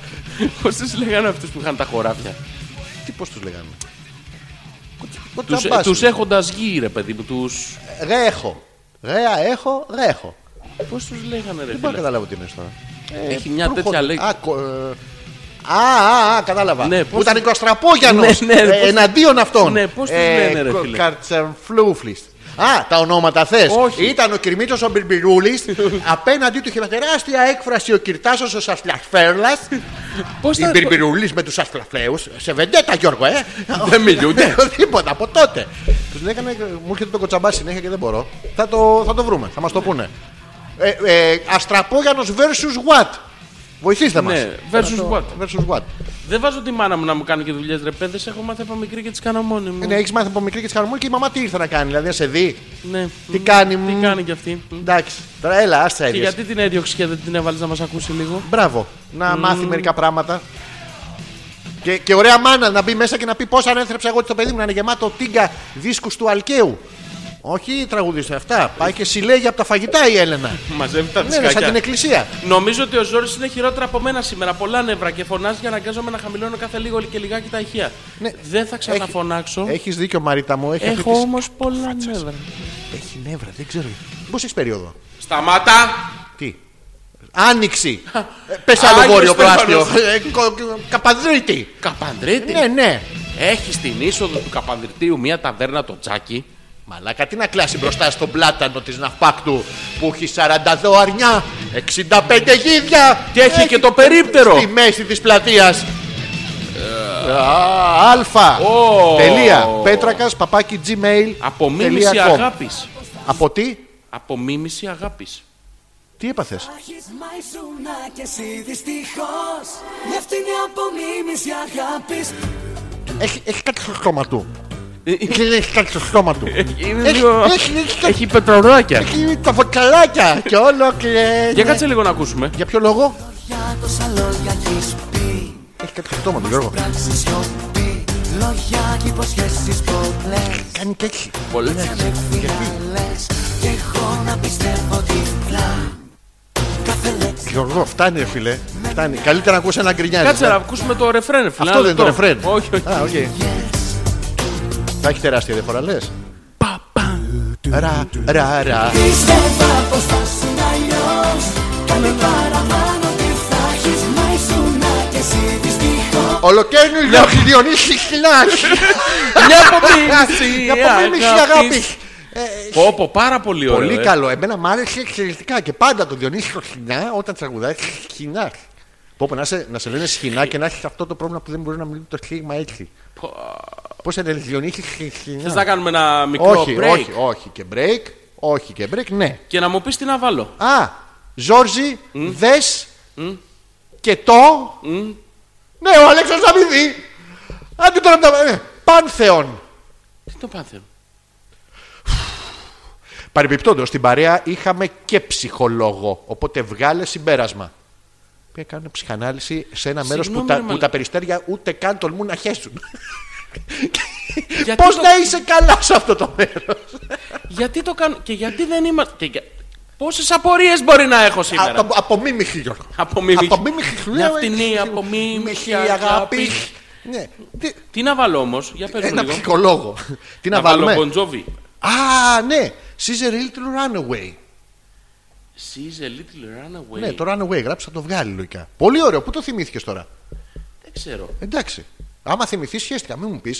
B: Πώς τους λέγανε αυτούς που είχαν τα χωράφια.
A: Τι πώς τους λέγανε.
B: Τους, ε,
A: Κοντζαμπάση.
B: τους έχοντας γη, ρε παιδί μου, τους...
A: Ρε έχω. Ρέα έχω, ρε έχω.
B: Πώς τους λέγανε, ρε
A: Ε. Δεν μπορώ να
B: Ε, φίλε.
A: καταλάβω τι είναι τώρα.
B: Έχει μια
A: Προύχο-
B: τέτοια λέξη.
A: Ε, Α, κο- ε, α, α, α, κατάλαβα.
B: Ναι,
A: που
B: πώς-
A: ήταν οικοστραπόγιανο.
B: Ναι, ναι, πώς-
A: εναντίον αυτών. Ε,
B: Ναι, πώς τους λένε, ρε,
A: κο-
B: φίλε.
A: Καρτσεμφλούφλης. Α, τα ονόματα θες.
B: Όχι.
A: Ήταν ο Κυρμίτσο ο
B: *laughs*
A: Μπιρμπιρούλης. απέναντί του είχε με τεράστια έκφραση ο Κυρτάσος ο Σαφλαφέρλα.
B: *laughs* Πώς
A: Η
B: τα...
A: Μπιρμπιρούλης με τους Σαφλαφέου. Σε βεντέτα, Γιώργο, ε.
B: *laughs* Δεν
C: *laughs*
B: μιλούνται.
A: *laughs* Τίποτα από τότε. Τους λέγανε, μου έρχεται το κοτσαμπά συνέχεια και δεν μπορώ. Θα το, θα το βρούμε, θα μας το πούνε. Ε, ε, Αστραπόγιανο versus what. Βοηθήστε μας.
B: Ναι, versus what.
A: Versus what.
B: Δεν βάζω τη μάνα μου να μου κάνει και δουλειές, ρε παιδες. Έχω μάθει από μικρή και τις κάνω μόνη μου.
A: Ναι, έχεις μάθει από μικρή και τη χαρμόνη και η μαμά τι ήρθε να κάνει, δηλαδή να σε δει.
B: Ναι.
A: Τι
B: Μμ.
A: κάνει,
B: Τι
A: μμ.
B: κάνει κι αυτή. Μμ.
A: Εντάξει, τώρα έλα, άστα
B: Και
A: έτσι.
B: γιατί την έδιωξε και δεν την έβαλες να μας ακούσει λίγο.
A: Μπράβο, να μάθει μερικά πράγματα. Και, και ωραία μάνα να μπει μέσα και να πει πώ ανέθρεψα εγώ το παιδί μου να είναι γεμάτο τίγκα δίσκους του Αλκαίου. Όχι τραγουδίστε αυτά. Πάει και συλλέγει από τα φαγητά η Έλενα.
B: Μαζεύει τα
A: ναι, ναι, σαν την εκκλησία.
B: Νομίζω ότι ο Ζόρις είναι χειρότερα από μένα σήμερα. Πολλά νεύρα και φωνάζει και αναγκάζομαι να χαμηλώνω κάθε λίγο και λιγάκι τα ηχεία.
A: Ναι.
B: Δεν θα ξαναφωνάξω.
A: Έχεις δίκιο, Μαρίτα μου. Έχει
B: Έχω
A: αυτή
B: όμως πολλά νεύρα.
A: τις- Έχει νεύρα, δεν ξέρω. Πώς έχεις περίοδο.
B: Σταμάτα!
A: Τι.
B: *laughs*
A: Άνοιξη. Ε, Πες άλλο
B: Άγιος
A: βόρειο προάστιο.
B: Στέφανος.
A: Ε, κο- κο- Καπαδρίτη.
B: Καπανδρίτη!
A: Ναι, ναι.
B: Έχεις στην είσοδο του Καπανδριτήου μία ταβέρνα το τζάκι
C: Μαλάκα, τι να κλάσει μπροστά στον πλάτανο της ναυπάκτου που έχει 42 αρνιά, 65 γίδια
B: Και έχει και το περίπτερο.
C: Στη μέση της πλατείας. Αλφα.
B: Ω.
C: Τελεία. Πέτρακας παπάκι gmail.
B: Απομίμηση
C: τελεία com.
B: αγάπης.
C: Από τι,
B: Απομίμηση αγάπης.
C: τι έπαθες.
D: Άρχις μα ήσουνα κι εσύ δυστυχώς Μια φτηνή απομίμηση αγάπης
C: Έχει, έχει κάτι στο στόμα του.
B: Ε,
C: έχει κάτι στο στόμα του.
B: Είναι
C: έχει,
B: λίγο-
C: έχει, έχει,
B: Έχει πετροδάκια.
C: έχει τα βοκαλάκια και όλο κλαίνει.
B: Για κάτσε λίγο να ακούσουμε.
C: Για ποιο λόγο
D: Για τόσα λόγια έχεις πει
C: έχει κάτι στο στόμα του, Γιώργο.
D: Πράξεις σιωπή Λόγια κι υποσχέσεις πολλές
C: Κάνει και έτσι.
B: Πολλές.
D: Δεν με φινάλες Κι έχω να πιστεύω τυφλά Κάθε λέξη
C: Γιώργο, φτάνει, ρε φίλε. Φτάνει. Καλύτερα να ακούσει ένα γκρινιάρι.
B: Κάτσε να ακούσουμε το ρεφρέν. ρε φίλε,
C: Αυτό
B: ένα
C: δεν είναι το
B: λεπτό.
C: ρεφρέν.
B: Όχι, όχι.
C: Α, οκ. Θα έχει τεράστια διαφορά, λες. Ρα, ρα, ρα.
D: Πίστευα πως θα σου αλλιώς Κάνε παραπάνω τι θα έχεις Μα ήσουνα κι εσύ δυστυχώς
C: Ολοκαίνου για Ναι, όχι διονύσει χιλιάς.
B: Μια απομίμηση.
C: Για απομίμηση αγάπη.
B: Πω, πω, πάρα πολύ ωραίο.
C: Πολύ
B: ε.
C: καλό. Εμένα μου άρεσε εξαιρετικά και πάντα το Διονύση το σχοινά όταν τραγουδάει σχοινά. Πω πω, να σε, να σε λένε σχοινά και να έχεις αυτό το πρόβλημα που δεν μπορεί να μιλήσει το σχήμα έτσι. Πώ σε λένε Διονύση
B: Θες να
C: σχοινά.
B: κάνουμε ένα μικρό
C: Όχι,
B: break
C: όχι, όχι και break. Όχι και break, ναι.
B: και να μου πεις τι να βάλω.
C: Α, Ζόρζι, δε και το. Ναι, ο Αλέξανδρος θα μην δει. Άντε τώρα να τα. ε, Πάνθεον.
B: Τι το πάθαιρο.
C: Παρεμπιπτόντως, στην παρέα είχαμε και ψυχολόγο. Οπότε βγάλε συμπέρασμα. Πήγα να κάνουν ψυχανάλυση σε ένα μέρος που,
B: Συγγνώμη,
C: τα-
B: ρε
C: που
B: μαλα-
C: τα περιστέρια ούτε καν τολμούν να χέσουν.
B: Γιατί,
C: Πώς
B: Ε, το...
C: να είσαι καλά σε αυτό το μέρος.
B: γιατί το κάνω και γιατί δεν είμαστε... Και... για- Πόσες απορίες μπορεί να έχω σήμερα.
C: Από, από μίμηση, Γιώργο.
B: Απομίμηση.
C: Από μίμηση, σου
B: Μια
C: λέω,
B: φτηνή
C: ε,
B: απομίμηση
C: μίμηση, αγάπη.
B: αγάπης.
C: Ναι. Τι-
B: Τι να βάλω όμως, για πες μου
C: Ένα
B: λίγο. *laughs*
C: ψυχολόγο. Τι να,
B: Να
C: βάλουμε.
B: βάλω Μποντζόβι.
C: Α, ναι. She's a little runaway.
B: She's a little runaway.
C: Ναι, το runaway γράψα θα το βγάλει λογικά. Πολύ ωραίο. Πού το θυμήθηκες τώρα.
B: Δεν ξέρω.
C: Εντάξει. Άμα θυμηθείς, σχέστηκα. Μην μου πεις.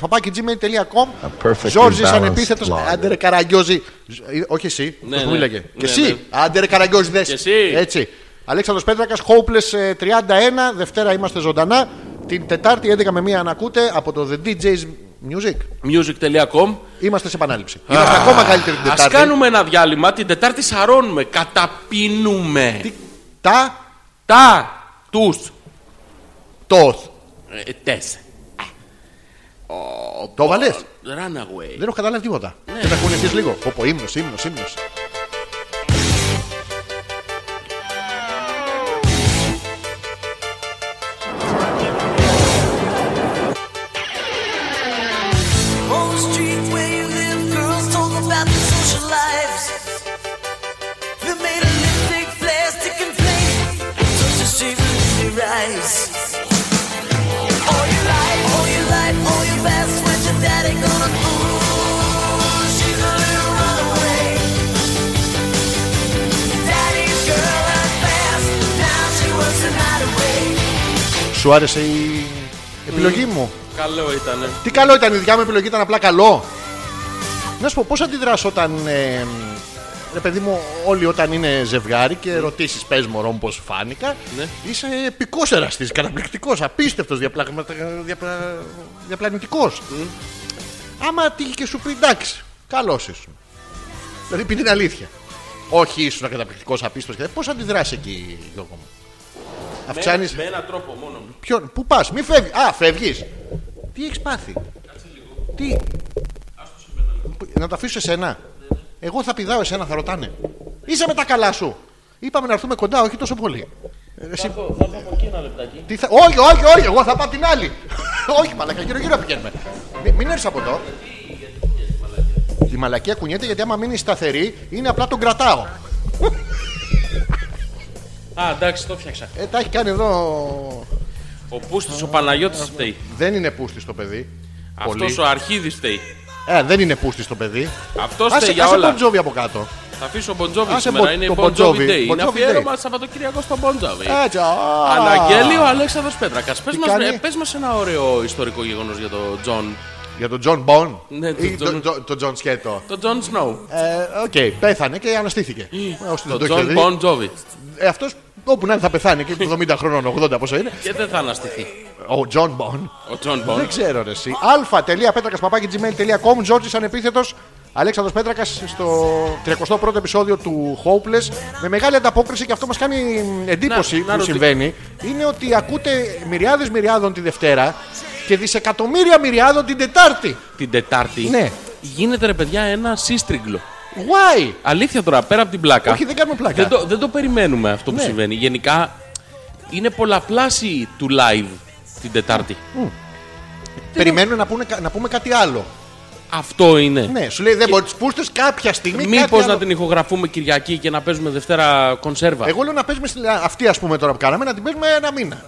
C: αλφα.πέτρακα.gmail.com
A: perfectly
C: Ζόρζη
A: balanced ναι.
C: ανεπίθετο.
A: lager.
C: Άντερε καραγκιόζη. Ζ- ε, Όχι εσύ.
B: Ναι,
C: Ναι, μου
B: ναι.
C: μίλαγε. Και
B: Ναι, ναι.
C: εσύ. Άντερε καραγκιόζη δες.
B: Και εσύ.
C: Έτσι. Αλέξανδρος Πέτρακας, Hopeless ε, 31. Δευτέρα είμαστε ζωντανά. Την Τετάρτη 11 με 1 ανακούτε από το The DJ's Music.
B: Music.com
C: Είμαστε σε επανάληψη. Είμαστε ακόμα καλύτερη την
B: Ας
C: Τετάρτη.
B: κάνουμε ένα διάλειμμα. Την Τετάρτη σαρώνουμε. Καταπίνουμε.
C: Τι- Τα
B: Τα. Τους.
C: τοθ.
B: Ε, Τες.
C: Το βαλέ.
B: Runaway.
C: Δεν έχω καταλάβει τίποτα. Και θα κουνηθείς λίγο. Πω πω, ύμνος, ύμνος, ύμνος.
E: On the street where you live, girls talk about their social lives. They made of lipstick, plastic, and paint. Such a shame when they rise. All your life, all your life, all your best friends, your daddy gonna ooh, she's a little runaway. Daddy's girl at fast, now she works the night away.
C: Σου άρεσε η επιλογή μου.
B: Καλό ήτανε.
C: Τι καλό ήταν η δικιά μου επιλογή, ήταν απλά καλό. Να σου πω, πώς αντιδράς όταν. Ε, ρε παιδί μου, όλοι όταν είναι ζευγάρι και ρωτήσεις, πες μωρό μου, πώς φάνηκα.
B: Ναι.
C: Είσαι επικό εραστή, καταπληκτικός, απίστευτος, διαπλανητικός. Άμα τύχει και σου πει εντάξει, καλός ήσουν. Δηλαδή πει την αλήθεια. Όχι, ήσουν καταπληκτικός, απίστευτος. Πώ αντιδρά εκεί, Γιώργο μου. Αυξάνεις.
B: Με έναν τρόπο μόνο.
C: Ποιον, πού πας, μη φεύγεις. Α, φεύγεις. Τι έχεις πάθει. Τι. Π- Να τα αφήσω εσένα. Εγώ θα πηδάω εσένα, θα ρωτάνε. Είσαι με τα καλά σου. Είπαμε να έρθουμε κοντά, όχι τόσο πολύ. Ε, Εσύ...
B: Θα πάω από εκεί ένα λεπτάκι.
C: Τι θα... Όχι, όχι, όχι, εγώ θα πάω την άλλη. *laughs* όχι, μαλακά, γύρω-γύρω πηγαίνουμε. Μη- μην έρθεις από εδώ. Η μαλακία κουνιέται γιατί άμα μείνεις σταθερή είναι απλά τον κρατάω.
B: Α, εντάξει, το φτιάξα.
C: Ε, τα έχει κάνει εδώ.
B: Ο Πούστης, ο Παναγιώτης φταίει.
C: Δεν είναι πούστης το παιδί.
B: Αυτός ο Αρχίδης φταίει.
C: Ε, δεν είναι πούστη το παιδί.
B: Αυτός
C: Άσε,
B: φταίει για
C: άσε τον
B: όλα.
C: Τζόβι από κάτω.
B: Θα αφήσω Μποντζόβι
C: Άσε
B: σήμερα.
C: Bon-
B: Είναι
C: το
B: Bon
C: Bon
B: Jovi
C: Jovi.
B: Day.
C: Bon
B: Είναι
C: Jovi
B: αφιέρωμα Σαββατοκύριακο στον Μποντζόβι.
C: Έτσι, α.
B: Αναγγέλει ο Αλέξανδρος Πέτρακας. Πες μας,
C: κάνει?
B: ρε, πες μας ένα ωραίο ιστορικό γεγονός για τον Τζον
A: Για τον Τζον Μπον
C: Ε,
B: Ναι, τον
A: ή
B: Τζον-
A: τον Τζο- τον Τζον Σκέτο.
B: Το Τζον Σνόου.
A: Ε, Οκ, πέθανε και αναστήθηκε. Όσοι Ε, δεν
B: Το
A: το έχετε
B: Τζον
A: δει.
B: Μπον Τζόβι.
A: Ε, Αυτός όπου να είναι θα πεθάνει
B: *laughs*
A: και 70 χρόνων, 80 πόσο είναι.
B: Και δεν θα αναστηθεί.
A: Ο Τζον Μπον.
B: Ο Τζον
A: Δεν
B: Μπον.
A: ξέρω ρε εσύ. αλφα.πέτρακα.gmail.com Τζόρτζης ανεπίθετος. Αλέξανδρος Πέτρακας στο 31ο επεισόδιο του Hopeless με μεγάλη ανταπόκριση και αυτό μας κάνει εντύπωση
B: Να- να
A: που
B: ρωτήσω.
A: συμβαίνει είναι ότι ακούτε μυριάδες μυριάδων τη Δευτέρα και δισεκατομμύρια μυριάδων την Τετάρτη.
B: Την Τετάρτη.
A: Ναι.
B: Γίνεται ρε παιδιά ένα σύστριγγλο.
A: Why?
B: Αλήθεια τώρα, πέρα από την πλάκα.
A: Όχι δεν κάνουμε πλάκα.
B: Δεν το, δεν το περιμένουμε αυτό που
A: Ναι.
B: συμβαίνει. Γενικά είναι πολλαπλάσιοι του live την Τετάρτη.
A: Περιμένουν να, πούνε, κα- να πούμε κάτι άλλο.
B: Αυτό είναι.
A: Ναι, σου λέει δεν μπορεί να πούστε κάποια στιγμή. κάτι
B: Μήπως
A: άλλο.
B: να την ηχογραφούμε Κυριακή και να παίζουμε Δευτέρα κονσέρβα.
A: Εγώ λέω να παίζουμε στην- αυτή ας πούμε τώρα που κάναμε να την παίζουμε ένα μήνα.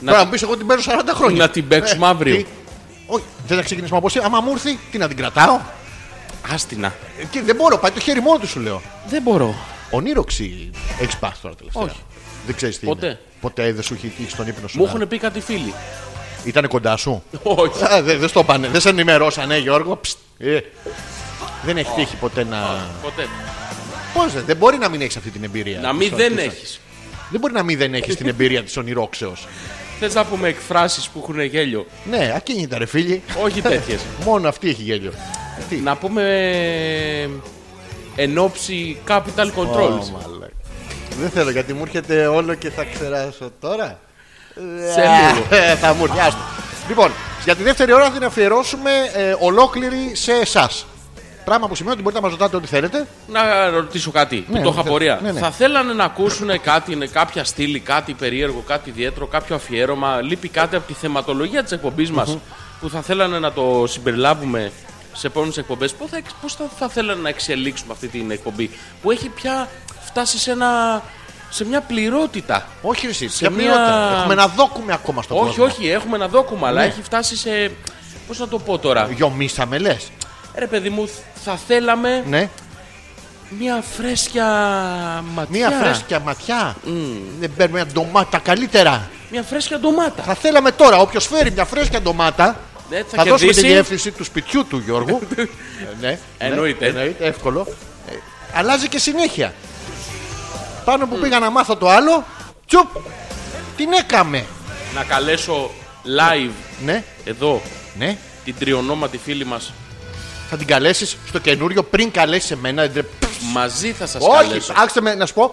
B: Να-
A: Τώρα μου πεις εγώ την παίρνω 40 χρόνια. Ε,
B: Να την
A: Ναι.
B: παίξουμε αύριο.
A: τι- Όχι, δεν θα ξεκινήσουμε από σήμερα. Άμα μου έρθει, τι να την κρατάω.
B: Άστινα.
A: Ε, Και δεν μπορώ, πάει το χέρι μόνο του σου λέω.
B: Δεν μπορώ.
A: Ονείροξη έχεις πάθει τώρα τελευταία.
B: Όχι.
A: Δεν ξέρεις τι.
B: Ποτέ.
A: Είναι. Ποτέ δεν σου έχει τύχει στον ύπνο σου.
B: Μου έχουν πει κάτι φίλοι. *laughs*
A: Ήταν κοντά σου.
B: Όχι.
A: Α, Ε, δεν, δεν στο πάνε. Δεν σε ενημερώσανε, Γιώργο. Ψτ. Ε, δεν έχει τύχει ποτέ να.
B: Ποτέ.
A: Πώς δεν, δεν μπορεί να μην έχεις αυτή την εμπειρία.
B: Να μην
A: της
B: δεν
A: ονείρωσης.
B: έχεις.
A: Δεν μπορεί να μην δεν έχεις την εμπειρία της ονειρόξεως.
B: Θες να πούμε εκφράσεις που έχουν γέλιο.
A: Ναι, ακίνητα ρε φίλοι.
B: Όχι τέτοιες.
A: Μόνο αυτή έχει γέλιο. Ε, Τι.
B: Να πούμε. ε, Εν ώψη capital controls.
A: Ω, μαλάκα. Δεν θέλω γιατί μου έρχεται όλο και θα ξεράσω τώρα.
B: Σε λίγο.
A: Ε, θα μου έρθει. άστο. Λοιπόν, για τη δεύτερη ώρα θα την αφιερώσουμε ε, ολόκληρη σε εσάς. Πράγμα που σημαίνει ότι μπορείτε να μας ρωτάτε ό,τι θέλετε.
B: Να ρωτήσω κάτι που
A: Ναι,
B: το είχα
A: θε-
B: πορεία.
A: ναι, ναι.
B: Θα θέλανε να ακούσουν κάτι, ναι, κάποια στήλη, κάτι περίεργο, κάτι ιδιαίτερο, κάποιο αφιέρωμα. Λείπει κάτι από τη θεματολογία της εκπομπής μας που θα θέλανε να το συμπεριλάβουμε σε επόμενες εκπομπές. Πώς θα, εξ- πώς θα, θα θέλανε να εξελίξουμε αυτή την εκπομπή που έχει πια φτάσει σε, ένα, σε μια πληρότητα.
A: Όχι εσύ,
B: Σε
A: για
B: μια-
A: ποιότητα. Έχουμε να δόκουμε ακόμα στον
B: όχι,
A: κόσμο. Ναι.
B: όχι, έχουμε ένα δόκουμα, αλλά έχει φτάσει σε. Πώς να το πω τώρα.
A: Γιομίσαμε λες.
B: Ρε παιδί μου, θα θέλαμε
A: Ναι.
B: μια φρέσκια ματιά.
A: Μία φρέσκια ματιά. Δεν παίρνουμε μια ντομάτα καλύτερα.
B: Μια φρέσκια ντομάτα.
A: Θα θέλαμε τώρα, όποιος φέρει μια φρέσκια ντομάτα,
B: Ναι, θα
A: θα δώσουμε τη
B: κερδίσει.
A: διεύθυνση του σπιτιού του
B: *laughs*
A: Γιώργου. Ε, ναι,
B: Εννοείται.
A: ναι, εννοείται, εύκολο. Ε, αλλάζει και συνέχεια. Πάνω που πήγα να μάθω το άλλο, τσουπ, την έκαμε.
B: να καλέσω live
A: Ναι,
B: εδώ
A: ναι.
B: την τριονόματη φίλη μας.
A: Θα την καλέσεις στο καινούριο πριν καλέσεις εμένα. Δεν τρε-
B: Μαζί θα σας
A: Όχι,
B: καλέσω.
A: άξτε με να σου πω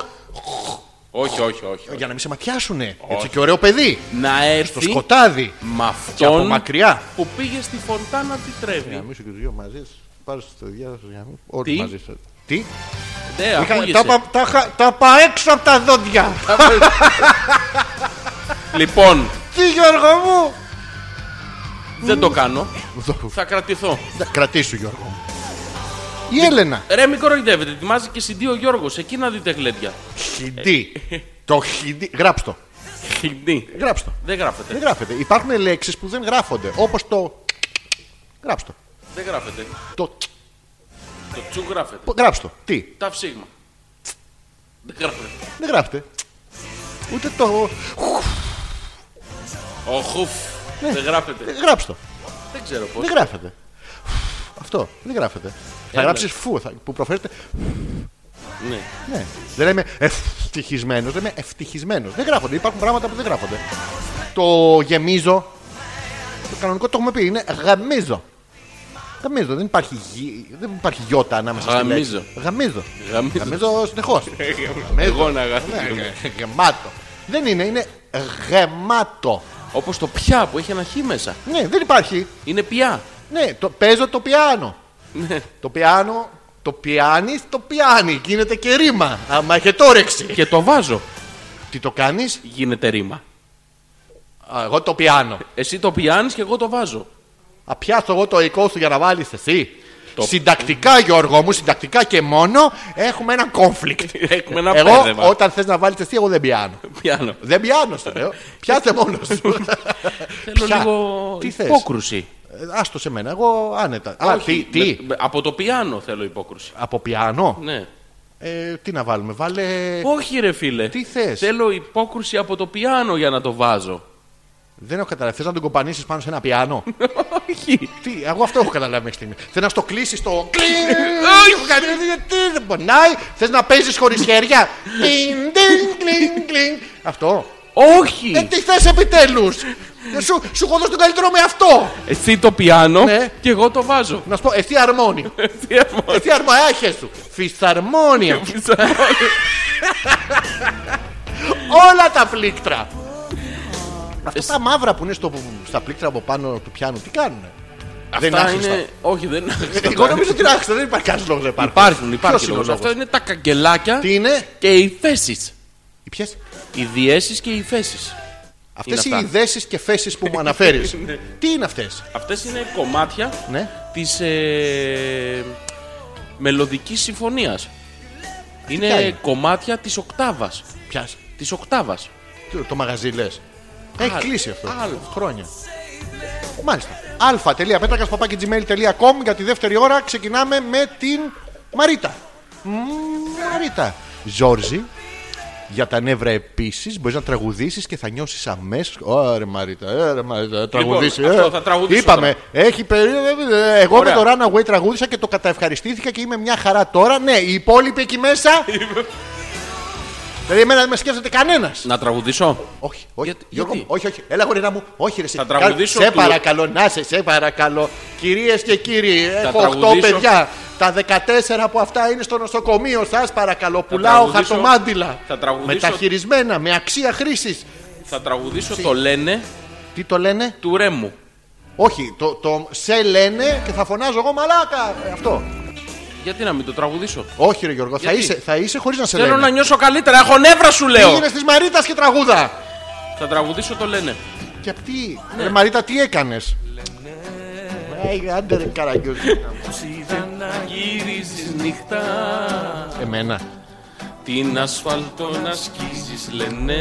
B: Όχι, όχι, όχι. όχι.
A: για να μην σε ματιάσουνε. Έτσι και ωραίο παιδί.
B: Να
A: Στο
B: έρθει
A: σκοτάδι.
B: με
A: Και από Ναι,
B: αυτόν
A: μακριά.
B: που πήγε στη φωντάνα τη Τρέβη.
A: Γαμίσου και τους δύο μαζί. Πάρε στο διάδρομο γαμί.
B: Τι?
A: Όλοι μαζί. σας. Τι.
B: Ναι,
A: Είχα-
B: ακούγεσαι.
A: τα πα- τα χα- Τα πα έξω από τα δόντια.
B: Λοιπόν,
A: Τι Γιώργο μου.
B: δεν το κάνω. θα κρατηθώ.
A: Να Κρατήσου Γιώργο μου. Η Έλενα.
B: Ρε, μην κοροϊδεύετε. Ετοιμάζει και CD ο Γιώργος. Εκεί να δείτε γλέντια.
A: Χιντή. Το χιντή. Γράψτε το.
B: Χιντή.
A: Γράψτε το.
B: Δεν
A: Δεν
B: γράφεται.
A: γράφεται. Υπάρχουν λέξεις που δεν γράφονται. Όπως το. Γράψτε
B: Δεν γράφεται.
A: το.
B: Το τσου γράφεται.
A: Το. Γράψτε το. Τι.
B: Τα ψήγμα. Δεν γράφεται.
A: Δεν γράφεται. Ούτε το.
B: Ο χουφ. Δεν γράφεται.
A: Γράψτε το.
B: Δεν ξέρω πώς.
A: Δεν γράφεται. Αυτό. Δεν γράφεται. Θα γράψει φου θα- που προφέρεται.
B: Ναι.
A: Ναι. Δεν λέμε ευτυχισμένος, λέμε ευτυχισμένος. Δεν γράφονται. Υπάρχουν πράγματα που δεν γράφονται. Το γεμίζω. Το κανονικό το έχουμε πει. Είναι γαμίζω. Γαμίζω. Δεν υπάρχει, γι... δεν υπάρχει γιώτα ανάμεσα στη λέξη.
B: Γαμίζω.
A: Γαμίζω.
B: Γαμίζω.
A: Γαμίζω συνεχώς.
B: Εγώ να γράφω.
A: Ναι, Γεμάτο. Δεν είναι, είναι γεμάτο.
B: Όπως το πια που έχει ένα χ μέσα.
A: Ναι, δεν υπάρχει.
B: Είναι πια. Ναι.
A: Ναι, το, παίζω το πιάνο. το πιάνο, το πιάνεις, το πιάνει. Γίνεται και ρήμα. Άμα έχετε όρεξη.
B: Και το βάζω.
A: Τι το κάνεις,
B: Γίνεται ρήμα.
A: εγώ το πιάνω.
B: Εσύ το πιάνεις και εγώ το βάζω.
A: Απιάσω εγώ το οικό σου για να βάλεις εσύ.
B: Το-
A: Συντακτικά, Γιώργο μου, συντακτικά και μόνο έχουμε ένα conflict.
B: Έχουμε ένα
A: εγώ,
B: πέδεμα.
A: όταν θες να βάλεις εσύ, εγώ δεν πιάνω.
B: Πιάνω.
A: δεν πιάνω, σου λέω. Πιάστε μόνος σου.
B: Θέλω
A: Ποια?
B: λίγο
A: Τι θες?
B: υπόκρουση.
A: Ε, Άστο σε μένα, εγώ άνετα. Α, τι,
B: Όχι,
A: τι,
B: με- με- από το πιάνο θέλω υπόκρουση.
A: από πιάνο.
B: Ναι.
A: Ε, τι να βάλουμε, βάλε.
B: Όχι, ρε φίλε.
A: Τι θες?
B: Θέλω υπόκρουση από το πιάνο για να το βάζω. *laughs*
A: Δεν έχω καταλάβει. Θες να τον κομπανίσει πάνω σε ένα πιάνο. Ε,
B: Όχι.
A: Τι, εγώ αυτό έχω καταλάβει μέχρι στιγμή. Θες να στο κλείσεις το. Ε, Τι δεν πονάει. Θες να παίζεις χωρίς χέρια. Τιν, τιν, κλιν, κλιν. Αυτό. Ε,
B: Όχι.
A: τι θες επιτέλους. Σου, σου έχω δώσει τον καλύτερο με αυτό.
B: Εσύ το πιάνω
A: Ναι.
B: και εγώ το βάζω.
A: Να σου πω, ευθύ αρμόνι.
B: *laughs* Τι αμόρφη.
A: Ευθύ αρμόνι, άχε σου. Φυσαρμόνια. Όλα τα πλήκτρα. Αυτά τα μαύρα που είναι στο, στα πλήκτρα από πάνω του πιάνου, τι κάνουνε. Δεν είναι
B: Αυτά
A: άχρηστα.
B: είναι. Όχι, δεν είναι *laughs* άχρηστα.
A: Ε, Εγώ νομίζω ότι είναι άχρηστα, δεν υπάρχει κανένα λόγος να υπάρχουν.
B: Υπάρχουν,
A: Ποιος
B: υπάρχει
A: είναι ο
B: λόγος.
A: λόγος?
B: Αυτό είναι τα καγκελάκια
A: Τι είναι,
B: και οι θέσεις.
A: οι ποιες.
B: Οι διέσεις και οι θέσεις.
A: Αυτές οι
B: αυτά.
A: ιδέσεις και θέσεις που μου αναφέρεις. Τι είναι αυτές.
B: Αυτές είναι κομμάτια
A: Ναι.
B: της ε, μελωδικής συμφωνίας.
A: ποια
B: Είναι
A: είναι?
B: κομμάτια της οκτάβας.
A: Ποιας.
B: Της οκτάβας.
A: Το, το μαγαζί λες. Έχει
B: Άλλο.
A: κλείσει αυτό.
B: Άλλο.
A: Χρόνια. Μάλιστα. αλφα.πέτρακα.gmail.com Για τη δεύτερη ώρα ξεκινάμε με την Μαρίτα. Μ, Μαρίτα. Ζόρζι, για τα νεύρα επίσης μπορείς να τραγουδήσεις και θα νιώσεις αμέσως. Ωρε Μαρίτα, ωρε Μαρίτα, θα τραγουδήσει.
B: Λοιπόν, αυτό
A: ε.
B: θα τραγουδήσω
A: Είπαμε, έχει περίοδο. ε, Εγώ
B: Ωραία.
A: με το Runaway τραγούδισα και το καταευχαριστήθηκα και είμαι μια χαρά τώρα. Ναι, οι υπόλοιποι εκεί μέσα. Δηλαδή, εμένα δεν με σκέφτεται κανένας.
B: Να τραγουδήσω.
A: Όχι, όχι.
B: Γιατί-
A: Γιώργο,
B: γιατί?
A: μου, όχι, όχι. Έλα, γορίνα μου. Όχι, ρε. εσύ.
B: Θα τραγουδήσω
A: Σε
B: του-
A: παρακαλώ, να σε, σε παρακαλώ. Κυρίες και κύριοι, έχω 8
B: τραγουδήσω.
A: παιδιά. Τα 14 από αυτά είναι στο νοσοκομείο. Σας παρακαλώ, πουλάω
B: τραγουδήσω-
A: χαρτομάντιλα.
B: θα τραγουδήσω-
A: Μεταχειρισμένα, με αξία χρήσης.
B: Θα τραγουδήσω το λένε
A: Τι το λένε,
B: του Ρέμου.
A: Όχι, το, το σε λένε και θα φωνάζω εγώ μαλάκα. Ε, Αυτό.
B: Γιατί να μην το τραγουδήσω.
A: Όχι, ρε Γιώργο, θα
B: Γιατί?
A: είσαι, θα είσαι χωρίς να σε
B: Θέλω να
A: λένε.
B: νιώσω καλύτερα. Έχω νεύρα σου λέω.
A: Πήγαινε της Μαρίτας και τραγούδα.
B: Θα τραγουδήσω το λένε.
A: Και απ' τι,
B: Ναι.
A: ρε Μαρίτα, τι έκανες. Άντε ρε καραγκιόζη.
B: να γυρίζεις νύχτα
A: Εμένα.
B: Την ασφαλτό να σκίζεις λένε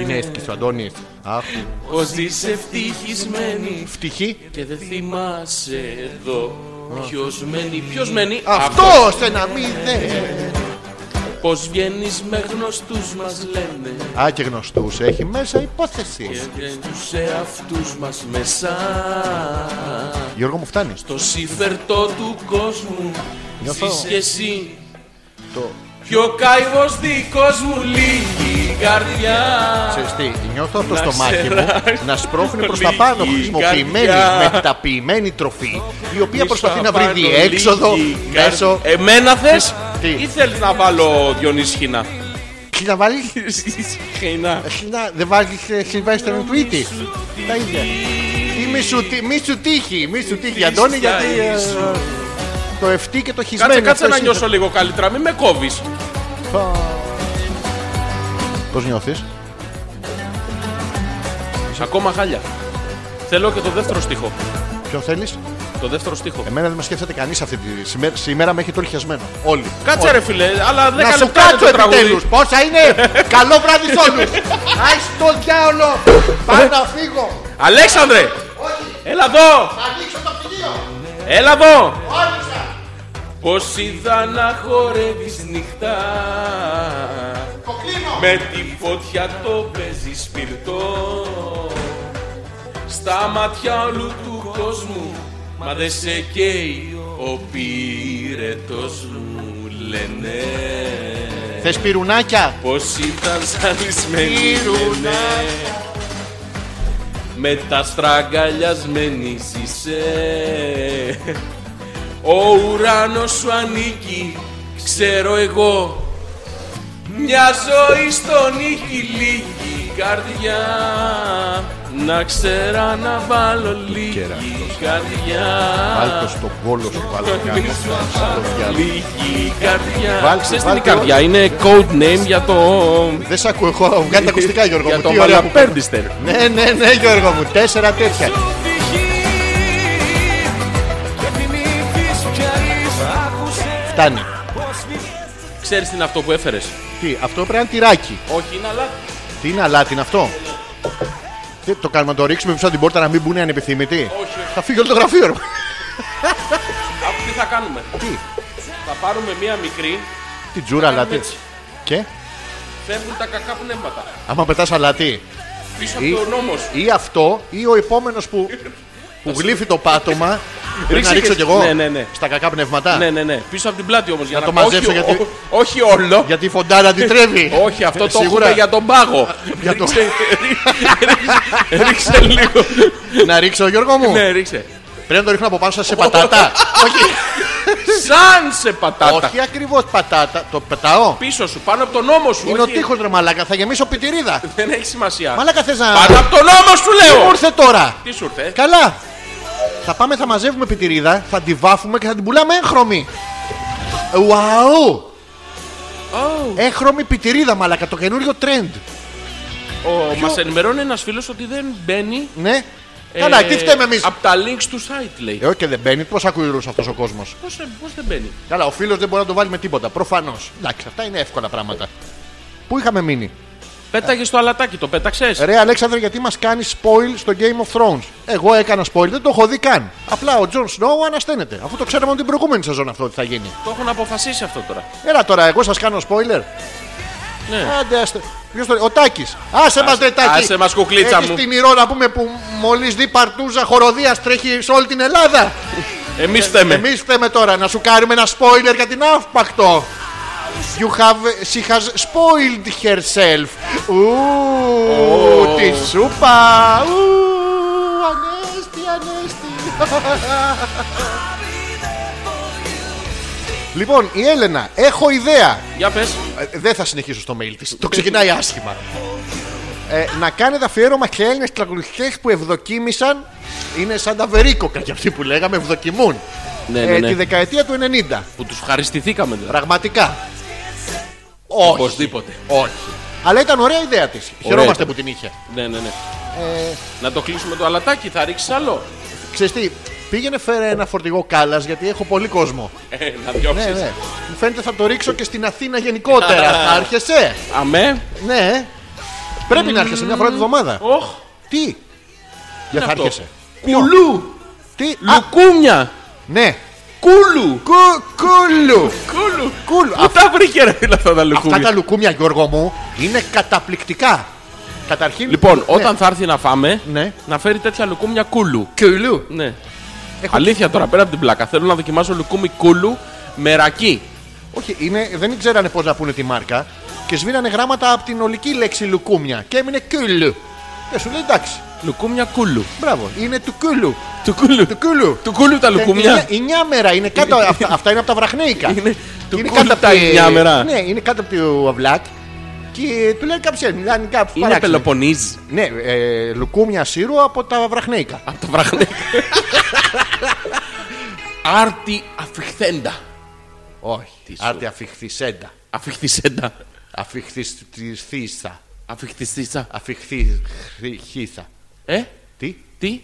A: Είναι έσκης ο Αντώνης. Αχ,
B: Πως είσαι ευτυχισμένη
A: φτυχή.
B: Και δεν θυμάσαι εδώ Ποιος μένει, ποιος μένει
A: Αυτό σε να ναι. μην δε.
B: Πως βγαίνεις με γνωστούς μας λένε
A: Α, και γνωστούς έχει μέσα υπόθεση.
B: Και δεν τους εαυτούς μας μέσα
A: Γιώργο μου φτάνεις.
B: Το σύφερτο του κόσμου
A: Νιώθω-
B: Ζεις και εσύ
A: Το
B: Κι ο καημός δικός μου λίγη η καρδιά
A: ξέρεις τι, νιώθω από το
B: Να
A: στομάχι μου
B: ξεράσει
A: να σπρώχνει προς τα
B: λίγη
A: πάνω
B: η
A: χρησιμοποιημένη,
B: καρδιά.
A: μεταποιημένη τροφή η οποία
B: Πίσω
A: προσπαθεί να βρει
B: απάνω
A: διέξοδο
B: λίγη
A: μέσω.
B: καρδιά. Εμένα θες
A: Τι?
B: ή θέλεις να βάλω Διονύση Χινά.
A: Τι να βάλεις,
B: Χινά.
A: δεν ε, βάζει Σιλβέστερ με Τουίτη. Τα ίδια. Ή μη σου, τύ- μη σου τύχει, μη σου τύχει, Αντώνη, γιατί. ε, Το ευτή και το χισμένο.
B: Κάτσε, κάτσε
A: αυτό
B: να
A: εσύ
B: νιώσω λίγο καλύτερα, μην με κόβεις.
A: Πώς νιώθεις
B: Ακόμα χάλια. Θέλω και το δεύτερο στίχο.
A: Ποιον θέλεις
B: Το δεύτερο στίχο.
A: Εμένα δεν με σκέφτεται κανείς αυτή τη σήμερα, σήμερα με έχει το χιασμένο. Όλοι.
B: Κάτσε ρε φίλε, αλλά
A: Ε, Να
B: 10
A: σου
B: λεπτά είναι
A: κάτσω
B: το τραγούδι.
A: επιτέλους Πόσα
C: *laughs*
A: είναι. Καλό βράδυ σε όλους. Άι στο διάολο. Πάω να φύγω.
B: Αλέξανδρε! Έλα εδώ!
A: Ανοίξω το πηγείο.
B: Έλα εδώ! Πως είδα να χορεύεις νύχτα Με τη φωτιά το παίζεις σπιρτό Στα μάτια όλου του κόσμου Μα δεν σε καίει ο πυρετός μου λένε
A: Θες πυρουνάκια.
B: Πως ήταν ζαλισμένοι
A: Πυρούνα.
B: λένε Με τα στραγγαλιασμένη ζήσε Ο ουρανός σου ανήκει Ξέρω εγώ Μια ζωή στον νίκη λίγη καρδιά Να ξέρα να βάλω λίγη
A: Κεράκος.
B: καρδιά
A: Βάλτε στον κόλο σου
B: Μην
A: παλαιιά.
B: σου βάλω Λίγη καρδιά
A: Βάλτε,
B: Ξέρεις τι είναι
A: βάλτε,
B: η καρδιά είναι code name για το
A: Δεν σ' ακούω, έχω βγάλει τα ακουστικά Γιώργο
B: για
A: μου.
B: το
A: Τι ωραία που
B: Μαλαπέρδιστερ.
A: Ναι, ναι, ναι Γιώργο μου. Τέσσερα τέτοια. Φτάνει.
B: Ξέρεις τι είναι αυτό που έφερες.
A: Τι, αυτό πρέπει να είναι τυράκι.
B: Όχι, είναι αλλά.
A: Τι είναι αλάτι, είναι αυτό. Τι, το κάνουμε να το ρίξουμε πίσω από την πόρτα να μην μπουν οι ανεπιθύμητοι.
B: Όχι, όχι.
A: Θα φύγει όλο το γραφείο.
B: *laughs*
A: ρε.
B: Άκου τι θα κάνουμε.
A: Τι,
B: Θα πάρουμε μία μικρή,
A: τι τζούρα αλάτι.
B: έτσι.
A: Και,
B: φεύγουν τα κακά πνεύματα.
A: άμα πετάς αλάτι.
B: Πίσω
C: Ή-
B: από το νόμος σου.
C: Ή αυτό, ή ο επόμενος που, που γλύφει το
B: *laughs*
C: πάτωμα. Πρέπει να
B: Ρίξε
C: ρίξω
B: και
C: κι εγώ
B: ναι, ναι, ναι.
C: στα κακά πνευματά.
B: Ναι, ναι, ναι. Πίσω από την πλάτη όμως. Για
C: το
B: να
C: μαζέψω,
B: όχι,
C: γιατί-
B: ό, όχι όλο.
C: Γιατί η φοντάρα αντιτρέβει.
B: *laughs* Όχι, αυτό το
C: Σίγουρα.
B: έχουμε για τον πάγο.
C: Για το-
B: Ρίξε- ρίξε- Ρίξε λίγο.
C: να ρίξω, Γιώργο μου.
B: Ναι, ρίξε.
C: Πρέπει να το ρίχνω από πάνω σας σε
B: *laughs*
C: πατάτα.
B: Σαν σε πατάτα.
C: Όχι ακριβώς πατάτα. Το πετάω.
B: Πίσω σου, πάνω από τον νόμο σου.
C: Είναι ο
B: όχι-
C: τείχος ρε μαλάκα, θα γεμίσω πιτηρίδα.
B: Δεν έχει σημασία.
C: Μαλάκα θες να.
B: Πάνω από τον νόμο σου
C: Πού
B: λέω.
C: ήρθε τώρα.
B: Τι σου ήρθε. ε?
C: Καλά. Θα πάμε, θα μαζεύουμε πιτηρίδα, θα τη βάφουμε και θα την πουλάμε έγχρωμη. Wow! Έγχρωμη πιτηρίδα, μαλάκα, το καινούριο trend.
B: Ο- Μας ενημερώνει ένας φίλος ότι δεν μπαίνει.
C: Ναι. Καλά,
B: Ε,
C: τι φταίμε εμείς.
B: Από τα links του site λέει.
C: Ε, όχι και δεν μπαίνει, πώς ακούει όλος αυτός ο κόσμος.
B: Πώς, δεν- πώς δεν μπαίνει.
C: Καλά, ο φίλος δεν μπορεί να το βάλει με τίποτα, προφανώς. Εντάξει, αυτά είναι εύκολα πράγματα. Πού είχαμε μείνει.
B: Πέταγες το αλατάκι, το πέταξες.
C: Ρε Αλέξανδρε, γιατί μας κάνεις spoil στο Game of Thrones. Εγώ έκανα spoil, δεν το έχω δει καν. Απλά ο Τζον Σνόου ανασταίνεται. Αφού το ξέραμε από την προηγούμενη σεζόν αυτό ότι θα γίνει.
B: Το έχουν αποφασίσει αυτό τώρα.
C: Έλα τώρα, εγώ σας κάνω spoiler.
B: Ναι.
C: Άντε, άστε. Ποιος το λέει, ο Τάκης. Άσε μας, ρε Τάκη.
B: άσε μας, κουκλίτσα
C: Έχεις
B: μου.
C: την ηρώ να πούμε που μόλις δει παρτούζα χοροδίας τρέχει σε όλη την Ελλάδα.
B: Εμείς θέμε.
C: Εμείς φταίμε τώρα να σου κάνουμε ένα spoiler για την αύπακτο. You have, she has spoiled herself. Ου, τη σούπα. Ου, ανέστη, *laughs* ανέστη. Λοιπόν, η Έλενα, έχω ιδέα.
B: Για πες.
C: Ε, Δεν θα συνεχίσω στο mail της. Το ξεκινάει άσχημα. Ε, να κάνετε αφιέρωμα και Έλληνες τραγουδιστές που ευδοκίμησαν. Είναι σαν τα βερίκοκα και αυτοί που λέγαμε, ευδοκιμούν.
B: Ναι, ναι,
C: Ε,
B: ναι.
C: Τη δεκαετία του 90.
B: Που τους ευχαριστηθήκαμε δηλαδή.
C: Πραγματικά. Όχι.
B: Οπωσδήποτε.
C: Όχι. Αλλά ήταν ωραία ιδέα της. Χαιρόμαστε
B: ήταν.
C: που την είχε.
B: Ναι, ναι, ναι.
C: Ε.
B: Να το κλείσουμε το αλατάκι, θα ρίξεις άλλο.
C: Ξέρεις τι, πήγαινε φέρε ένα φορτηγό κάλας γιατί έχω πολύ κόσμο.
B: Ε, να
C: ναι,
B: διώξεις.
C: ναι. Μου φαίνεται θα το ρίξω και στην Αθήνα γενικότερα. *laughs* θα άρχεσαι.
B: Αμέ.
C: Ναι. Πρέπει να άρχεσαι μια φορά τη βδομάδα.
B: Οχ.
C: Mm. Τι. Δεν θα
B: αυτό?
C: άρχεσαι.
B: Κουλού.
C: Τι. Α,
B: Λουκούμια.
C: ναι.
B: Κούλου.
C: Κου, κούλου.
B: Κούλου.
C: Κούλου.
B: Πού τα βρήκε ρε φίλε, αυτά τα
C: Αυτά
B: λουκούμια.
C: τα λουκούμια, Γιώργο μου, είναι καταπληκτικά. Καταρχήν.
B: Λοιπόν,
C: ναι.
B: όταν θα έρθει να φάμε,
C: Ναι.
B: να φέρει τέτοια λουκούμια κούλου.
C: Κούλου.
B: Ναι. Αλήθεια τώρα, πέρα από την πλάκα. Θέλω να δοκιμάσω λουκούμι κούλου με ρακί.
C: Όχι, είναι, δεν ξέρανε πώς να πούνε τη μάρκα και σβήνανε γράμματα από την ολική λέξη λουκούμια και έμεινε κούλου. Και σου λέει εντάξει,
B: Λουκούμια κούλου.
C: μπράβο, είναι του κούλου.
B: Του κούλου.
C: Του κούλου.
B: Του κούλου τα λουκούμια.
C: Η μέρα είναι κάτω,
A: *laughs*
C: αυτά, αυτά είναι από τα βραχνέικα.
B: Είναι του κούλου
C: κάτω απ'
B: τα
C: τη-
B: εννιάμερα.
C: Ναι, είναι κάτω από το αυλάκ και του «Ε, λένε κάποιοι ελληνικά που
B: Είναι Πελοποννής.
C: Ναι, ε, λουκούμια σύρου από τα βραχνέικα.
B: Από τα βραχνέικα. Άρτη αφιχθέντα.
C: Όχι,
B: σου.
C: άρτη αφιχθισέντα.
B: Αφιχθισέντα.
C: Αφιχθιστήσα.
B: Αφιχθιστήσα.
C: Αφιχθιχίθα.
B: Ε,
C: Τι.
B: τι.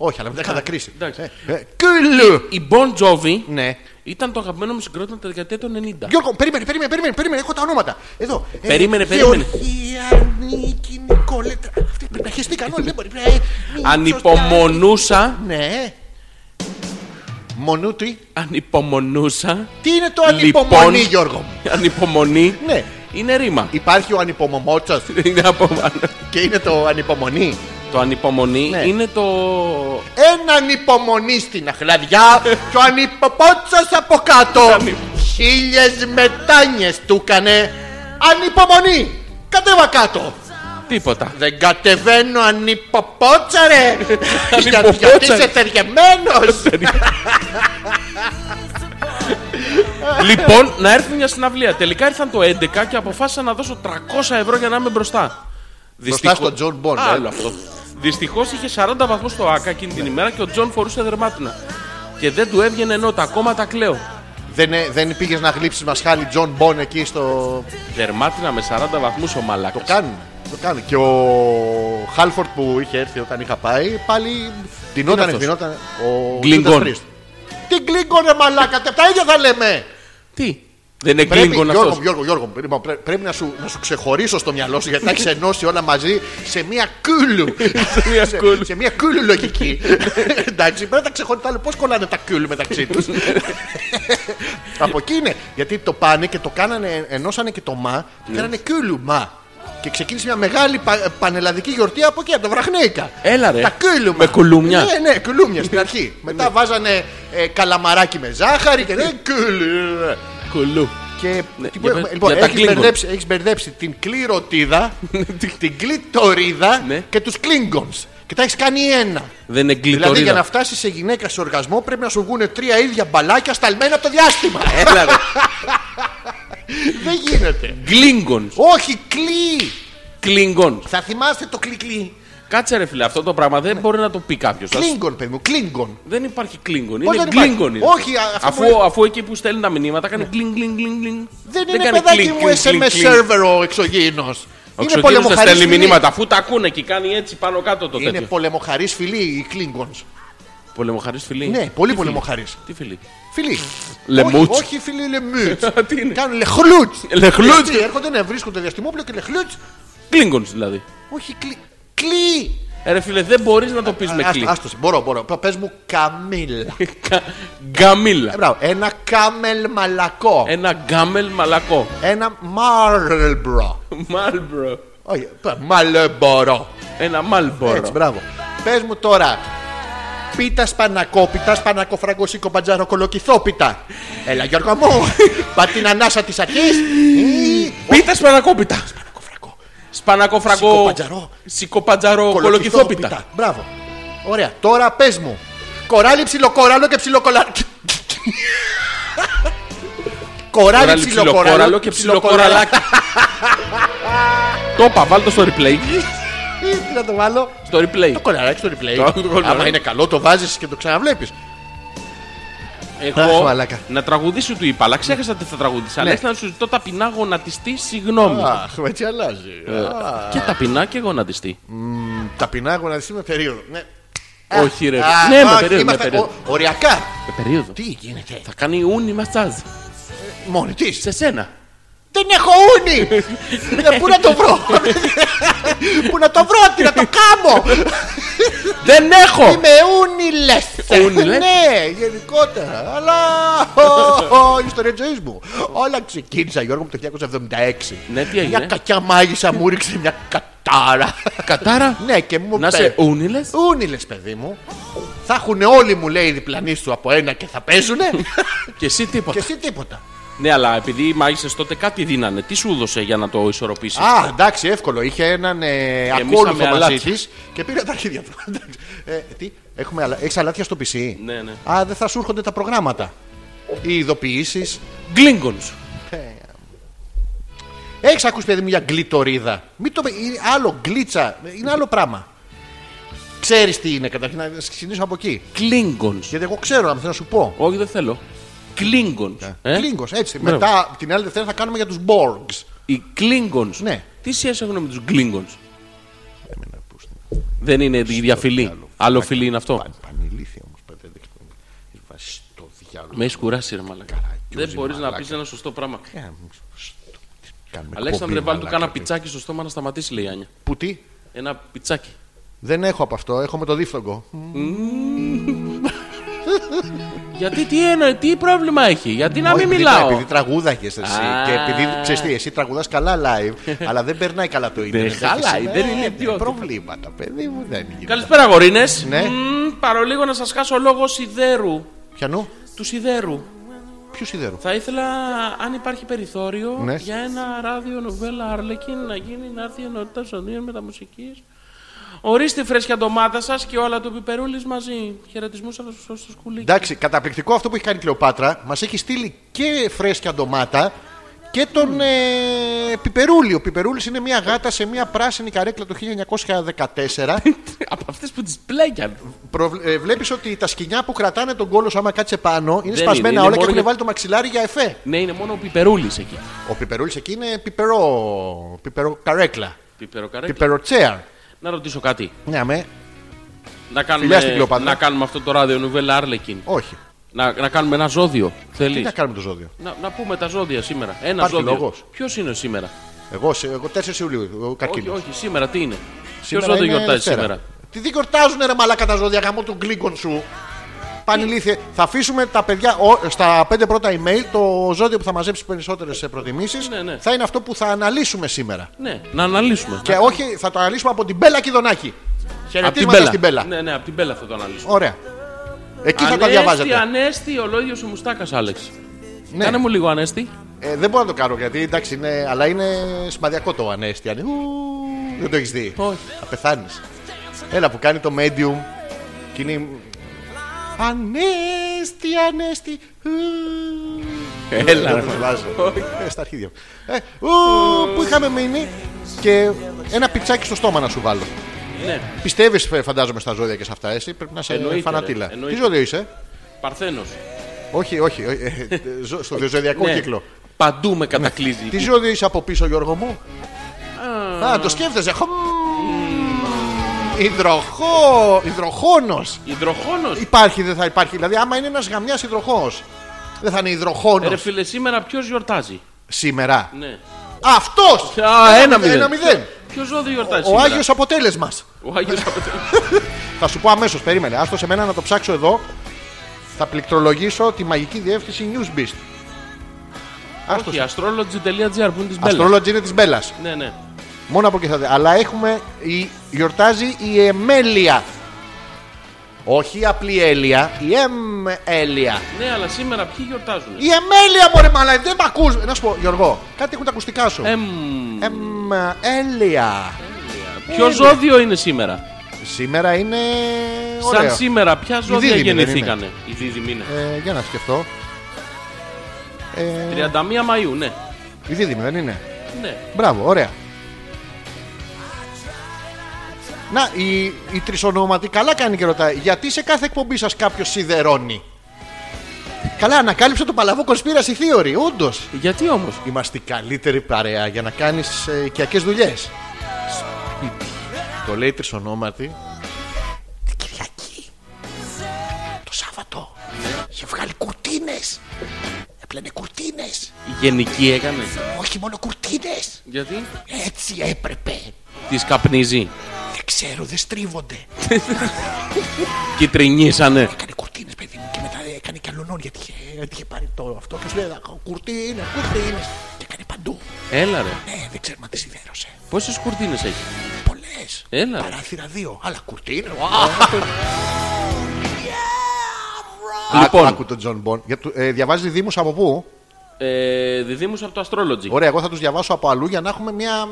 C: Όχι, αλλά μετά κατακρίσει.
B: εντάξει.
C: Ε, ε, Κούλου!
B: Η Bon Jovi
C: Ναι.
B: ήταν το αγαπημένο μου συγκρότημα τα δεκαετία του 90.
C: Γιώργο, περίμενε, περίμενε, περίμενε, περίμενε, έχω τα ονόματα. Εδώ. Ε,
B: Περίμενε, περίμενε.
C: Γεωργία, Νίκη, Νικόλετρα. Αυτοί πρέπει να χεστήκαν όλοι, δεν μπορεί. Ε, Μίτσος,
B: Ανυπομονούσα.
C: Ναι. Μονού τι.
B: Ανυπομονούσα.
C: Τι είναι το
B: Λοιπόν.
C: ανυπομονή, Γιώργο μου.
B: Ανυπομονή.
C: Ναι.
B: Είναι ρήμα.
C: Υπάρχει ο ανυπομομότσας
B: Είναι από-
C: και είναι το ανυπομονή.
B: Το ανυπομονή
C: Ναι.
B: είναι το.
C: Ένα ανυπομονή στην αχλαδιά και ο ανυποπότσας από κάτω. Χίλιες μετάνιες του κάνε. Ανυπομονή! Κατέβα κάτω!
B: Τίποτα.
C: Δεν κατεβαίνω ανυποπότσα ρε
B: *laughs*
C: Για-
B: Ανυποπότσα,
C: Γιατί
B: ρε.
C: είσαι
B: *laughs*
C: θεργεμένος
B: λοιπόν, να έρθει μια συναυλία. Τελικά ήρθαν το 11 και αποφάσισα να δώσω 300 ευρώ για να είμαι μπροστά.
C: Μπροστά στον Τζον Μπον
B: Άλλο αυτό. Δυστυχώς είχε 40 βαθμούς στο ΑΚΑ εκείνη την ημέρα και ο Τζον φορούσε δερμάτινα. Και δεν του έβγαινε νότα, ακόμα τα κλαίω.
C: δεν, ε, δεν πήγες να γλύψεις μασχάλι Τζον Μπον εκεί στο...
B: Δερμάτινα με 40 βαθμούς ο
C: Το
B: Μαλάκα.
C: κάνουν το κάνουν. Και ο Χάλφορντ που είχε έρθει όταν είχα πάει πάλι
B: είναι
C: δινόταν,
B: αυτός?
C: δινόταν ο
B: Γκλίνγκον.
C: Judas Priest. Τι γκλίνγκον ρε μαλάκα, τα- τα ίδια θα λέμε.
B: Τι, δεν είναι
C: Πρέπει,
B: γκλίνγκον
C: Γιώργο,
B: αυτό.
C: μου, Γιώργο, Γιώργο, μου, πρέπει- πρέ- πρέπει να σου, να σου ξεχωρίσω στο μυαλό σου γιατί τα έχεις ενώσει όλα μαζί σε μία
B: *laughs*
C: κούλου.
B: Σε μια κούλου.
C: σε μία κούλου λογική. Εντάξει, πρέπει να τα ξεχωρίσω. Πώς κολλάνε τα κούλου μεταξύ τους. Από εκεί είναι. Γιατί το πάνε και το κάνανε, ενώσανε και το μα, το κάνανε κούλου μα. Και ξεκίνησε μια μεγάλη πα- πανελλαδική γιορτή από εκεί, από τα βραχνέικα.
B: Έλα, ρε.
C: Τα κούλουμα.
B: Ε, Με κουλούμια. Ναι.
C: Ναι, ναι, κουλούμια στην αρχή. Μετά βάζανε ε, καλαμαράκι με ζάχαρη και δεν κουλου.
B: Κουλού.
C: Και
B: Ναι,
C: τι που έχουμε-
B: για πες-
C: λοιπόν,
B: για τα
C: έχεις
B: Klingon.
C: μπερδέψει, έχεις μπερδέψει την κληροτίδα, την κλειτορίδα
B: Ναι.
C: και τους κλίνγκονς. Και τα έχεις κάνει ένα.
B: Δεν είναι
C: Δηλαδή για να
B: γκλιτορίδα.
C: φτάσει σε γυναίκα σε οργασμό πρέπει να σου βγουν τρία ίδια μπαλάκια σταλμένα από το διάστημα.
B: Έλα ρε.
C: Δεν γίνεται.
B: Γκλίνγκον.
C: Όχι, κλεί!
B: Κλίνγκον.
C: Θα θυμάστε το κλικλί.
B: Κάτσε ρε φίλε, αυτό το πράγμα
C: Ναι.
B: δεν μπορεί να το πει κάποιος.
C: Κλίνγκον, παιδί μου, κλίνγκον.
B: Δεν υπάρχει κλίνγκον.
C: Πώς
B: Είναι
C: δεν υπάρχει?
B: κλίνγκον.
C: Όχι, α- αυτό
B: αφού,
C: που-
B: αφού εκεί που στέλνει τα μηνύματα κάνει κλίνγκ, κλίνγκ, κλίνγκ, κλίνγκ.
C: Δεν είναι παιδάκι μου SMS server ο εξωγήινος.
B: Ο ξωτήριος δεν στέλνει μηνύματα. Αφού τα ακούνε και κάνει έτσι πάνω κάτω το
C: Είναι
B: τέτοιο.
C: πολεμοχαρή φιλή οι Κλίνγκον.
B: Πολεμοχαρής φιλή.
C: Ναι, πολύ πολεμοχαρή.
B: Τι φιλή.
C: Φιλή.
B: Λεμούτς.
C: Όχι, όχι φιλή λεμούτ.
B: *laughs* Τι είναι.
C: Κάνουν λεχλούτ.
B: Λεχλούτς.
C: Έρχονται να βρίσκονται διαστημόπλαιο και λεχλούτ.
B: Κλίνγκον δηλαδή.
C: Όχι, κλι. Κλι.
B: Ε, Ρε φίλε, δεν μπορείς να το πεις με
C: Άστο,
B: κλικ.
C: άστο, μπορώ, μπορώ. Πες μου καμίλα.
B: Κα- Γκαμίλα.
C: Ε, μπράβο. Ένα κάμελ μαλακό.
B: Ένα γκάμελ μαλακό.
C: Ένα μάρλμπρο.
B: Μάλμπρο.
C: Όχι, π- μαλεμπορο.
B: Ένα μάλμπορο.
C: Έτσι, μπράβο. Πες μου τώρα. Πίτα σπανακόπιτα, σπανακοφραγκό σίκο μπατζάρο κολοκυθόπιτα. Έλα, Γιώργο μου.
B: *laughs*
C: Πα την ανάσα της αρχής.
B: Πίτα σπανακόπιτα.
C: Κοφραγκό.
B: Σπανακοφραγκό.
C: Σικοπατζαρό.
B: Σικοπατζαρό. Κολοκυθόπιτα.
C: Μπράβο. Ωραία. Τώρα πες μου. Κοράλι ψιλοκόραλο και ψιλοκολα... *laughs* Κοράλι ψιλοκόραλο
B: Κοράλι ψιλοκόραλο και ψιλοκοραλάκι. *laughs* Το είπα, βάλ το στο replay.
C: Τι να το βάλω.
B: Στο replay.
C: Το κολαράκι στο replay.
B: Το- το κολαράκι.
C: Άμα είναι καλό, το βάζεις και το ξαναβλέπεις. Αχ,
B: Εγώ
C: μαλάκα.
B: να τραγουδήσω του είπα, αλλά ξέχασα τι θα τραγουδήσω. Αλλά
C: Ναι.
B: ήθελα να σου ζητώ ταπεινά γονατιστή συγγνώμη.
C: Αχ, έτσι αλλάζει. Α,
B: Και ταπεινά και γονατιστή.
C: Ταπεινά γονατιστή με περίοδο. Ναι.
B: Όχι, ρε.
C: Α,
B: Ναι, με
C: όχι,
B: περίοδο, με
C: είμαστε
B: περίοδο.
C: ο- Οριακά.
B: Με περίοδο.
C: Τι γίνεται.
B: Θα κάνει ούνι ματσάζ.
C: Μόνη της.
B: Σε σένα.
C: Δεν έχω
B: *laughs*
C: ούνη. Ε, Πού να το βρω. Πού να το βρω, τι να το κάμω.
B: Δεν έχω!
C: Είμαι ούνιλε.
B: Ούνιλες.
C: Ναι, γενικότερα. Αλλά η ιστορία της ζωής μου. Όλα ξεκίνησα, Γιώργο μου, το 1976.
B: Ναι, τι έγινε?
C: Μια κακιά μάγισσα μου ρίξε μια κατάρα.
B: Κατάρα.
C: *laughs* Ναι, και μου
B: Να
C: πε-
B: σε ούνιλες.
C: Ούνιλες παιδί μου. Θα έχουν όλοι μου λέει οι διπλανοί Ε, σου ναι. από ένα και θα παίζουνε.
B: *laughs* Και εσύ
C: και
B: τίποτα.
C: εσύ τίποτα.
B: Ναι, αλλά επειδή οι μάγισσες τότε κάτι δίνανε, τι σου δώσε για να το ισορροπήσεις.
C: Α, εντάξει, εύκολο. Είχε έναν ε,
B: Γεμίσαμε
C: ακόλουθο μαζί
B: αλάτια.
C: της και πήρε τα αρχίδια του. Εντάξει. ε, τι, έχουμε αλα... Έχεις αλάτια στο PC.
B: Ναι, ναι.
C: Α, δεν θα σου έρχονται τα προγράμματα. Οι ειδοποιήσεις.
B: Γκλίνγκον.
C: Έχεις ακούσει, παιδί μου, για γκλιτορίδα. Μην το... Είναι άλλο γκλίτσα. Είναι άλλο πράγμα. Ξέρεις τι είναι, καταρχήν να ξεκινήσω από εκεί.
B: Κλίνγκον.
C: Γιατί εγώ ξέρω, αν θέλω να σου πω.
B: Όχι, δεν θέλω. Κλίνγκον.
C: Ε? Κλίνγκος, έτσι.
B: Μπράβο.
C: Μετά την άλλη Δευτέρα θα κάνουμε για τους Borgs.
B: Οι Κλίνγκον.
C: Ναι.
B: Τι σχέση έχουν με τους Κλίνγκον. Δεν είναι η ίδια φυλή. Άλλο φιλί είναι αυτό.
C: Πανηλήθεια όμως, παιδί. δεν ξέρω. Βάζεις στο διάλογο.
B: Με έχεις κουράσει, ρε Μαλακά. Δεν
C: Καραγκιόζη,
B: μπορεί να
C: μαλάκα.
B: πεις ένα σωστό πράγμα.
C: Ε, στο- τι κάνουμε,
B: Αλέξανδρε,
C: εκπομπή,
B: βάλει του
C: μαλάκα,
B: κάνα
C: τι.
B: πιτσάκι στο στόμα να σταματήσει, λέει η Άνια.
C: Που τι,
B: Ένα πιτσάκι.
C: δεν έχω από αυτό, έχω με το δίφθογκο.
B: Γιατί τι, εννοεί, τι πρόβλημα έχει, γιατί να
C: Όχι,
B: μην
C: επειδή-
B: μιλάω.
C: Επειδή τραγούδαχε εσύ.
B: Α.
C: Και επειδή ξέρεις τι, εσύ τραγουδάς καλά
B: *laughs*
C: live, αλλά δεν περνάει καλά το ίντερνετ. Έχεις,
B: χαλάει,
C: ε,
B: δεν είναι
C: ε,
B: ιδιότητα.
C: Προβλήματα, παιδί μου, δεν είναι.
B: Καλησπέρα, γορίνες.
C: Ναι.
B: παρολίγο να σας χάσω λόγο σιδέρου.
C: Πιανού,
B: Του σιδέρου.
C: ποιο σιδέρο.
B: Θα ήθελα, αν υπάρχει περιθώριο,
C: Ναι.
B: για ένα ράδιο νοβέλα Αρλεκίν να γίνει να έρθει η ενότητα σωνίων μεταμουσική. Ορίστε φρέσκια ντομάτα σας και όλα του πιπερούλης μαζί. Χαιρετισμούς από του στο σκουλίκι.
C: Εντάξει, καταπληκτικό αυτό που έχει κάνει η Κλεοπάτρα. Μας έχει στείλει και φρέσκια ντομάτα και τον ε, Πιπερούλη. Ο Πιπερούλης είναι μια γάτα σε μια πράσινη καρέκλα το 1914.
B: *laughs* από αυτές που τις πλέκιαν.
C: Προβλ... Ε, Βλέπεις ότι τα σκοινιά που κρατάνε τον κόλος άμα κάτσε πάνω είναι
B: Δεν
C: σπασμένα
B: είναι, είναι
C: όλα και
B: μόνο
C: έχουν
B: για-
C: βάλει το μαξιλάρι για εφέ.
B: ναι, είναι μόνο ο πιπερούλης εκεί.
C: Ο πιπερούλης εκεί είναι πιπερό. πιπερό καρέκλα.
B: Πιπεροκαρέκλα.
C: Πιπερό τσέαρ.
B: Να ρωτήσω κάτι.
C: Ναι, αμέ.
B: Να
C: Φιλιά στην
B: κάνουμε,
C: Κλεοπάτρα.
B: να κάνουμε αυτό το ράδιο νουβέλα Άρλεκιν.
C: Όχι.
B: Να, να κάνουμε ένα ζώδιο.
C: Τι
B: Θέλει.
C: να κάνουμε το ζώδιο.
B: Να, να πούμε τα ζώδια σήμερα. Ένα
C: Υπάρχει
B: ζώδιο.
C: λόγος.
B: Ποιος είναι σήμερα.
C: Εγώ, σε- εγώ 4 Ιουλίου. Ο καρκίνος.
B: Όχι, όχι, σήμερα τι είναι.
C: Ε,
B: Ποιο ζώδιο γιορτάζει σήμερα.
C: Τι δεν γιορτάζουνε ρε μαλάκα τα ζώδια γαμό του γκλίγκον σου. Πανηλήθιε. Θα αφήσουμε τα παιδιά ο- στα πέντε πρώτα email. Το ζώδιο που θα μαζέψει περισσότερες προτιμήσεις
B: Ναι, ναι.
C: θα είναι αυτό που θα αναλύσουμε σήμερα.
B: Ναι, να αναλύσουμε.
C: Και όχι, θα το αναλύσουμε από την Μπέλα Κιδονάκη.
B: Απ'
C: Χαιρετίσματα στην Μπέλα.
B: Ναι, ναι, από την Μπέλα θα το αναλύσουμε.
C: Ωραία. Εκεί θα τα
B: Ανέστη,
C: διαβάζετε.
B: Ανέστη, ο λόγιος ο Μουστάκας, Άλεξ.
C: Ναι.
B: Κάνε μου λίγο Ανέστη.
C: Ε, δεν μπορώ να το κάνω γιατί εντάξει, είναι, αλλά είναι σημαδιακό το ανέστη. Ανε- Ου, Δεν το έχεις δει.
B: Όχι.
C: Θα πεθάνεις. Έλα που κάνει το medium. Και είναι. η- Ανέστη, ανέστη. ου.
B: Έλα,
C: Δεν
B: ρε.
C: το βάζω. Ε, Στα αρχίδια. μου. Ε, ου, που είχαμε μείνει και ένα πιτσάκι στο στόμα να σου βάλω.
B: Ναι,
C: Πιστεύεις, φαντάζομαι, στα ζώδια και σε αυτά. Εσύ πρέπει να είσαι
B: Εννοείται, ρε.
C: φανατήλα. Τι
B: Εννοείται.
C: ζώδιο είσαι.
B: Παρθένος.
C: Όχι, όχι. όχι, ε, ε, ζω- Στο διοζωδιακό κύκλο.
B: Ναι.
C: Ναι.
B: Παντού με κατακλείζει.
C: Τι ζώδιο είσαι από πίσω, Γιώργο μου. Α, το σκέφτεσαι. Χμ. Υδροχό, υδροχόνος.
B: Υδροχόνος.
C: Υπάρχει, δεν θα υπάρχει. Δηλαδή, άμα είναι ένας γαμιάς υδροχός, δεν θα είναι
B: Ρε
C: υδροχόνος
B: φίλε, σήμερα ποιος γιορτάζει.
C: σήμερα.
B: Ναι.
C: Αυτός!
B: Α, ένα μηδέν.
C: Ένα μηδέν.
B: Ποιος ζώδιο γιορτάζει.
C: Ο
B: σήμερα?
C: Άγιος αποτέλεσμας.
B: Ο Άγιος Αποτελ-
C: Θα σου πω αμέσως, περίμενε. Άστο σε μένα να το ψάξω εδώ. Θα πληκτρολογήσω τη μαγική διεύθυνση Newsbeast. Άστο.
B: Όχι, astrology.gr που είναι της Μπέλας.
C: Αστρολόγια είναι της Μπέλλας.
B: Ναι, ναι.
C: Μόνο από εκεί θα δει. Αλλά έχουμε. Η, γιορτάζει η Εμέλεια. Όχι η απλή Έλεια, η Εμέλεια.
B: Ναι, αλλά σήμερα ποιοι γιορτάζουν.
C: Η Εμέλεια, μωρέ μαλάι, δεν μ' ακούς. Να σου πω, Γιώργο, κάτι έχουν τα ακουστικά σου.
B: Εμ,
C: Εμέλεια.
B: ποιο ζώδιο είναι σήμερα.
C: Σήμερα είναι.
B: Σαν
C: Ωραίο.
B: σήμερα, ποια ζώδια
C: δίδυμοι δεν είναι.
B: γεννηθήκανε. Οι δίδυμοι είναι.
C: Ε, για να σκεφτώ. Ε,
B: 31 Μαου, ναι.
C: η δίδυμη δεν είναι.
B: Ναι.
C: Μπράβο, ωραία. Να, η, η τρισονόματη καλά κάνει και ρωτάει. Γιατί σε κάθε εκπομπή σας κάποιος σιδερώνει. Καλά, ανακάλυψε το παλαβό conspiracy theory, όντως.
B: Γιατί όμως.
C: Είμαστε η καλύτερη παρέα για να κάνεις ε, οικιακές δουλειές. Το λέει η τρισονόματη. Την Κυριακή. Το Σάββατο. Είχε βγάλει κουρτίνες. Έπλαινε κουρτίνες.
B: Γενική έκανε.
C: Όχι μόνο κουρτίνες.
B: Γιατί.
C: Έτσι έπρεπε.
B: Τη καπνίζει.
C: Δεν ξέρω, δεν στρίβονται.
B: Κυτρινίσανε.
C: Έκανε κουρτίνες, παιδί μου, και μετά έκανε και αλωνών γιατί είχε, γιατί είχε πάρει το αυτό. Και σου λέει: Κουρτίνες, κουρτίνες. Και έκανε παντού.
B: Έλα ρε.
C: Ναι, δεν ξέρω αν τη σιδέρωσε.
B: Πόσες κουρτίνες έχει.
C: Πολλές.
B: Έλα.
C: Παράθυρα δύο. Αλλά κουρτίνε.
B: Λοιπόν.
C: Άκου τον Τζον Μπον. Για του- ε, διαβάζει Δήμους από πού.
B: Ε, Διδήμου από το Astrology.
C: Ωραία, εγώ θα τους διαβάσω από αλλού για να έχουμε μια,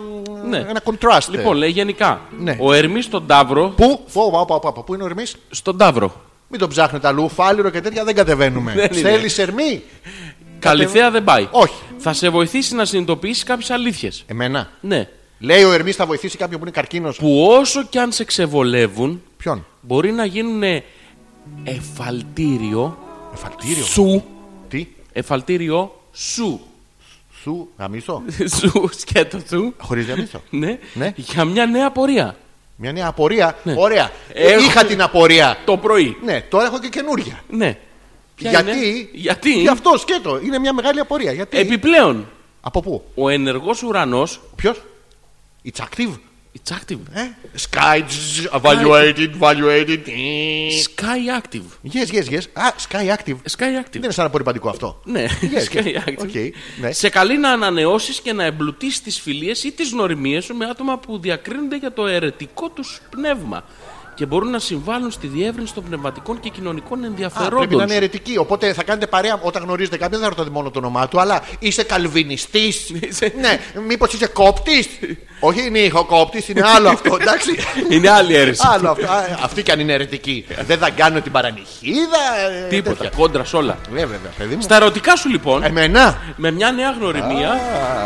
C: μ,
B: Ναι.
C: ένα contrast.
B: Λοιπόν, λέει γενικά.
C: Ναι.
B: Ο Ερμής στον Ταύρο.
C: Πού, φόβα, όπα, όπα, όπα, πού είναι ο Ερμής.
B: Στον Ταύρο.
C: Μην τον ψάχνετε αλλού, φάλιρο και τέτοια δεν κατεβαίνουμε.
B: Δεν είναι.
C: Θέλεις Ερμή.
B: Καλυθέα δεν πάει.
C: Όχι.
B: Θα σε βοηθήσει να συνειδητοποιήσεις κάποιες αλήθειες.
C: Εμένα.
B: Ναι.
C: Λέει ο Ερμής θα βοηθήσει κάποιον που είναι καρκίνος.
B: Που όσο κι αν σε ξεβολεύουν,
C: Ποιον.
B: μπορεί να γίνουν εφαλτήριο
C: Εφαλτήριο.
B: σου.
C: Τι.
B: Εφαλτήριο σου.
C: Σου γαμίσω.
B: *laughs* Σου, σκέτο σου.
C: Χωρίς γαμίσω.
B: Ναι.
C: Ναι.
B: Για μια νέα πορεία.
C: Μια νέα απορία. Ωραία.
B: Ναι.
C: Ε,
B: Έχω-
C: Είχα την απορία.
B: Το πρωί.
C: Ναι, τώρα έχω και καινούρια.
B: Ναι. Ποια
C: Γιατί.
B: είναι? Γιατί.
C: Γι' αυτό σκέτο. Είναι μια μεγάλη απορία. Γιατί.
B: Επιπλέον,
C: Από πού.
B: ο ενεργός ουρανός.
C: Ποιος. It's active.
B: It's active.
C: Ε? Sky. zzz, Evaluated. Evaluated.
B: Sky active.
C: Yes, yes, yes. Α, sky active.
B: Sky active.
C: Δεν είναι σαν απορριπαντικό αυτό. *laughs*
B: Ναι, *laughs*
C: Yes,
B: Sky
C: yes.
B: Active.
C: Οκ, ναι.
B: Σε καλεί να ανανεώσεις και να εμπλουτίσεις τις φιλίες ή τις νοημίε σου με άτομα που διακρίνονται για το αιρετικό τους πνεύμα και μπορούν να συμβάλλουν στη διεύρυνση των πνευματικών και κοινωνικών
C: Α, πρέπει να
B: ενδιαφερόντων.
C: είναι
B: σου.
C: αιρετική. Οπότε θα κάνετε παρέα όταν γνωρίζετε κάποιον, δεν θα ρωτάτε μόνο το όνομά του, αλλά είσαι καλβινιστής.
B: *laughs* Είσαι-
C: ναι, μήπως είσαι κόπτης. Όχι, είναι ηχοκόπτης, είναι άλλο αυτό,
B: *laughs*
C: εντάξει.
B: Είναι άλλη αίρεση.
C: άλλο αυτό. Α, ναι, Αυτή Ε, κι αν είναι αιρετική. δεν θα κάνω την παρανυχίδα. ε,
B: Τίποτα.
C: τέτοια. Ε.
B: Κόντρα σε όλα.
C: Ναι, βέβαια, παιδί μου.
B: Στα ερωτικά σου λοιπόν,
C: Εμένα,
B: με μια νέα γνωριμία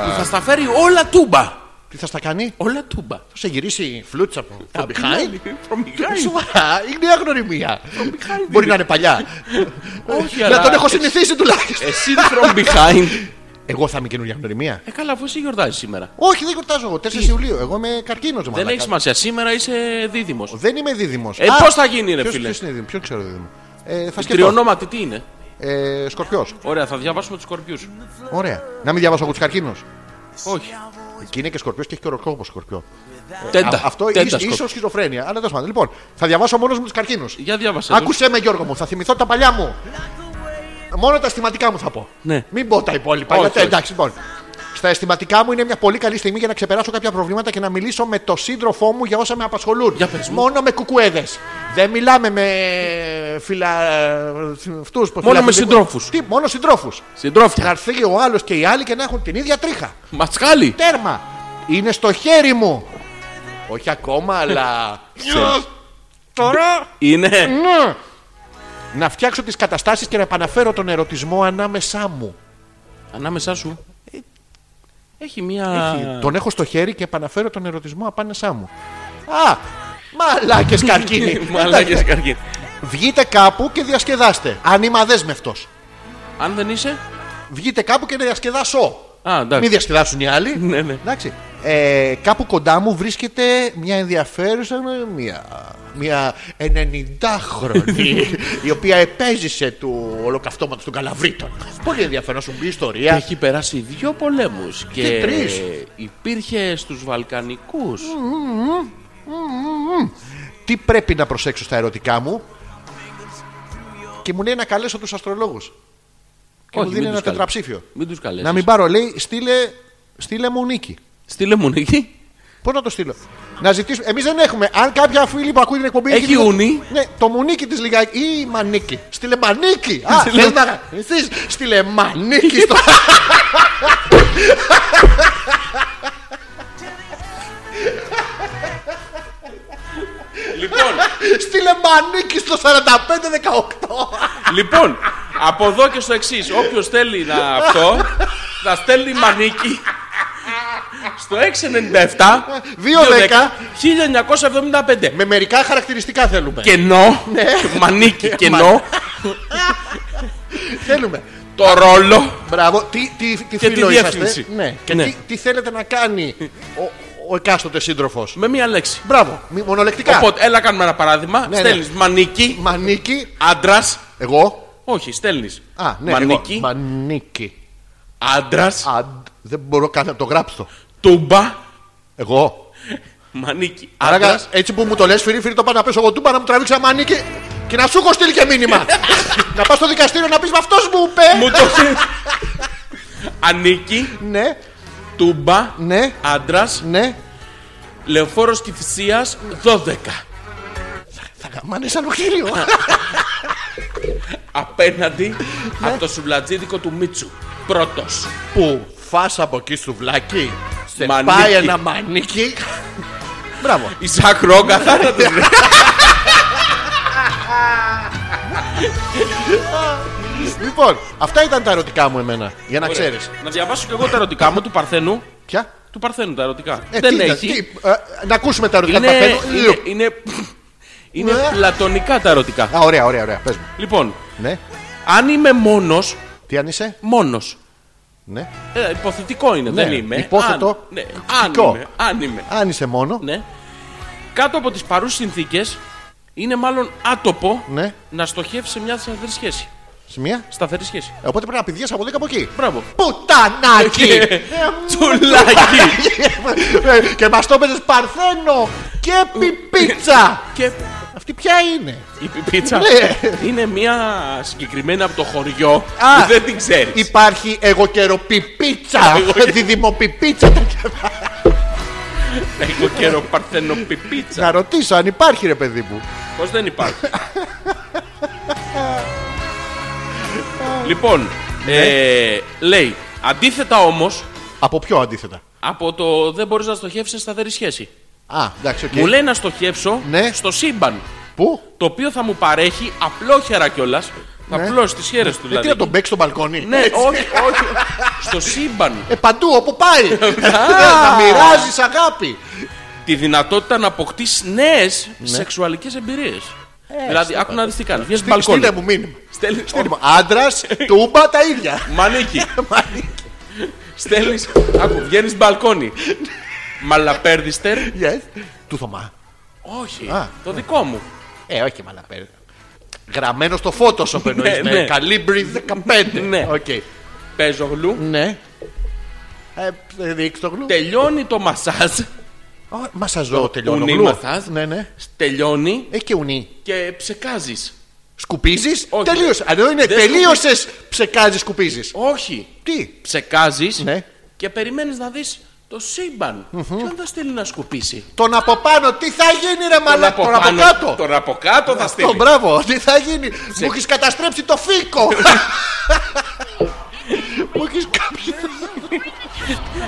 B: που θα στα φέρει όλα τούμπα.
C: τι θα στα κάνει.
B: Όλα τούμπα.
C: Θα σε γυρίσει φλούτσα από from
B: Απ' την
C: behind.
B: άλλη, From behind.
C: Σοβαρά, είναι νέα γνωριμία.
B: behind
C: Μπορεί
B: είναι.
C: να είναι παλιά.
B: Όχι,
C: Να
B: αλλά-
C: τον έχω συνηθίσει τουλάχιστον.
B: Εσύ είναι from behind.
C: Εγώ θα είμαι καινούργια γνωριμία.
B: Ε, καλά, αφού εσύ γιορτάζεις σήμερα.
C: Όχι, δεν γιορτάζω εγώ. 4 Ιουλίου. Εγώ είμαι καρκίνος.
B: Δεν έχεις σημασία. Σήμερα είσαι δίδυμος.
C: Δεν είμαι δίδυμος.
B: Ε, πώς θα γίνει, ρε, φίλε?
C: Ποιος είναι δίδυμος, ποιον ξέρω δίδυμο. Ε, θα σκεφτώ.
B: Τριονόματι τι είναι.
C: Ε, Σκορπιός.
B: Ωραία, θα διαβάσουμε τους σκορπιούς.
C: Ωραία. Να μην διαβάσω εγώ τους καρκίνους.
B: Όχι.
A: Και είναι και σκορπιό και έχει και οροκόπο σκορπιό.
B: Τέντα.
A: Α- Αυτό
B: τέντα
A: ίσω
B: σκορπ.
A: σχιζοφρένεια. Αλλά τέλος πάντων. Λοιπόν, θα διαβάσω μόνος μου τους καρκίνους.
B: Για διάβασε. το.
A: Άκουσε με Γιώργο μου, θα θυμηθώ τα παλιά μου. Μόνο τα αισθηματικά μου θα πω.
B: Ναι.
A: Μην πω τα υπόλοιπα.
B: Όχι,
A: γιατί-
B: όχι.
A: εντάξει, λοιπόν. Στα αισθηματικά μου είναι μια πολύ καλή στιγμή για να ξεπεράσω κάποια προβλήματα και να μιλήσω με το σύντροφό μου για όσα με απασχολούν.
B: Για πες μου.
A: Μόνο με κουκουέδες. Δεν μιλάμε με φιλα... αυτούς που
B: Μόνο με
A: φιλαθλητικούς.
B: συντρόφους.
A: Τι, μόνο συντρόφους. Θα
B: Συντρόφια.
A: έρθει ο άλλος και οι άλλοι και να έχουν την ίδια τρίχα.
B: Ματσκάλι.
A: Τέρμα. Είναι στο χέρι μου. Όχι ακόμα, αλλά. Τώρα.
B: Είναι.
A: Ναι. Να φτιάξω τις καταστάσεις και να επαναφέρω τον ερωτισμό ανάμεσά μου.
B: Ανάμεσά σου. Ε, Έχει μία. *laughs*
A: Τον έχω στο χέρι και επαναφέρω τον ερωτισμό απάνεσά μου. Α,
B: *laughs*
A: μαλάκες καρκίνοι.
B: Μαλάκες καρκίνη.
A: Βγείτε κάπου και διασκεδάστε. Αν είμαι αδέσμευτος.
B: Αν δεν είσαι.
A: Βγείτε κάπου και διασκεδάσω.
B: Α, εντάξει.
A: Μην διασκεδάσουν οι άλλοι.
B: Ναι, ναι.
A: Εντάξει. Ε, κάπου κοντά μου βρίσκεται μια ενδιαφέρουσα, μια, μια
B: *laughs*
A: 90χρονη, η οποία επέζησε του ολοκαυτώματος των Καλαβρίτων. Πολύ ενδιαφέρον, να σου πει ιστορία.
B: Έχει περάσει δύο πολέμους Ε, και
A: τρεις.
B: υπήρχε στους Βαλκανικούς.
A: Τι πρέπει να προσέξω στα ερωτικά μου. Και μου λέει να καλέσω τους αστρολόγους. Και
B: Όχι,
A: μου δίνει
B: μην
A: ένα
B: τους καλέ-
A: τετραψήφιο.
B: Μην τους καλέσεις.
A: Να μην πάρω, λέει, στείλε, στείλε μου νίκη.
B: Στείλε μου εκεί.
A: Πώς να το στείλω. Να ζητήσουμε. Εμείς δεν έχουμε. Αν κάποια φίλη που ακούει την εκπομπή.
B: Έχει
A: λίγο-
B: ούνι.
A: Ναι, το μουνίκι της λιγάκι. Ή η μανίκι. Στείλε μανίκι. Α,
B: Στείλε-
A: θες να Εσείς στείλε μανίκι
B: *laughs*
A: στο.
B: Λοιπόν,
A: στείλε μανίκι στο 45-18.
B: λοιπόν, από εδώ και στο εξής. Όποιος θέλει να αυτό, θα στέλνει μανίκι στο 697
A: 210.
B: 1975.
A: *laughs* Με Ναι. μερικά χαρακτηριστικά θέλουμε.
B: Κενό,
A: Ε,
B: μανίκι κενό,
A: Θέλουμε.
B: το ρόλο.
A: Μπράβο. Τι, τι, τι
B: Και τη
A: φίλο είσαστε.
B: διεύθυνση.
A: Ναι. Και
B: Ναι.
A: Τι, τι θέλετε να κάνει ο, ο εκάστοτε σύντροφος.
B: Με μία λέξη.
A: Μπράβο. Μη- Μονολεκτικά.
B: Οπότε, έλα κάνουμε ένα παράδειγμα.
A: ναι.
B: Στέλνεις μανίκι,
A: Μανίκι.
B: άντρας.
A: Εγώ.
B: Όχι, στέλνεις.
A: Α, ναι, εγώ.
B: μανίκι,
A: Μανίκι.
B: άντρας,
A: Α, δεν μπορώ καν να το γράψω.
B: τούμπα,
A: Εγώ.
B: μανίκι,
A: Άρα
B: άντρας.
A: έτσι που μου το λες, φίλοι, φίλοι, το πάω να πέσω εγώ τούμπα να μου τραβήξει ένα μανίκι και να σου έχω στείλει και *laughs* μήνυμα. να πας στο δικαστήριο να πεις με αυτός μου είπε.
B: Μου το *laughs* Ανίκη,
A: ναι,
B: τούμπα,
A: ναι,
B: άντρας,
A: ναι.
B: λεωφόρος κυφυσίας 12.
A: Θα γαμάνε σαν οχύριο.
B: Απέναντι
A: Ναι.
B: από το σουβλατζίδικο του Μίτσου. Πρώτος.
A: που φά από εκεί σου βλάκι. Σε
B: Μανίκι.
A: πάει ένα μανίκι. Μπράβο.
B: Η Ζακ Ρόγκα θα ήταν το
A: Ναι.
B: βρει.
A: λοιπόν, αυτά ήταν τα ερωτικά μου εμένα. Για να ξέρεις.
B: Να διαβάσω και εγώ τα ερωτικά μου του Παρθένου.
A: Ποια?
B: Του Παρθένου τα ερωτικά.
A: Ε,
B: Δεν
A: τι ήταν,
B: έχει.
A: τι, ε, να ακούσουμε τα ερωτικά.
B: Είναι,
A: του Παρθένου.
B: είναι,
A: Λίγο.
B: είναι, είναι
A: Ναι.
B: πλατωνικά τα ερωτικά.
A: Α, ωραία, ωραία, ωραία. Πες μου.
B: Λοιπόν,
A: Ναι.
B: αν είμαι μόνος,
A: Τι αν είσαι,
B: μόνος.
A: ναι.
B: Ε, υποθετικό είναι,
A: Ναι,
B: δεν είμαι.
A: υπόθετο,
B: Αν, ναι, αν
A: θετικό.
B: είμαι, αν είμαι.
A: Αν είσαι μόνο,
B: Ναι. Κάτω από τις παρούσες συνθήκες είναι μάλλον άτοπο
A: Ναι.
B: να στοχεύσει σε μια σταθερή σχέση.
A: σημεία.
B: Σταθερή σχέση.
A: Ε, Οπότε πρέπει να πηδιές από 10 από εκεί.
B: Μπράβο.
A: Πουτανάκι!
B: Και-
A: *laughs*
B: Τσουλάκι!
A: Ε, και μας το έπαιζες παρθένο και πιπίτσα!
B: Και
A: *laughs* Αυτή ποια είναι.
B: η πιπίτσα
A: Ναι.
B: είναι μια συγκεκριμένη από το χωριό
A: Α.
B: που δεν την ξέρεις.
A: Υπάρχει εγώ καιρο πιπίτσα. Διδημοπιπίτσα.
B: Εγώ καιρό παρθένο πιπίτσα.
A: Να ρωτήσω αν υπάρχει ρε παιδί μου.
B: Πώς δεν
A: *laughs*
B: υπάρχει. λοιπόν,
A: Ναι.
B: ε, λέει, αντίθετα όμως,
A: Από ποιο αντίθετα.
B: από το δεν μπορείς να στοχεύσεις σε σταθερή σχέση.
A: Α, εντάξει, οκ.
B: Μου λέει να στοχεύσω
A: Ναι.
B: στο σύμπαν.
A: Πού?
B: Το οποίο θα μου παρέχει απλόχερα κιόλας. Θα
A: Ναι.
B: πλώσει τις χέρες του
A: Ε,
B: δηλαδή.
A: Τι να τον παίξει στο μπαλκόνι.
B: Ναι, όχι, όχι. στο σύμπαν.
A: Ε, παντού όπου πάει.
B: *laughs*
A: Να μοιράζεις αγάπη.
B: Τη δυνατότητα να αποκτήσεις νέες
A: Ναι.
B: σεξουαλικές εμπειρίες.
A: Ε,
B: Δηλαδή, άκου να δεις τι κάνεις. Βγαίνεις
A: Στι-
B: μπαλκόνι.
A: Στείλε μου μήνυμα.
B: Στέλνεις.
A: Λοιπόν. Άντρας, *laughs* τούμπα τα ίδια. *laughs*
B: Μανίκι. Στέλνεις. Άκου, βγαίνεις μπαλκόνι. Μαλαπέρδιστερ.
A: Yes. Του Θωμά.
B: Όχι.
A: Α.
B: Το δικό μου.
A: Ε, όχι μαλαπέρδα. Γραμμένο στο *laughs* Photoshop εννοείς,
B: Ναι,
A: με
B: ναι.
A: Καλύμπρι 15.
B: Ναι.
A: Οκ.
B: Πεζογλου.
A: Ναι. Ε, δείξτε το γλου.
B: Τελειώνει το μασάζ.
A: Α, Μασαζό, τελειώνω
B: ουνί
A: γλου.
B: μαθάς.
A: Ναι, ναι.
B: Τελειώνει
A: Έχει και ουνί.
B: και ψεκάζεις.
A: Σκουπίζεις.
B: Όχι.
A: Τελείωσε. Αν δεν είναι
B: Δεν
A: τελείωσες, ψεκάζεις, σκουπίζεις.
B: Όχι.
A: Τι.
B: Ψεκάζεις
A: Ναι.
B: και περιμένεις να δεις το σύμπαν. Ποιον θα στείλει να σκουπίσει.
A: Τον από πάνω, τι θα γίνει, ρε μαλάκα. Τον από
B: πάνω-
A: κάτω.
B: Τον από κάτω θα
A: Το
B: στείλει.
A: μπράβο, τι θα γίνει. Μου έχεις καταστρέψει το φίκο. Μου έχει κάψει.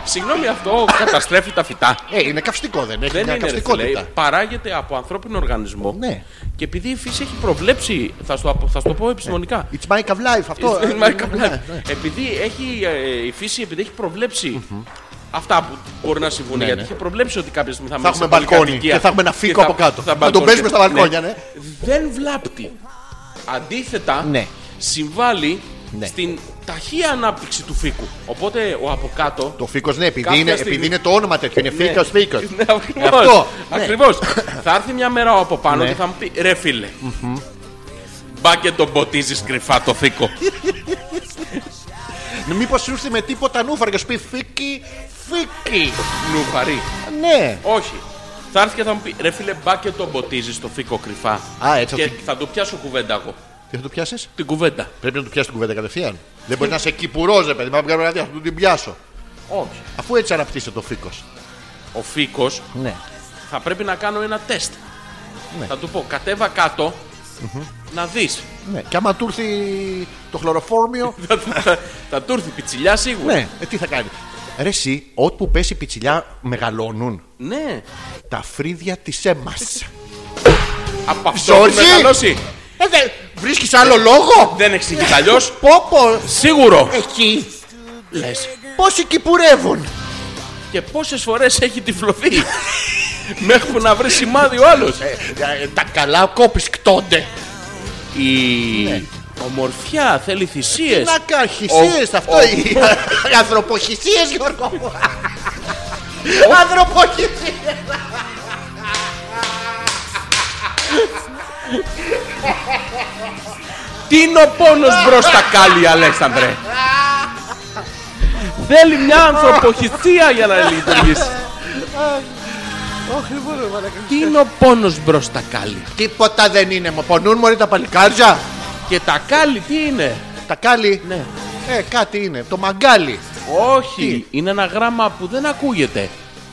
B: Συγγνώμη, *laughs* αυτό καταστρέφει τα φυτά.
A: Ε, είναι καυστικό, δεν έχει
B: Δεν
A: μια
B: είναι ρε φίλε,
A: καυστικότητα.
B: παράγεται από ανθρώπινο οργανισμό
A: Ναι.
B: και επειδή η φύση έχει προβλέψει, θα σου, απο- θα σου το πω επιστημονικά,
A: It's my of life, αυτό.
B: It's my cup of
A: Ναι,
B: life.
A: ναι.
B: Επειδή έχει, ε, η φύση επειδή έχει προβλέψει αυτά που μπορεί να συμβούν. γιατί
A: ναι.
B: έχει προβλέψει ότι κάποια στιγμή θα,
A: Θα
B: είμαστε
A: έχουμε
B: σε
A: μπαλκόνι
B: πολυκατοικία
A: και θα έχουμε ένα φύκο από κάτω. Θα τον
B: μπαλκόνια.
A: παίζουμε στα μπαλκόνια, ναι.
B: Δεν βλάπτει. Αντίθετα,
A: Ναι.
B: συμβάλλει
A: Ναι.
B: στην ταχεία ανάπτυξη του φύκου. Οπότε ο από κάτω.
A: Το φίκο, ναι, επειδή
B: Κάποια
A: είναι,
B: στιγμή-
A: επειδή είναι το όνομα τέτοιο, είναι φίκο, φίκο.
B: *laughs* Ναι, ακριβώς.
A: Αυτό, ναι.
B: Ακριβώς. θα έρθει μια μέρα από πάνω
A: Ναι.
B: και θα μου πει ρε φίλε. Μπα και τον ποτίζεις κρυφά το
A: *laughs*
B: φύκο.
A: Μήπως Ναι, σου ήρθε με τίποτα νούφαρ και σου πει φίκι, φίκι.
B: Νουφαρή.
A: Ναι.
B: Όχι. Θα έρθει και θα μου πει ρε φίλε, μπα και τον ποτίζεις το φύκο κρυφά.
A: Α, έτσι
B: και
A: αυτή-
B: θα του πιάσω κουβέντα εγώ.
A: Τι θα το πιάσεις,
B: Την κουβέντα.
A: Πρέπει να του πιάσει την κουβέντα κατευθείαν. Δεν μπορεί να σε κυπουρόζε, παιδί μου, να κάνω κάτι, θα του την πιάσω.
B: Όχι.
A: Αφού έτσι αναπτύσσεται το φίκος.
B: Ο φύκο
A: Ναι.
B: θα πρέπει να κάνω ένα τεστ.
A: Ναι.
B: Θα του πω κατέβα κάτω, να δεις.
A: ναι. Και άμα του έρθει το χλωροφόρμιο,
B: *laughs* θα, θα- θα του έρθει πιτσιλιά σίγουρα.
A: ναι, ε, τι θα κάνει. Ρε εσύ, όπου πέσει η πιτσιλιά μεγαλώνουν
B: Ναι.
A: τα φρύδια της έμας.
B: Από αυτό που
A: Ζόρζι!
B: μεγαλώσει.
A: Ε, δε, βρίσκεις άλλο λόγο.
B: Δεν εξηγείται αλλιώς.
A: Πόπο,
B: Σίγουρο.
A: εκεί. Λες, πόσοι κυπουρεύουν.
B: Και πόσες φορές έχει τυφλωθεί.
A: *laughs*
B: Μέχρι που να βρει σημάδι ο άλλος.
A: Ε, τα καλά κόπης κτώνται.
B: Η
A: Ναι.
B: ομορφιά θέλει θυσίες.
A: Να καρχυσίες
B: Ο-
A: αυτό.
B: ο-
A: οι- *laughs* Ανθρωποχυσίες Γιώργο μου. Ανθρωποχυσίες.
B: Τι είναι ο πόνος μπρος στα κάλλη, Αλέξανδρε. Θέλει μια ανθρωποχυσία για να λειτουργήσει.
A: Όχι, μπορώ, μαλάκα.
B: Τι είναι ο πόνος μπρος στα κάλλη.
A: Τίποτα δεν είναι, μου πονούν μωρέ τα παλικάρια.
B: Και τα κάλλη τι είναι.
A: Τα κάλλη.
B: Ναι.
A: Ε, κάτι είναι. Το μαγκάλι.
B: Όχι, είναι ένα γράμμα που δεν ακούγεται.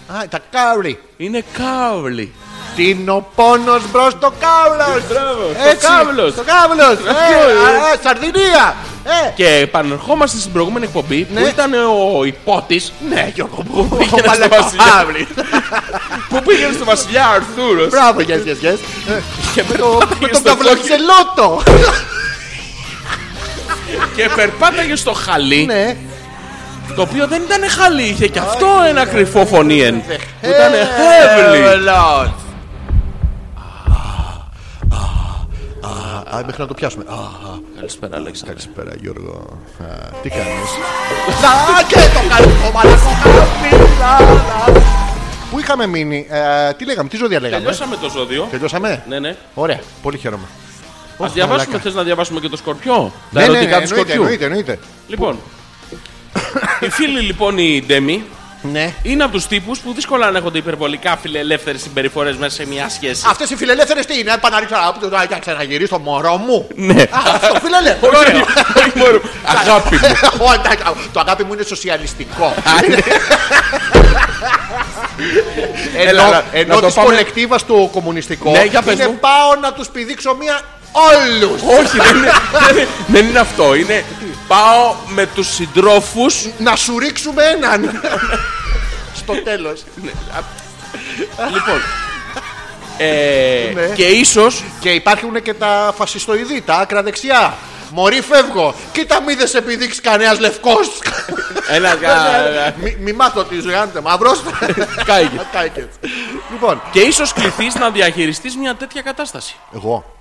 A: Α, τα κάρι.
B: Είναι κάβλη.
A: Τι είναι ο πόνος μπρος το κάβλο.
B: Μπράβο, το κάβλος.
A: Το κάβλο.
B: Αυτό,
A: Ε, α, Σαρδινία. Ε,
B: Και επανερχόμαστε στην προηγούμενη εκπομπή που ήταν ο υπότης.
A: ναι, Γιώργο μου.
B: Που πήγαινε
A: Ο
B: στο
A: μαλακός
B: βασιλιά.
A: Αύρη.
B: Που πήγαινε στο βασιλιά Αρθούρος
A: Μπράβο, yes, yes, yes. Ε,
B: Και
A: με το- Ε.
B: περπάταγε
A: Με τον
B: στο χαλί.
A: καβλοξελότο.
B: Και περπάταγε στο χαλί.
A: Ναι.
B: Το οποίο δεν ήταν χαλί, είχε και αυτό ένα κρυφό φωνήεν. Που ήταν
A: Ε,
B: heavily.
A: Lord. Α, α, μέχρι να το πιάσουμε. Α, α,
B: Καλησπέρα, Αλέξανδρε.
A: Καλησπέρα Γιώργο. Α, Τι κάνεις. Να και το καλό μαλακό Πού είχαμε μείνει, ε, τι λέγαμε, τι ζώδια λέγαμε.
B: Τελειώσαμε το ζώδιο.
A: Τελειώσαμε.
B: Ναι, ναι.
A: Ωραία, πολύ χαίρομαι.
B: Ας
A: Ωχ,
B: διαβάσουμε,
A: μαλάκα.
B: θες να διαβάσουμε και το σκορπιό. Τα
A: Ναι, ναι, ναι,
B: ερωτικά του
A: εννοείται,
B: σκορπιού.
A: εννοείται, εννοείται.
B: Λοιπόν. Η φίλη λοιπόν η Ντέμι
A: Ναι.
B: είναι από τους τύπους που δύσκολα ανέχονται υπερβολικά φιλελεύθερες συμπεριφορές μέσα σε μια σχέση.
A: Αυτές οι φιλελεύθερες τι είναι, επαναρρίξα από το να ξαναγυρίσω το μωρό μου.
B: Ναι.
A: Α, Αυτό φιλελεύθερο.
B: Όχι, όχι μόνο. Αγάπη μου.
A: *laughs* Ω, εντάξει, Το αγάπη μου είναι σοσιαλιστικό.
B: ναι.
A: *laughs*
B: Έλα,
A: Ενώ,
B: να-
A: ενώ
B: να το
A: της
B: πάμε-
A: κολεκτίβας στο κομμουνιστικό
B: Ναι, για πες
A: είναι
B: μου.
A: πάω να τους πηδήξω μία όλους.
B: Όχι, δεν είναι, δεν είναι- δεν είναι αυτό. Είναι πάω με τους συντρόφους.
A: Να σου ρίξουμε έναν. *laughs* στο τέλος.
B: λοιπόν. Ε,
A: Ναι.
B: Και ίσως.
A: και υπάρχουν και τα φασιστοειδή, τα άκρα δεξιά. Μωρή φεύγω. Κοίτα μη δεν σε επιδείξεις κανένας *laughs* λευκός.
C: *laughs*
B: Ένα.
C: Ναι,
B: γα-
A: μη, μη μάθω τις ζωή, άντε *laughs* μαύρος.
B: Κάηκε.
A: Κάηκε. λοιπόν,
B: Και ίσως κληθείς να διαχειριστείς μια τέτοια κατάσταση.
A: εγώ.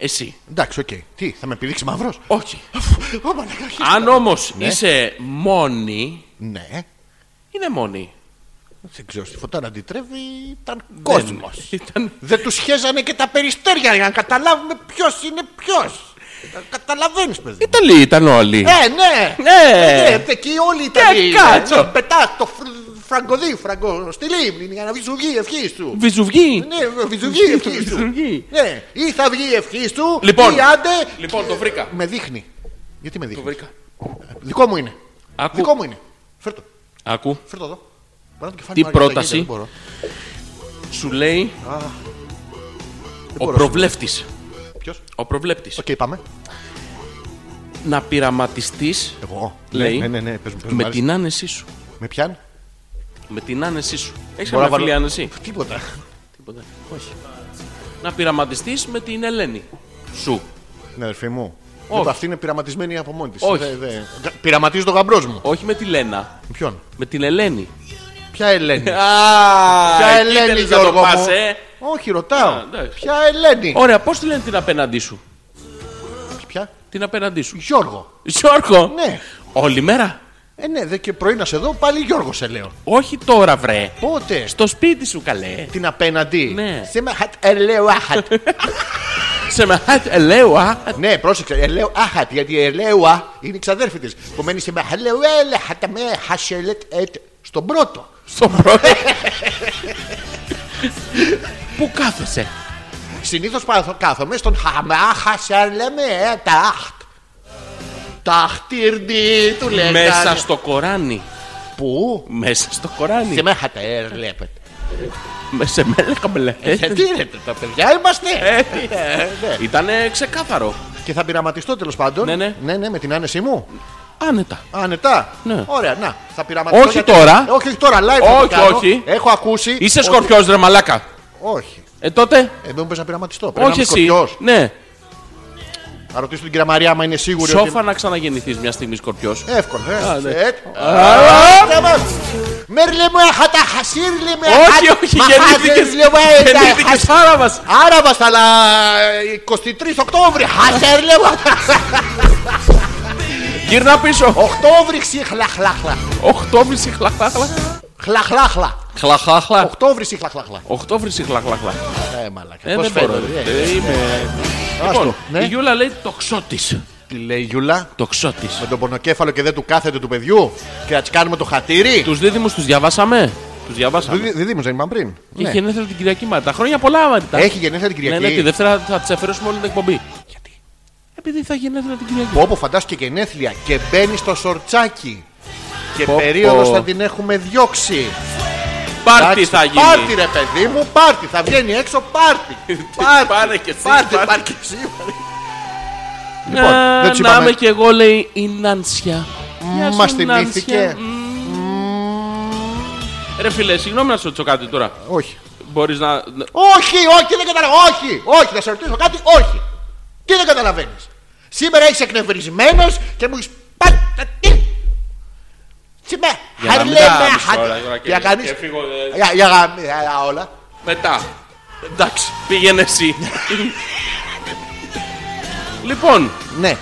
B: Εσύ.
A: Εντάξει, οκ. Τι, θα με επιδείξει μαύρος.
B: Όχι.
A: Ω, μαλάκα, όχι.
C: Ναι.
B: Αν όμως είσαι μόνη.
A: Ναι.
B: Είναι μόνη.
A: Δεν ξέρω, στη φωτάρα αντιτρέβει ήταν κόσμο.
B: Δεν- Ήταν
A: Δεν τους χέζανε και τα περιστέρια για να καταλάβουμε ποιος είναι ποιος.
C: Καταλαβαίνεις, παιδί. μου.
B: Ιταλοί ήταν όλοι.
C: Ε, ναι!
B: Ναι.
C: Ε, εκεί όλοι οι Ιταλοί.
B: Ε, κάτσο.
C: Πετά το φρ- φραγκοδί, φραγκο στη λίμνη για να βγει σου βγει η ευχή του.
B: Βυζουγοί.
C: Ναι, βυζουγεί η ευχή του.
B: Βυζουγεί.
C: Ναι, ή θα βγει η ευχή του,
B: Λοιπόν.
C: ή άντε.
B: Λοιπόν, το βρήκα.
C: Με δείχνει. Γιατί με δείχνει.
B: Το βρήκα.
C: Δικό μου είναι.
B: Άκου.
C: Δικό μου είναι. Φέρτο,
B: Άκου.
C: φέρτο εδώ. Παρά το κεφάλι
B: Τι
C: μου, Άρη,
B: πρόταση.
C: δεν μπορώ.
B: Σου λέει ο
C: μπορώ.
B: προβλέπτης.
C: Ποιος?
B: Ο προβλέπτης.
C: Οκ, πάμε.
B: Να πειραματιστείς
C: Εγώ.
B: Λέει.
C: Ναι, ναι, ναι, πες μου, πες μου,
B: με
C: Άρη.
B: την άνεσή σου.
C: Με πιάνει.
B: Με την άνεσή σου. Έχεις
C: Μπορώ να
B: καμία
C: βάλω-
B: φίλη άνεση.
C: Τίποτα.
B: Τίποτα. Όχι. Να πειραματιστείς με την Ελένη σου.
C: Ναι, αδερφή μου.
B: Όχι.
C: Λοιπόν, αυτή είναι πειραματισμένη από μόνη της.
B: Όχι.
C: Πειραματίζει το γαμπρός μου.
B: Όχι με τη Λένα.
C: Ποιον.
B: Με την Ελένη.
C: Ποια
B: *laughs*
C: Ελένη.
B: Α,
C: Ποια Ελένη,
B: το
C: Γιώργο
B: πας,
C: μου.
B: ε.
C: Όχι, ρωτάω.
B: Α, εντάξει.
C: Ποια Ελένη.
B: Ωραία, πώς τη λένε την απέναντί σου.
C: Ποια.
B: Την απέναντί σου.
C: Γιώργο.
B: Γιώργο.
C: Ναι.
B: Όλη μέρα.
C: Ε, ναι, δε και πρωί να σε δω, πάλι Γιώργο σε λέω.
B: Όχι τώρα, βρε.
C: Πότε.
B: Στο σπίτι σου, καλέ.
C: Την απέναντι.
B: Ναι.
C: Σε με ε, χατ ελέω
B: *laughs*
C: άχατ.
B: Σε με ελέω, α.
C: ναι, πρόσεξε. Ελέω άχατ. Γιατί η ελέουα είναι η ξαδέρφη τη. Που μένει σε με ε, χαλέω έλεχατ με χασελετ ετ. ε, Στον πρώτο.
B: Στον πρώτο. Πού κάθεσαι.
C: Συνήθως κάθομαι στον χαμά
A: ε,
C: χασελεμέ τάχτ. Ταχτήρντι του λέγανε.
B: Μέσα στο Κοράνι.
C: Πού.
B: Μέσα στο Κοράνι.
C: Σε με χατελέπετ.
B: Με- Σε μέλε καμπελέ.
C: Ε, Γιατί ρε, τα παιδιά είμαστε.
B: Ήταν ξεκάθαρο.
C: Ε, Και θα πειραματιστώ τέλος πάντων.
B: Ναι, ναι.
C: ναι, με την άνεσή μου.
B: Άνετα.
C: Άνετα.
B: Ναι.
C: Ωραία, να. Θα πειραματιστώ.
B: Όχι τώρα.
C: Ε, όχι, όχι τώρα. Live θα το
B: Όχι,
C: κάνω.
B: όχι.
C: Έχω ακούσει.
B: Είσαι
C: ότι-
B: σκορπιός, ρε μαλάκα.
C: Όχι.
B: Ε, τότε.
C: Ε, δεν μου πες να πειραματιστώ. Πρέπει
B: Όχι
C: να είμαι
B: εσύ.
C: σκορπιός.
B: Ναι.
C: Θα ρωτήσω την κυρία Μαρία, άμα είναι σίγουρη.
B: Σόφα να ξαναγεννηθείς μια στιγμή σκορπιός.
C: Ότι... Εύκολο.
B: Α,
C: Ε,
B: ναι.
C: Ε, Μέρλε μου, έχα τα χασίρλε με.
B: Όχι, όχι, γεννήθηκες
C: ε,
B: Γεννήθηκες πάρα μα.
C: Άραβας αλλά 23 Οκτώβρη. Χασέρλε μου.
B: Γύρνα πίσω.
C: Οκτώβρη ξύχλαχλαχλα.
B: Οχτώβριση χλαχλάχλα.
C: Χλαχλαχλα.
B: Χλαχλάχλα.
C: Οκτώβρη ξύχλαχλαχλα.
B: Οχτώβριση χλαχλάχλα.
C: Ε, μαλακά.
B: Ε,
C: Πώς
B: δεν μπορώ.
C: φαίνεται,
B: ρε.
C: ε.
B: Ε, Είμαι. Λοιπόν,
C: ναι.
B: η Γιούλα λέει το ξώτη.
C: Τι λέει η Γιούλα.
B: Το ξώτη.
C: Με τον πονοκέφαλο και δεν του κάθεται του παιδιού. Και να της κάνουμε το χατήρι.
B: Τους δίδυμους τους διαβάσαμε. Τους διαβάσαμε.
C: Δίδυμο δεν είπαμε πριν. Ναι.
B: Και Είχε γενέθλια την Κυριακή Μάρτα. Χρόνια πολλά, Μάρτα.
C: Έχει γενέθλια την
B: Ναι,
C: Κυριακή.
B: ναι, τη Δευτέρα θα τη αφαιρέσουμε όλη την εκπομπή. Γιατί? Επειδή θα γενέθλια την Κυριακή.
C: Πω, πω, φαντάσου και γενέθλια και μπαίνει στο σορτσάκι. Και
B: Πω, πω.
C: περίοδος θα την έχουμε διώξει.
B: Πάρτι
C: Εντάξει,
B: θα γίνει.
C: Πάρτι ρε παιδί μου, πάρτι. Θα βγαίνει έξω πάρτι.
B: Πάρε και εσύ,
C: Πάρτι,
B: πάρε.
C: πάρτι και εσύ.
B: Να,
C: Λοιπόν, δεν τους
B: να
C: είπαμε.
B: είμαι κι εγώ, λέει η Νάνσια. Γεια σου,
C: Μας
B: Νάνσια.
C: θυμήθηκε.
B: Μμμ. Ρε φίλε, συγγνώμη να σου ρωτήσω κάτι τώρα.
C: Όχι.
B: Μπορείς να.
C: Όχι, όχι, δεν καταλαβαίνω. Όχι, όχι, θα σε ρωτήσω κάτι. Όχι. Τι δεν καταλαβαίνεις. Σήμερα είσαι εκνευρισμένος και μου έχεις πάει. Τι. Σήμερα.
B: Για να μην τα μισώ, ώρα, ώρα και-
C: Για κανεί.
B: και φύγω, ε.
C: Για για γαμ- για- για όλα.
B: Μετά. Εντάξει, πήγαινε *laughs* εσύ. λοιπόν,
C: Ναι.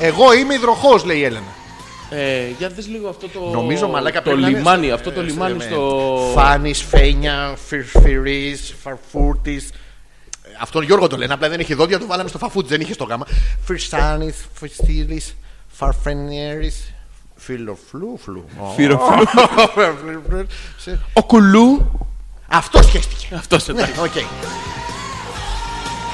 C: Εγώ είμαι υδροχός, λέει η Έλενα.
B: ε, για δες λίγο αυτό το.
C: Νομίζω μαλάκα
B: Το
C: πρέπει να είναι Ε,
B: λιμάνι,
C: σε-
B: αυτό το
C: σε-
B: λιμάνι
C: σε-
B: στο.
C: Φάνης, Φένια, Φιρφυρή, Φαρφούρτης. Αυτόν Γιώργο το λένε, απλά δεν είχε δόντια, του βάλαμε στο φαφούτ, δεν είχε στο γάμα. Φυρσάνη, Φιστήλη, Φαρφενιέρης, Φιλοφλούφλου. Φιλοφλούφλου.
B: Ο κουλού.
C: *laughs* Αυτό σχέστηκε.
B: Αυτό εντάξει.
C: Ναι, οκ.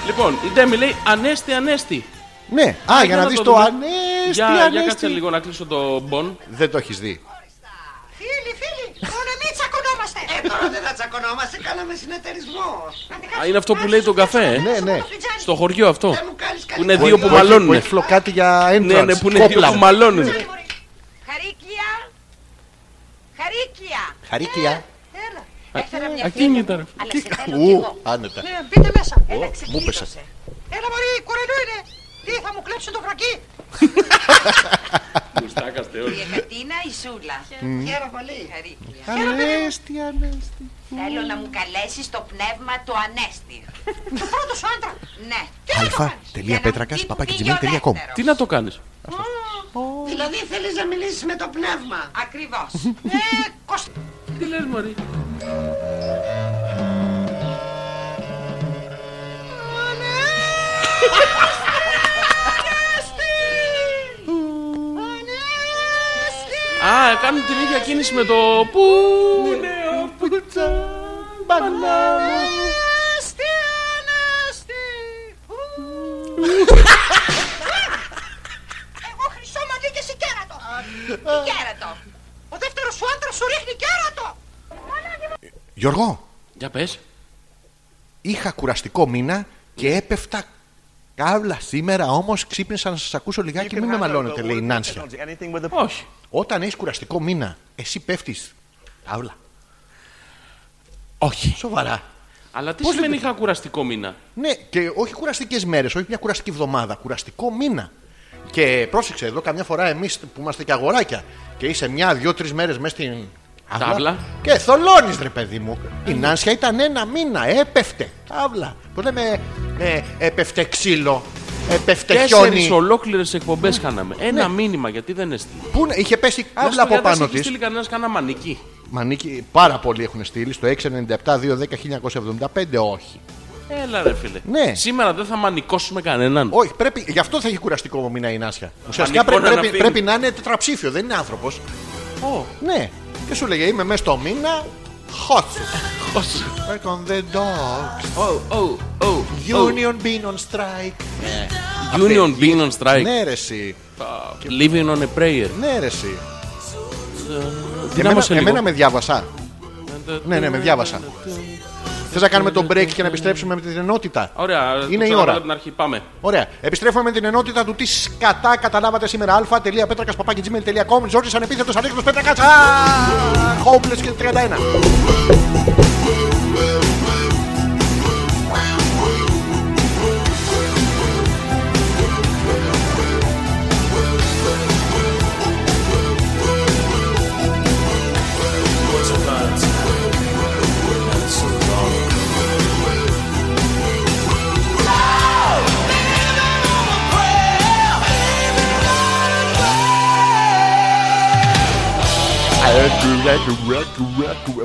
B: Λοιπόν, η Ντέμι λέει Ανέστη, Ανέστη.
C: Ναι, α, για να
B: να
C: δεις
B: το
C: το
B: δούμε.
C: ανέστη,
B: Για, για κάτσε
C: ανέστη.
B: λίγο να κλείσω το μπον.
C: Δεν το έχεις δει.
F: Φίλοι, φίλοι, τώρα μην τσακωνόμαστε. Ε, τώρα δεν θα τσακωνόμαστε, κάναμε συνεταιρισμό.
B: Α, είναι αυτό που λέει τον καφέ, ε.
C: Ναι, ναι.
B: Στο χωριό αυτό.
F: Δεν μου κάνεις
B: Που είναι
F: καλύτερα.
B: δύο που
C: έχει- Που
B: μαλώνουν.
C: έχει φλοκάτι για entrance.
B: Ναι, ναι, που είναι δύο
C: Κόπλα.
B: που μαλώνουν.
F: Χαρίκια. Χαρίκια.
C: Χαρίκια.
F: Έλα. Έφερα μια
B: Ακίνητα, ρε.
F: Αλλά σε θέλω κι εγώ.
C: Ου, άνετα.
F: Ναι, μπείτε μέσα. Έλα,
C: μου πέσε.
F: ξεκίνησε. Έλα, μωρή, κουρελού είναι. Τι, θα μου κλέψουν το χρακί.
B: όλοι.
F: Η Εκατίνα, η Σούλα. Χαίρο πολύ. Χαρίκια.
C: Ανέστη, ανέστη.
F: Θέλω να μου καλέσεις το πνεύμα το ανέστη. Το πρώτο σου άντρας. Ναι. Τι να το
C: Αλφα,
F: κάνεις.
C: τελεία,
F: Για να μου
C: πέτρακας,
F: πει που
C: παπάκι,
F: πήγε ο
C: gmail.com.
F: δεύτερος.
B: Τι να το κάνεις.
F: Δηλαδή θέλεις να μιλήσεις με το πνεύμα. Ακριβώς. ε, κοσ...
B: Τι λες, Μωρή. Α, κάνουν την ίδια κίνηση με το που είναι ο πουτσα μπανάνα.
F: Ανέστη, ανέστη. Ου. Εγώ χρυσό μαλλί και εσύ κέρατο. Τι κέρατο. Ο δεύτερος σου άντρας σου ρίχνει κέρατο.
A: Γιώργο,
B: Για πες.
A: είχα κουραστικό μήνα και έπεφτα κάβλα σήμερα, όμως ξύπνησα να σας ακούσω λιγάκι. Μην με μαλώνετε, λέει η Νάνσια.
B: Όχι.
A: Όταν έχεις κουραστικό μήνα, εσύ πέφτεις. Κάβλα.
B: Όχι.
A: Σοβαρά.
B: Αλλά τι
A: Πώς
B: σημαίνει
A: λέτε?
B: είχα κουραστικό μήνα.
A: Ναι, και όχι κουραστικές μέρες, όχι μια κουραστική εβδομάδα, κουραστικό μήνα. Και πρόσεξε εδώ, καμιά φορά εμείς που είμαστε και αγοράκια και είσαι μια, δύο, τρει μέρε μέσα στην αυλα,
B: Τάβλα.
A: Και θολώνεις, ρε παιδί μου. Η Νάνσια ήταν ένα μήνα, έπεφτε. Τάβλα. Πώς λέμε, ε, έπεφτε ξύλο, έπεφτε χιόνι.
B: Τέσσερι ολόκληρες εκπομπές χάναμε. Ένα μήνυμα γιατί δεν έστειλε.
A: Πού να- είχε πέσει άβλα
B: Άβλα
A: από πάνω της.
B: στείλει κανένας κανένα μανίκι.
A: Μανίκη, πάρα πολλοί έχουν στείλει στο 697-210-1975. Όχι.
B: Έλα ρε φίλε.
A: Ναι.
B: Σήμερα δεν θα μανικώσουμε κανέναν.
A: Όχι, πρέπει, γι' αυτό θα έχει κουραστικό μήνα η Νάσια. Ουσιαστικά
B: Πανικό
A: πρέπει,
B: να
A: πρέπει,
B: αναπίνει.
A: πρέπει να είναι τετραψήφιο, δεν είναι άνθρωπος.
B: Ω,
A: Ναι. Και σου λέγε είμαι μέσα στο μήνα. Hot.
B: ως.
A: Work on the dogs.
B: Ω, ω, ω.
A: Union being on strike.
B: Union being on strike.
A: Ναι, ρε, εσύ.
B: Living on a prayer.
A: Ναι, ρε, εσύ. Εμένα,
B: Δυνάμωσε λίγο.
A: εμένα με διάβασα. Ναι, ναι, με διάβασα. Θες να κάνουμε το break και να επιστρέψουμε με την ενότητα.
B: Ωραία, το
A: Είναι η
B: ξαναβάλω
A: ώρα.
B: από την αρχή. Πάμε.
A: Ωραία. Επιστρέφουμε με την ενότητα του τι σκατά καταλάβατε σήμερα. αλφα.πέτρακα.gmail.com Ζόρι ανεπίθετο ανέκδοτο πέτρακα. Χόμπλε και 31.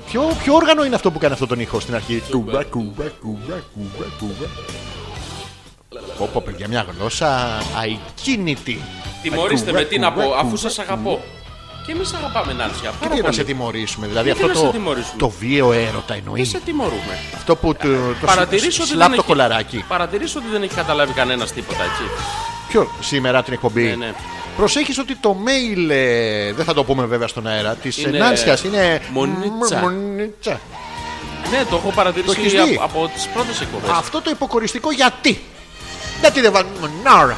A: Ποιο, ποιο όργανο είναι αυτό που κάνει αυτό τον ήχο στην αρχή. Πω πω παιδιά μια γλώσσα αϊκίνητη.
B: Τιμωρήστε με τι να πω, αφού σας αγαπώ. Και εμείς αγαπάμε, Νάνσια.
A: Και
B: πάρα
A: τι να
B: πολύ.
A: σε τιμωρήσουμε, δηλαδή
B: Και
A: αυτό
B: τι να σε
A: το,
B: τιμωρήσουμε.
A: το βίαιο έρωτα
B: Δεν
A: εννοεί.
B: σε τιμωρούμε.
A: Αυτό που το,
B: Παρατηρήσω
A: το
B: ότι,
A: σλάπ
B: δεν
A: το
B: έχει...
A: κολαράκι.
B: παρατηρήσω ότι δεν έχει καταλάβει κανένας τίποτα έτσι.
A: Ποιο σήμερα την εκπομπή.
B: Ναι, ναι.
A: Προσέχεις ότι το mail, ε, δεν θα το πούμε βέβαια στον αέρα, της
B: Είναι-
A: Νάνσιας είναι...
B: Μονίτσα.
A: Μ- Μονίτσα.
B: Ναι, το έχω
A: Το έχεις
B: παρατηρήσει
A: δει?
B: από, από τις πρώτες εκπομπές.
A: Αυτό το υποκοριστικό γιατί. Γιατί δεν βάζουμε νάρα.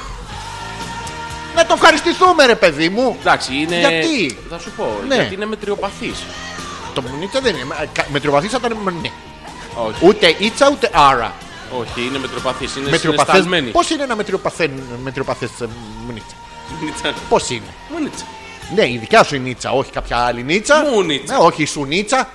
A: Να το ευχαριστηθούμε ρε παιδί μου.
B: Εντάξει, είναι.
A: Γιατί?
B: Θα σου πω,
A: Ναι.
B: γιατί είναι μετριοπαθής.
A: Το μονίτσα δεν είναι. Ε, Μετριοπαθής θα ήταν μονί.
B: Όχι,
A: Ναι. Ούτε ίτσα ούτε άρα.
B: όχι, είναι μετριοπαθής. Είναι
A: Μετριοπαθές-
B: συναισθαλμένη.
A: Πώς είναι ένα μετριοπαθέν, μετριοπαθές ε, μονίτσα.
B: Νίτσα.
A: Πώς είναι.
B: Μούνιτσα.
A: Ναι, η δικιά σου η νίτσα, όχι κάποια άλλη νίτσα.
B: Μου νίτσα.
A: Ναι, όχι η σου νίτσα.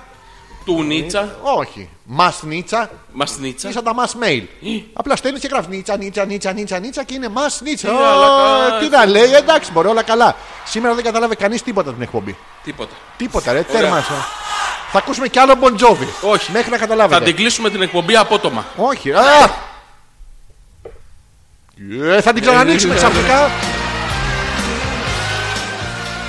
B: Του Νίτσα.
A: Όχι. Μας νίτσα.
B: Μαστνίτσα.
A: Είναι σαν τα mass mail.
B: Ε.
A: Απλά στέλνεις και γράφεις νίτσα, νίτσα, νίτσα, νίτσα, νίτσα και είναι mass νίτσα.
B: Τι
A: Ω,
B: άλλα κα-
A: Τι να λέει, εντάξει, μπορεί όλα καλά. Σήμερα δεν κατάλαβε κανείς τίποτα την εκπομπή.
B: Τίποτα.
A: Τίποτα, ρε,
B: Ωραία.
A: τέρμας. ε. Θα ακούσουμε κι άλλο Bon Jovi.
B: Όχι.
A: Μέχρι να
B: Θα
A: καταλάβετε.
B: την κλείσουμε την εκπομπή απότομα.
A: Όχι. Α! Ε, θα την ξανανοίξουμε
B: ε.
A: ξαφνικά.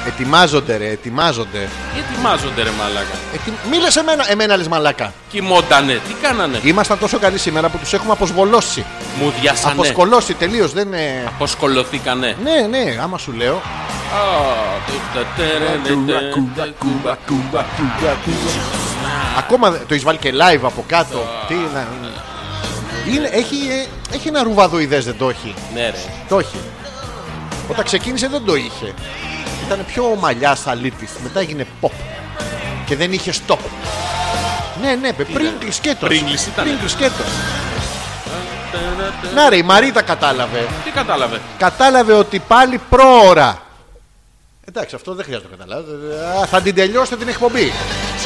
A: Ετοιμάζονται, ρε, ετοιμάζονται.
B: Και ετοιμάζονται ρε μαλάκα.
A: Ετι... Μίλε εμένα, εμένα λες μαλάκα.
B: Κοιμότανε. Τι κάνανε.
A: Ήμασταν τόσο καλοί σήμερα που τους έχουμε αποσβολώσει.
B: Μου διάσανε.
A: Αποσκολώσει τελείως, δεν είναι.
B: Αποσκολωθήκανε.
A: Ναι, ναι, άμα σου λέω. Ακόμα δεν- το έχεις βάλει και live από κάτω. Τι να. Είναι, έχει, ε, έχει ένα ρουβαδοειδές, δεν το έχει.
B: Ναι ρε.
A: Το έχει. Όταν ξεκίνησε δεν το είχε. Ήταν πιο μαλλιά αλήτη. Μετά έγινε pop. Και δεν είχε stop. Ναι, ναι, παι, πριν κλεισκέτο.
B: Pringles ήταν.
A: Πριν Να ρε, η Μαρίτα κατάλαβε.
B: Τι κατάλαβε.
A: Κατάλαβε ότι πάλι πρόωρα. Εντάξει, αυτό δεν χρειάζεται να καταλάβετε. Α, Θα την τελειώσετε την εκπομπή.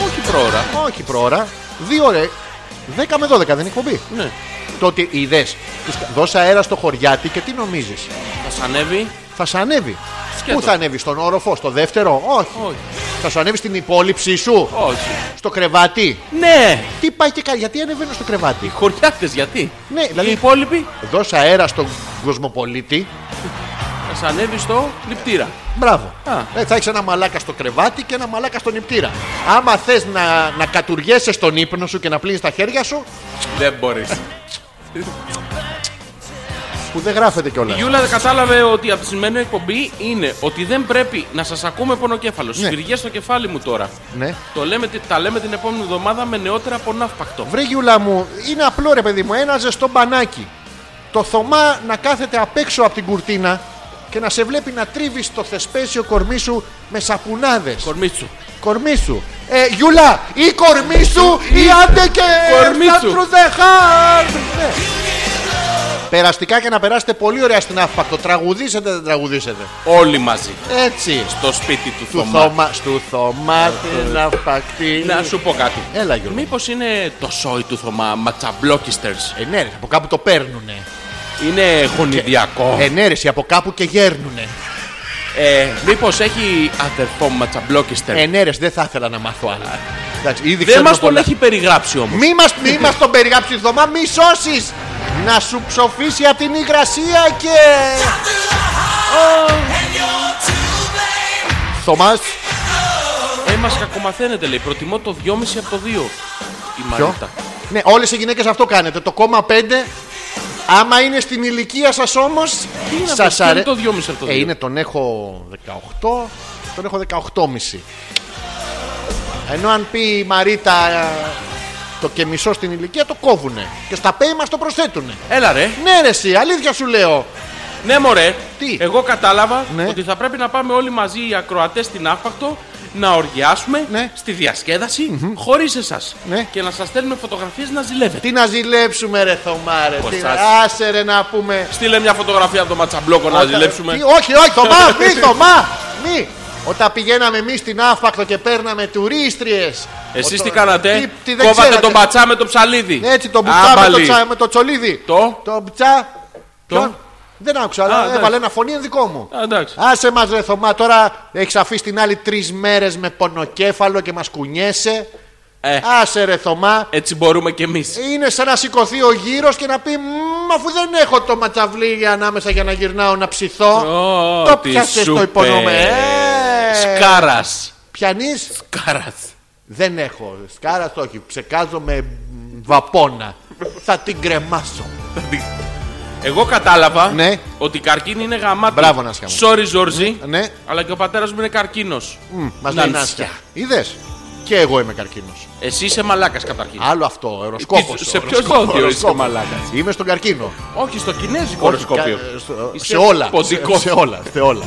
B: Όχι πρόωρα.
A: Όχι προώρα. Δύο ώρε. 10 με 12 δεν είναι εκπομπή.
B: Ναι.
A: Το ότι είδες. Δώσε αέρα στο χωριάτι και τι νομίζεις.
B: Θα σ' ανέβει.
A: Θα σ' ανέβει.
B: Σκέτο.
A: Πού θα ανέβει, στον όροφο, στο δεύτερο, όχι.
B: Όχι.
A: Θα σου ανέβει στην υπόλοιψή σου,
B: Όχι.
A: στο κρεβάτι.
B: Ναι.
A: Τι πάει και κάνει, γιατί ανεβαίνω στο κρεβάτι.
B: Χωριάτες γιατί.
A: Ναι, δηλαδή-
B: Οι υπόλοιποι.
A: Δώσε αέρα στον κοσμοπολίτη.
B: Θα σ' τις ανέβει στο λιπτήρα.
A: Μπράβο.
B: Α.
A: Ε, θα έχεις ένα μαλάκα στο κρεβάτι και ένα μαλάκα στον νηπτήρα. Άμα θες να, να κατουργέσαι στον ύπνο σου και να πλύνεις τα χέρια σου,
B: Δεν μπορείς.
A: που δεν γράφεται
B: Η
A: κιόλας.
B: Γιούλα κατάλαβε ότι από τη σημερινή εκπομπή είναι ότι δεν πρέπει να σας ακούμε πονοκέφαλος.
A: Ναι.
B: Σφυριέ στο κεφάλι μου τώρα.
A: Ναι.
B: Το λέμε, τι- τα λέμε την επόμενη εβδομάδα με νεότερα από ναύπακτο.
A: Βρε Γιούλα μου, είναι απλό ρε παιδί μου, ένα ζεστό μπανάκι. Το θωμά να κάθεται απ' έξω από την κουρτίνα και να σε βλέπει να τρίβεις το θεσπέσιο κορμί σου με σαπουνάδες.
B: Κορμίτσου.
A: Κορμί σου. Ε, Γιούλα, ή κορμί σου ή άντε και.
B: Κορμί σου.
A: Σταύρου δε χάρτ. Ναι. Περαστικά και να περάσετε πολύ ωραία στην άφπακτο. Τραγουδίσετε, δεν τραγουδίσετε.
B: Όλοι μαζί.
A: Έτσι.
B: Στο σπίτι του
A: Του
B: Θωμά.
A: θωμά, του θωμά την άφπακτη.
B: Να σου πω κάτι.
A: Έλα, Γιώργο.
B: Μήπως είναι το σόι του Θωμά, ματσαμπλόκιστερ.
A: Ε, ναι, ρε, από κάπου το παίρνουνε.
B: Είναι γονιδιακό.
A: Ε, ναι, ρε, εσύ, από κάπου και γέρνουνε.
B: Ε, Μήπως έχει αδερφό μου ματσαμπλόκιστερ.
A: Ε, ναι, ρε, δεν θα ήθελα να μάθω άλλα. Εντάξει, ήδη
B: Δεν
A: ξέρουμε
B: μας τον
A: πολλά.
B: έχει περιγράψει όμως.
A: Μη μας, μη μας τον περιγράψεις Θωμά, μη σώσεις Να σου ψοφήσει από την υγρασία και... Θωμάς,
B: Ε, μας κακομαθαίνετε λέει. Προτιμώ το 2,5 από το 2. Η
A: ποιο?
B: Μαρίτα.
A: Ναι, όλες οι γυναίκες αυτό κάνετε. Το κόμμα 5, άμα είναι στην ηλικία σας όμως...
B: Τι είναι αυτό,
A: σας
B: ποιο είναι
A: αρέ-
B: το 2,5 από το 2.
A: Ε, είναι τον έχω 18, τον έχω 18,5. Ενώ αν πει η Μαρίτα ε, το και μισό στην ηλικία το κόβουνε. Και στα pay μας το προσθέτουνε.
B: Έλα ρε.
A: Ναι ρε εσύ, αλήθεια σου λέω.
B: Ναι, μωρέ.
A: Τι?
B: Εγώ κατάλαβα
A: Ναι.
B: ότι θα πρέπει να πάμε όλοι μαζί οι ακροατές στην Άφπακτο να οργιάσουμε
A: Ναι.
B: στη διασκέδαση χωρίς εσάς
A: Ναι.
B: και να σας στέλνουμε φωτογραφίες να ζηλεύετε.
A: Τι να ζηλέψουμε ρε Θωμάρε. Τι...
B: σας.
A: Άσε ρε να πούμε.
B: Στείλε μια φωτογραφία από το ματσαμπλόκο να
A: Όταν-
B: ζηλέψουμε.
A: Τι, όχι, όχι, Θωμά,
B: *laughs*
A: μη Θωμά, μη. Όταν πηγαίναμε εμείς στην Άφακτο και παίρναμε τουρίστριες.
B: Εσείς τι κάνατε,
A: Τι, τι δεν
B: κόβατε
A: ξέρατε. ναι,
B: τον πατσά με το ψαλίδι.
A: Έτσι, τον μπουτσά με το,
B: Άμπαλι.
A: τσα, με το τσολίδι.
B: Το?
A: Το μπουτσά.
B: Το? ναι.
A: Ποιον? Δεν άκουσα, αλλά
B: εντάξει.
A: έβαλε ένα φωνή είναι δικό μου.
B: Α, εντάξει.
A: Άσε μας ρε Θωμά, τώρα έχεις αφήσει την άλλη τρεις μέρες με πονοκέφαλο και μας κουνιέσαι.
B: Ε,
A: Άσε ρε Θωμά,
B: έτσι μπορούμε κι εμείς.
A: είναι σαν να σηκωθεί ο γύρος και να πει «Μμμ, αφού δεν έχω το ματσαβλί ανάμεσα για να γυρνάω να ψηθώ.
B: Ω,
A: το
B: τι
A: πιάσες
B: σου
A: το υπονομέ.
B: πες.
A: Ε,
B: Σκάρας.
A: Πιανείς.
B: Σκάρας. δεν
A: Δεν έχω. Σκάρας όχι. Ψεκάζω με βαπόνα. Θα την κρεμάσω.
B: Εγώ κατάλαβα
A: Ναι.
B: ότι η καρκίνη είναι γαμάτη.
A: Μπράβο, Νάσια μου.
B: Sorry, Ζόρζι.
A: Ναι.
B: Αλλά και ο πατέρας μου είναι καρκίνος.
A: Μας
B: Να
A: λέει
B: είναι
A: Νάσια. Είδες. Και εγώ είμαι καρκίνος.
B: Εσύ είσαι μαλάκας καταρχήν.
A: Άλλο αυτό, οροσκόπος.
B: Τι- σε ποιο ζώδιο είσαι μαλάκας?
A: Είμαι στον καρκίνο.
B: Όχι, στο
A: Όχι,
B: κινέζικο οροσκόπιο.
A: κα- στο-
B: Είσαι
A: Σε όλα.
B: ποντικός.
A: Σε- Σε όλα. Σε όλα.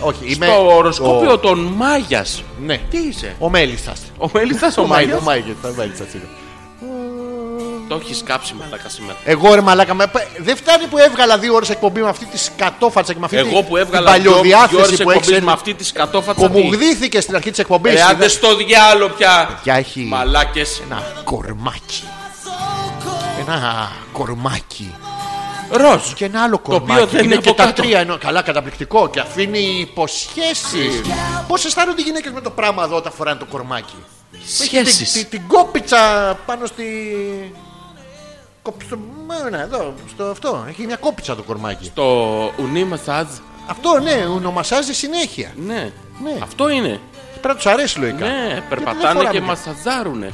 A: Όχι, είμαι.
B: Στο οροσκόπιο
A: ο-
B: των Μάγιας.
A: Ναι.
B: Τι είσαι.
A: Ο Μέλισσας.
B: Ο Μέλισσας ο Μάγιας.
A: Ο Μέλισσας είναι.
B: Το έχεις κάψει μαλάκα σήμερα.
A: Εγώ ρε μαλάκα, με- δεν φτάνει που έβγαλα δύο ώρες εκπομπή με αυτή τη σκατόφατσα και με αυτή
B: Εγώ
A: την-
B: που
A: την
B: έβγαλα δυο δυο ώρες
A: παλιοδιάθεση που
B: εκπομπής
A: έχει.
B: με αυτή τη σκατόφατσα.
A: Που
B: τι?
A: μου γδύθηκε στην αρχή της εκπομπής.
B: Ε, άντε στο διάλο πια.
A: Πια έχει-
B: Μαλάκες.
A: Ένα κορμάκι. Ένα κορμάκι.
B: Ροζ.
A: Και ένα άλλο
B: οποίο
A: κορμάκι.
B: δεν είναι
A: και
B: από
A: τα
B: κάτω.
A: τρία ενώ καλά καταπληκτικό και αφήνει υποσχέσεις. Πώς αισθάνονται οι γυναίκες με το πράγμα εδώ όταν φοράνε το κορμάκι. Έχει την,
B: Σχέσεις.
A: την- την κόπιτσα πάνω στη. κοπ- στο- μένα, εδώ, στο αυτό. Έχει μια κόπιτσα το κορμάκι.
B: Το ουνί μασάζ.
A: Αυτό ναι, ονομασάζει συνέχεια.
B: Ναι.
A: Ναι.
B: Αυτό είναι.
A: Πρέπει να τους αρέσει λογικά.
B: Ναι,
A: Γιατί δεν
B: περπατάνε
A: φοράμε
B: και
A: και-
B: μασαζάρουνε.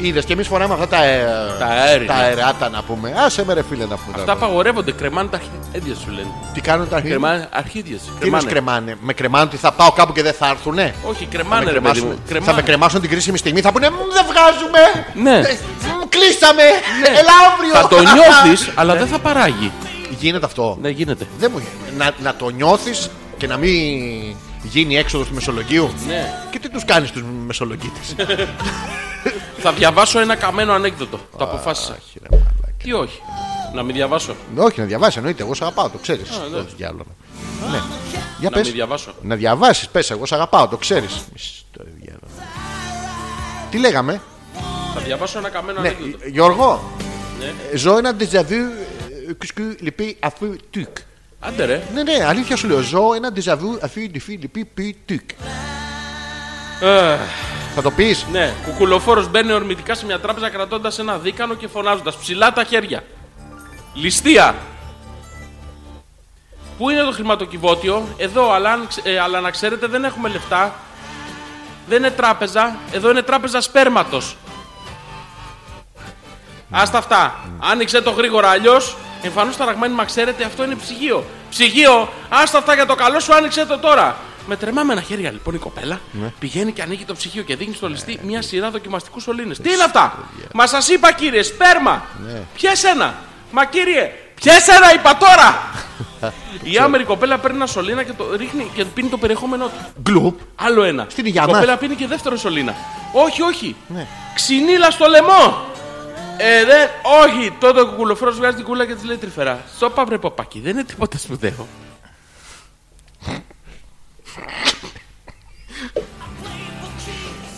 A: Είδες και εμείς φοράμε αυτά τα, ε,
B: Τα αέρινα.
A: τα αεράτα να πούμε. Άσε με ρε φίλε να πούμε.
B: Αυτά
A: τώρα.
B: απαγορεύονται. Κρεμάνε τα αρχίδια σου λένε.
A: Τι κάνουν τα αρχίδια.
B: Κρεμάνε αρχίδια σου.
A: Τι με
B: Κρεμάνε.
A: κρεμάνε. Με κρεμάνε ότι θα πάω κάπου και δεν θα έρθουνε.
B: Όχι,
A: Θα με
B: κρεμάνε ρε παιδί
A: κρεμάσουν-
B: μου.
A: Θα με
B: Κρεμάνε.
A: κρεμάσουν την κρίσιμη στιγμή. Θα πούνε «Μ, Δεν βγάζουμε.
B: Ναι.
A: Ε, μ, Κλείσαμε. Ελά αύριο.
B: Θα το νιώθεις, αλλά δεν θα παράγει.
A: *laughs* Γίνεται αυτό.
B: Δεν γίνεται.
A: Ναι. Δεν μου γίνεται. Να, να το νιώθεις και να μην γίνει έξοδος του Μεσολογγίου.
B: Ναι.
A: Και τι τους κάνεις τους Μεσολογγίτε.
B: *laughs* Θα διαβάσω ένα καμένο ανέκδοτο. Το αποφάσισα. Τι όχι. Να μην διαβάσω.
A: Όχι, να διαβάσει εννοείται. Εγώ σε αγαπάω, το ξέρεις.
B: ναι.
A: Ναι. Για
B: Να μην
A: πες.
B: διαβάσω.
A: Να διαβάσεις, πες. Εγώ σε αγαπάω, το ξέρεις. Τι λέγαμε,
B: Θα διαβάσω ένα καμένο
A: ναι,
B: ανέκδοτο.
A: Γιώργο. Ζω ένα ντεζαβού κουσκού λυπή αφού τουκ.
B: Άντε ρε.
A: Ναι, ναι, αλήθεια σου λέω. Ζω ένα ντεζαβού αφού λυπή λυπή πει τουκ.
B: Ε,
A: Θα το πεις.
B: Ναι. Κουκουλοφόρος μπαίνει ορμητικά σε μια τράπεζα κρατώντας ένα δίκανο και φωνάζοντας ψηλά τα χέρια. Ληστεία. Πού είναι το χρηματοκιβώτιο, εδώ, αλλά, αν ξε- ε, αλλά να ξέρετε δεν έχουμε λεφτά. Δεν είναι τράπεζα, εδώ είναι τράπεζα σπέρματος. Άστα αυτά. Άνοιξε το γρήγορα, αλλιώς εμφανώς τα ραγμάνιμα, ξέρετε, αυτό είναι ψυγείο. Ψυγείο, άστα αυτά για το καλό σου, άνοιξε το τώρα. Με τρεμάμενα χέρια λοιπόν η κοπέλα πηγαίνει και ανοίγει το ψυγείο και δείχνει στο ληστή μια σειρά δοκιμαστικούς σωλήνες. Τι είναι αυτά! Μα σας είπα κύριε, σπέρμα! Ναι. ένα! Μα κύριε, πιες ένα είπα τώρα! η άμερη κοπέλα παίρνει ένα σωλήνα και το ρίχνει και πίνει το περιεχόμενό του.
A: Γκλουπ.
B: Άλλο ένα.
A: Στην υγειά
B: Η κοπέλα
A: μας.
B: πίνει και δεύτερο σωλήνα. Όχι, όχι.
A: Ναι.
B: Ξυνήλα στο λαιμό. Ε, δεν, όχι. Τότε ο κουκουλοφρό βγάζει την κούλα και της λέει τρυφερά. Σοπα βρε παπάκι, δεν είναι τίποτα σπουδαίο.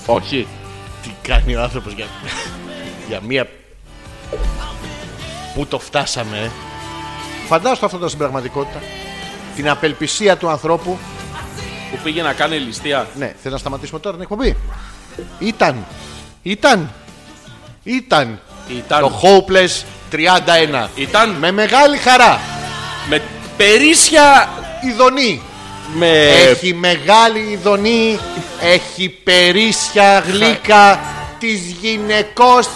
B: όχι.
A: Τι κάνει ο άνθρωπος για, για μία. Πού το φτάσαμε, ε. Φαντάζομαι αυτό ήταν στην πραγματικότητα. Την απελπισία του ανθρώπου.
B: Που πήγε να κάνει ληστεία.
A: Ναι, θες να σταματήσουμε τώρα την εκπομπή. Ήταν. Ήταν. Ήταν.
B: Ήταν,
A: Το Hopeless 31.
B: ήταν με,
A: Με μεγάλη χαρά.
B: με περίσσια.
A: Ειδονή.
B: Με...
A: Έχει μεγάλη ειδονή. Έχει περίσσια γλύκα. Της γυναικός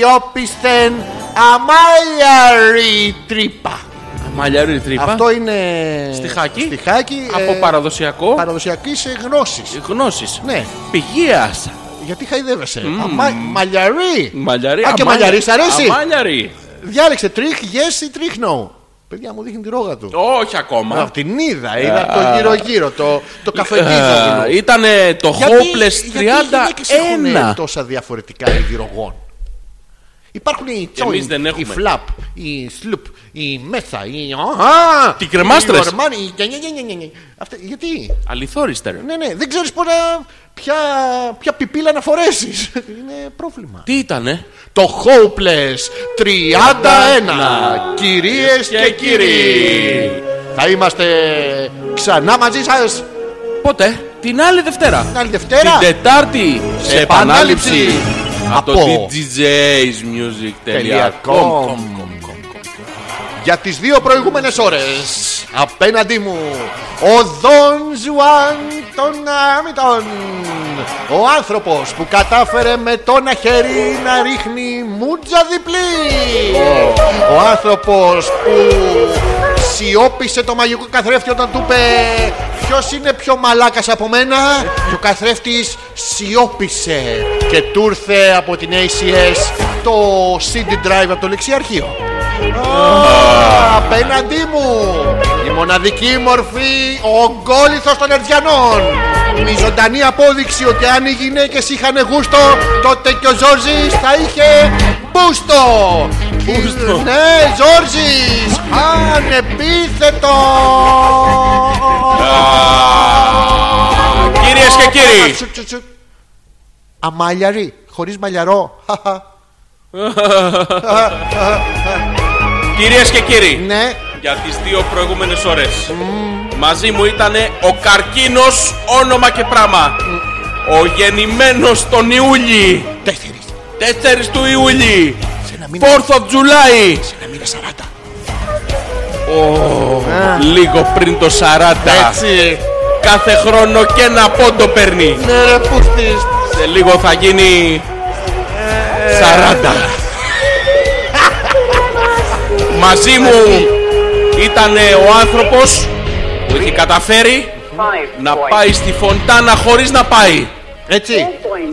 A: ιόπισθεν αμάλιαρη τρύπα.
B: Μαλλιάρι τρύπα.
A: Αυτό είναι.
B: Στιχάκι.
A: Στιχάκι.
B: Από
A: ε,
B: παραδοσιακό.
A: παραδοσιακή γνώση.
B: Γνώσεις.
A: Ναι,
B: Πηγείας.
A: γιατί χαϊδεύεσαι. Αμα... Μαλλιαρή.
B: Μαλλιαρή.
A: Α, και
B: αμάλια-
A: μαλλιαρής, σ' αρέσει?
B: Αμάλιαρη.
A: Διάλεξε τρίχ, yes ή τρίχ no. Παιδιά μου δείχνει τη ρόγα του.
B: Όχι ακόμα.
A: Αυτή την είδα, είδα το γύρω-γύρω, το, το καφετίδι.
B: Ήταν Ε, το
A: Γιατί- γιατί οι γυναίκες έχουν
B: 31.
A: τόσα διαφορετικά είδη ρογών. Υπάρχουν οι τσόιν,
B: Εμείς δεν
A: οι
B: έχουμε.
A: φλαπ, οι σλουπ, οι μέσα, οι... Α,
B: Τι κρεμάστρες.
A: Οι ορμάνοι, οι... νι- νι- νι- νι- νι. Αυτά- γιατί,
B: Αληθόριστερ.
A: ναι, ναι, δεν ξέρεις πού να... Ποια, ποια πιπίλα να φορέσεις. *laughs* Είναι πρόβλημα.
B: Τι ήτανε.
A: Το Hopeless 31, κυρίες και,
B: και
A: κύριοι.
B: κύριοι.
A: Θα είμαστε ξανά μαζί σας
B: Πότε. Την άλλη Δευτέρα.
A: την άλλη Δευτέρα.
B: Την Τετάρτη. Σε επανάληψη. Από
A: Από-
B: το djsmusic.com
A: Τελεία.com. Για τις δύο προηγούμενες ώρες Απέναντί μου Ο Δον Ζουάν των Αμητών Ο άνθρωπος που κατάφερε με το ένα χέρι να ρίχνει μούτζα διπλή Ο άνθρωπος που σιώπησε το μαγικό καθρέφτη όταν του είπε Ποιος είναι πιο μαλάκας από μένα Και ο καθρέφτης σιώπησε Και του ήρθε από την ACS το CD drive από το λεξιαρχείο Απέναντί μου η μοναδική μορφή, ο γκόλιθος των Ερτζιανών. Η ζωντανή απόδειξη ότι αν οι γυναίκες είχαν γούστο, τότε και ο Ζόρζης θα είχε μπούστο.
B: Μπούστο.
A: Ναι, Ζόρζης, ανεπίθετο.
B: Κυρίες και κύριοι.
A: Τσου, τσου, τσου. Αμάλιαρη, χωρίς μαλλιαρό.
B: Κυρίες και κύριοι.
A: Ναι,
B: Για τις δύο προηγούμενες ώρες. Μαζί μου ήτανε ο καρκίνος όνομα και πράγμα. Ο γεννημένος τον Ιούλη.
A: τέσσερις.
B: 4 του Ιούλη.
A: ένα μήνα.
B: 4th of July.
A: Να μείνω 40.
B: Λίγο πριν το 40.
A: Έτσι.
B: Κάθε χρόνο και ένα πόντο παίρνει.
A: Ναι ρε πούστης.
B: Σε λίγο θα γίνει
A: Ε. *laughs*
B: 40. Μαζί μου ήταν ο άνθρωπος που είχε καταφέρει να πάει στη φοντάνα χωρίς να πάει.
A: Έτσι.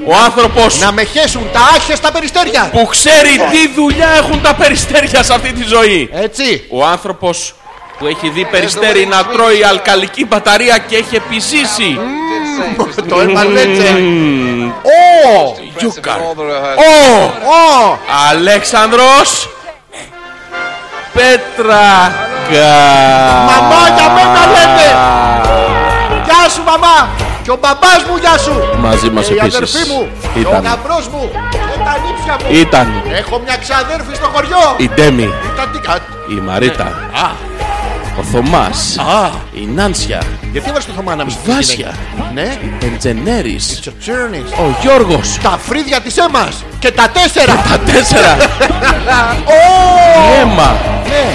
B: Ο άνθρωπος
A: Να με χέσουν τα άχια στα περιστέρια.
B: που ξέρει τι δουλειά έχουν τα περιστέρια σε αυτή τη ζωή.
A: Έτσι.
B: Ο άνθρωπος που έχει δει περιστέρι να τρώει αλκαλική μπαταρία και έχει επιζήσει.
A: Το έμαλέτσε.
B: Ο
C: Impressive in all the rehearsals.
B: Ο
A: Ω.
B: Αλέξανδρος Πέτρακα
A: Μαμά για μένα λέτε. Γεια σου μαμά. Και ο μπαμπάς μου γεια σου.
B: Μαζί μας
A: Και η
B: επίσης
A: αδερφή μου. Και ο
B: ήταν,
A: γαμπρός μου. Και τα νύψια μου.
B: ήταν
A: Έχω μια ξαδέρφη στο χωριό.
B: η Ντέμι,
A: Ήταν τι κα-
B: η Μαρίτα, ο Θωμάς, η Νάνσια,
A: Γιατί έβαλες το θωμά να μην
B: Βάσια.
A: Ναι.
B: η Εντζενέρης,
A: Τσοτσούρνης.
B: ο Γιώργος,
A: Τα φρύδια της έμας. Και τα τέσσερα.
B: τα
C: *laughs*
B: τέσσερα,
A: Ω.
B: η Έμα.
A: Ναι.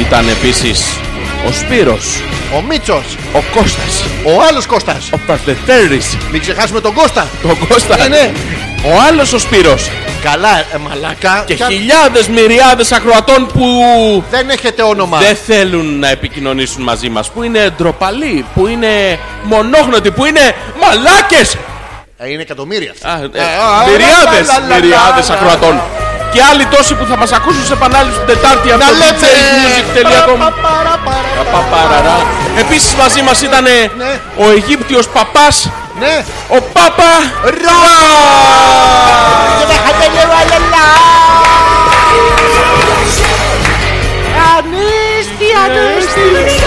B: Ήταν επίσης ο Σπύρος,
C: Ο Μίτσος.
B: ο Κώστας,
C: Ο άλλος Κώστας.
B: ο Παρτετέρης,
C: Μην ξεχάσουμε τον Κώστα.
B: τον Κώστα,
C: Ναι, ναι.
B: ο άλλος ο Σπύρος
C: Καλά, ε, μαλάκα.
B: και
C: Κα-
B: χιλιάδες μυριάδες ακροατών που
C: Δεν έχετε όνομα.
B: δεν θέλουν να επικοινωνήσουν μαζί μας, που είναι ντροπαλοί, που είναι μονόγνωτοι, που είναι μαλάκες.
C: Ε, Είναι εκατομμύρια αυτά.
B: Α, ε,
C: α, α,
B: Μυριάδες,
C: λα, λα, λα, λα,
B: μυριάδες
C: λα, λα,
B: ακροατών.
C: λα.
B: Και άλλοι τόσοι που θα μας ακούσουν σε επανάληψη την Τετάρτη από
C: Να
B: το
C: λέτε! ε,
B: djmusic.com. Παπαραρα. Επίσης μαζί μας ήταν
C: Ναι.
B: ο Αιγύπτιος παπάς,
C: Ναι.
B: ο Πάπα
C: Ρα! Και τα χατέλια, λα, λα, λα. Ανέστη, ανέστη.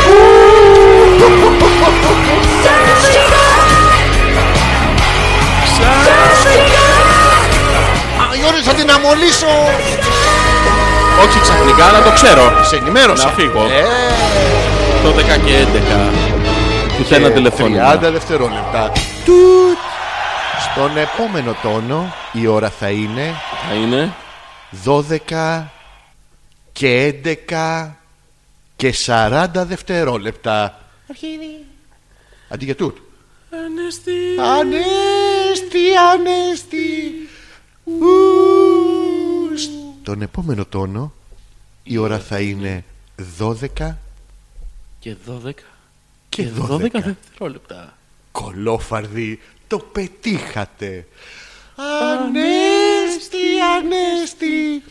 C: Α, Γιώργη, θα την αμολύσω.
B: Όχι ξαφνικά να το ξέρω.
C: Σε ενημέρωσα.
B: Να φύγω.
C: Ε,
B: Το 10 και 11. Ούτε ένα τηλεφώνημα.
C: 30 δευτερόλεπτα. Τουτ. Στον επόμενο τόνο η ώρα θα είναι
B: Θα είναι.
C: 12 και 11 και 40 δευτερόλεπτα. Αρχίδι. Αντί για τούτ. Ανέστη, ανέστη. Ου. Στον επόμενο τόνο η ώρα θα είναι 12
B: Και 12.
C: και
B: 12
C: 12.
B: δευτερόλεπτα.
C: Κολόφαρδι, το πετύχατε. Ανέστη, ανέστη.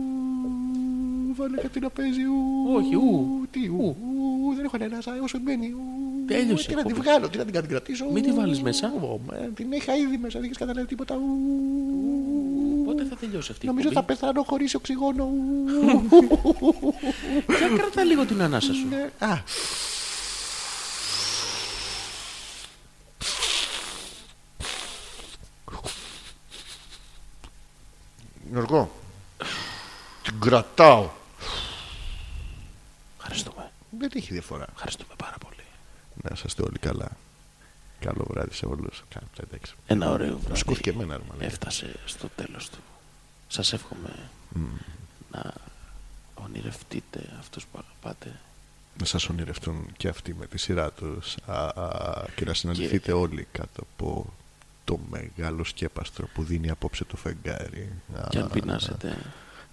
C: Ου. Βάλε κάτι να παίζει. ου.
B: Όχι, ου.
C: Τι, ου, ου, δεν έχω κανένα σαν όσο μπαίνει. ου.
B: Τέλειωσε,
C: Τι να την
B: κόπη.
C: βγάλω, τι να την κρατήσω.
B: Μην τη βάλεις μέσα.
C: Ου, ε, Την είχα ήδη μέσα, δεν έχεις καταλάβει τίποτα. ου.
B: Πότε θα τελειώσει αυτή η
C: Νομίζω θα
B: εκπομπή?
C: πεθάνω χωρίς οξυγόνο. ου.
B: Για κρατά λίγο την ανάσα σου.
C: Ε, Α, Γιώργο, την κρατάω.
B: Ευχαριστούμε.
C: Δεν έχει διαφορά.
B: Ευχαριστούμε πάρα πολύ.
C: Να είστε όλοι καλά. Καλό βράδυ σε όλους. Κάπου εντάξει.
B: Ένα ωραίο βράδυ.
C: Σκούθηκε εμένα, ρε μαλάκα.
B: Έφτασε στο τέλος του. Σας εύχομαι να ονειρευτείτε αυτούς που αγαπάτε.
C: Να σας ονειρευτούν και αυτοί με τη σειρά τους α, α, και να συναντηθείτε όλοι κάτω από το μεγάλο σκέπαστρο που δίνει απόψε το φεγγάρι. Α,
B: Και αν πεινάσετε,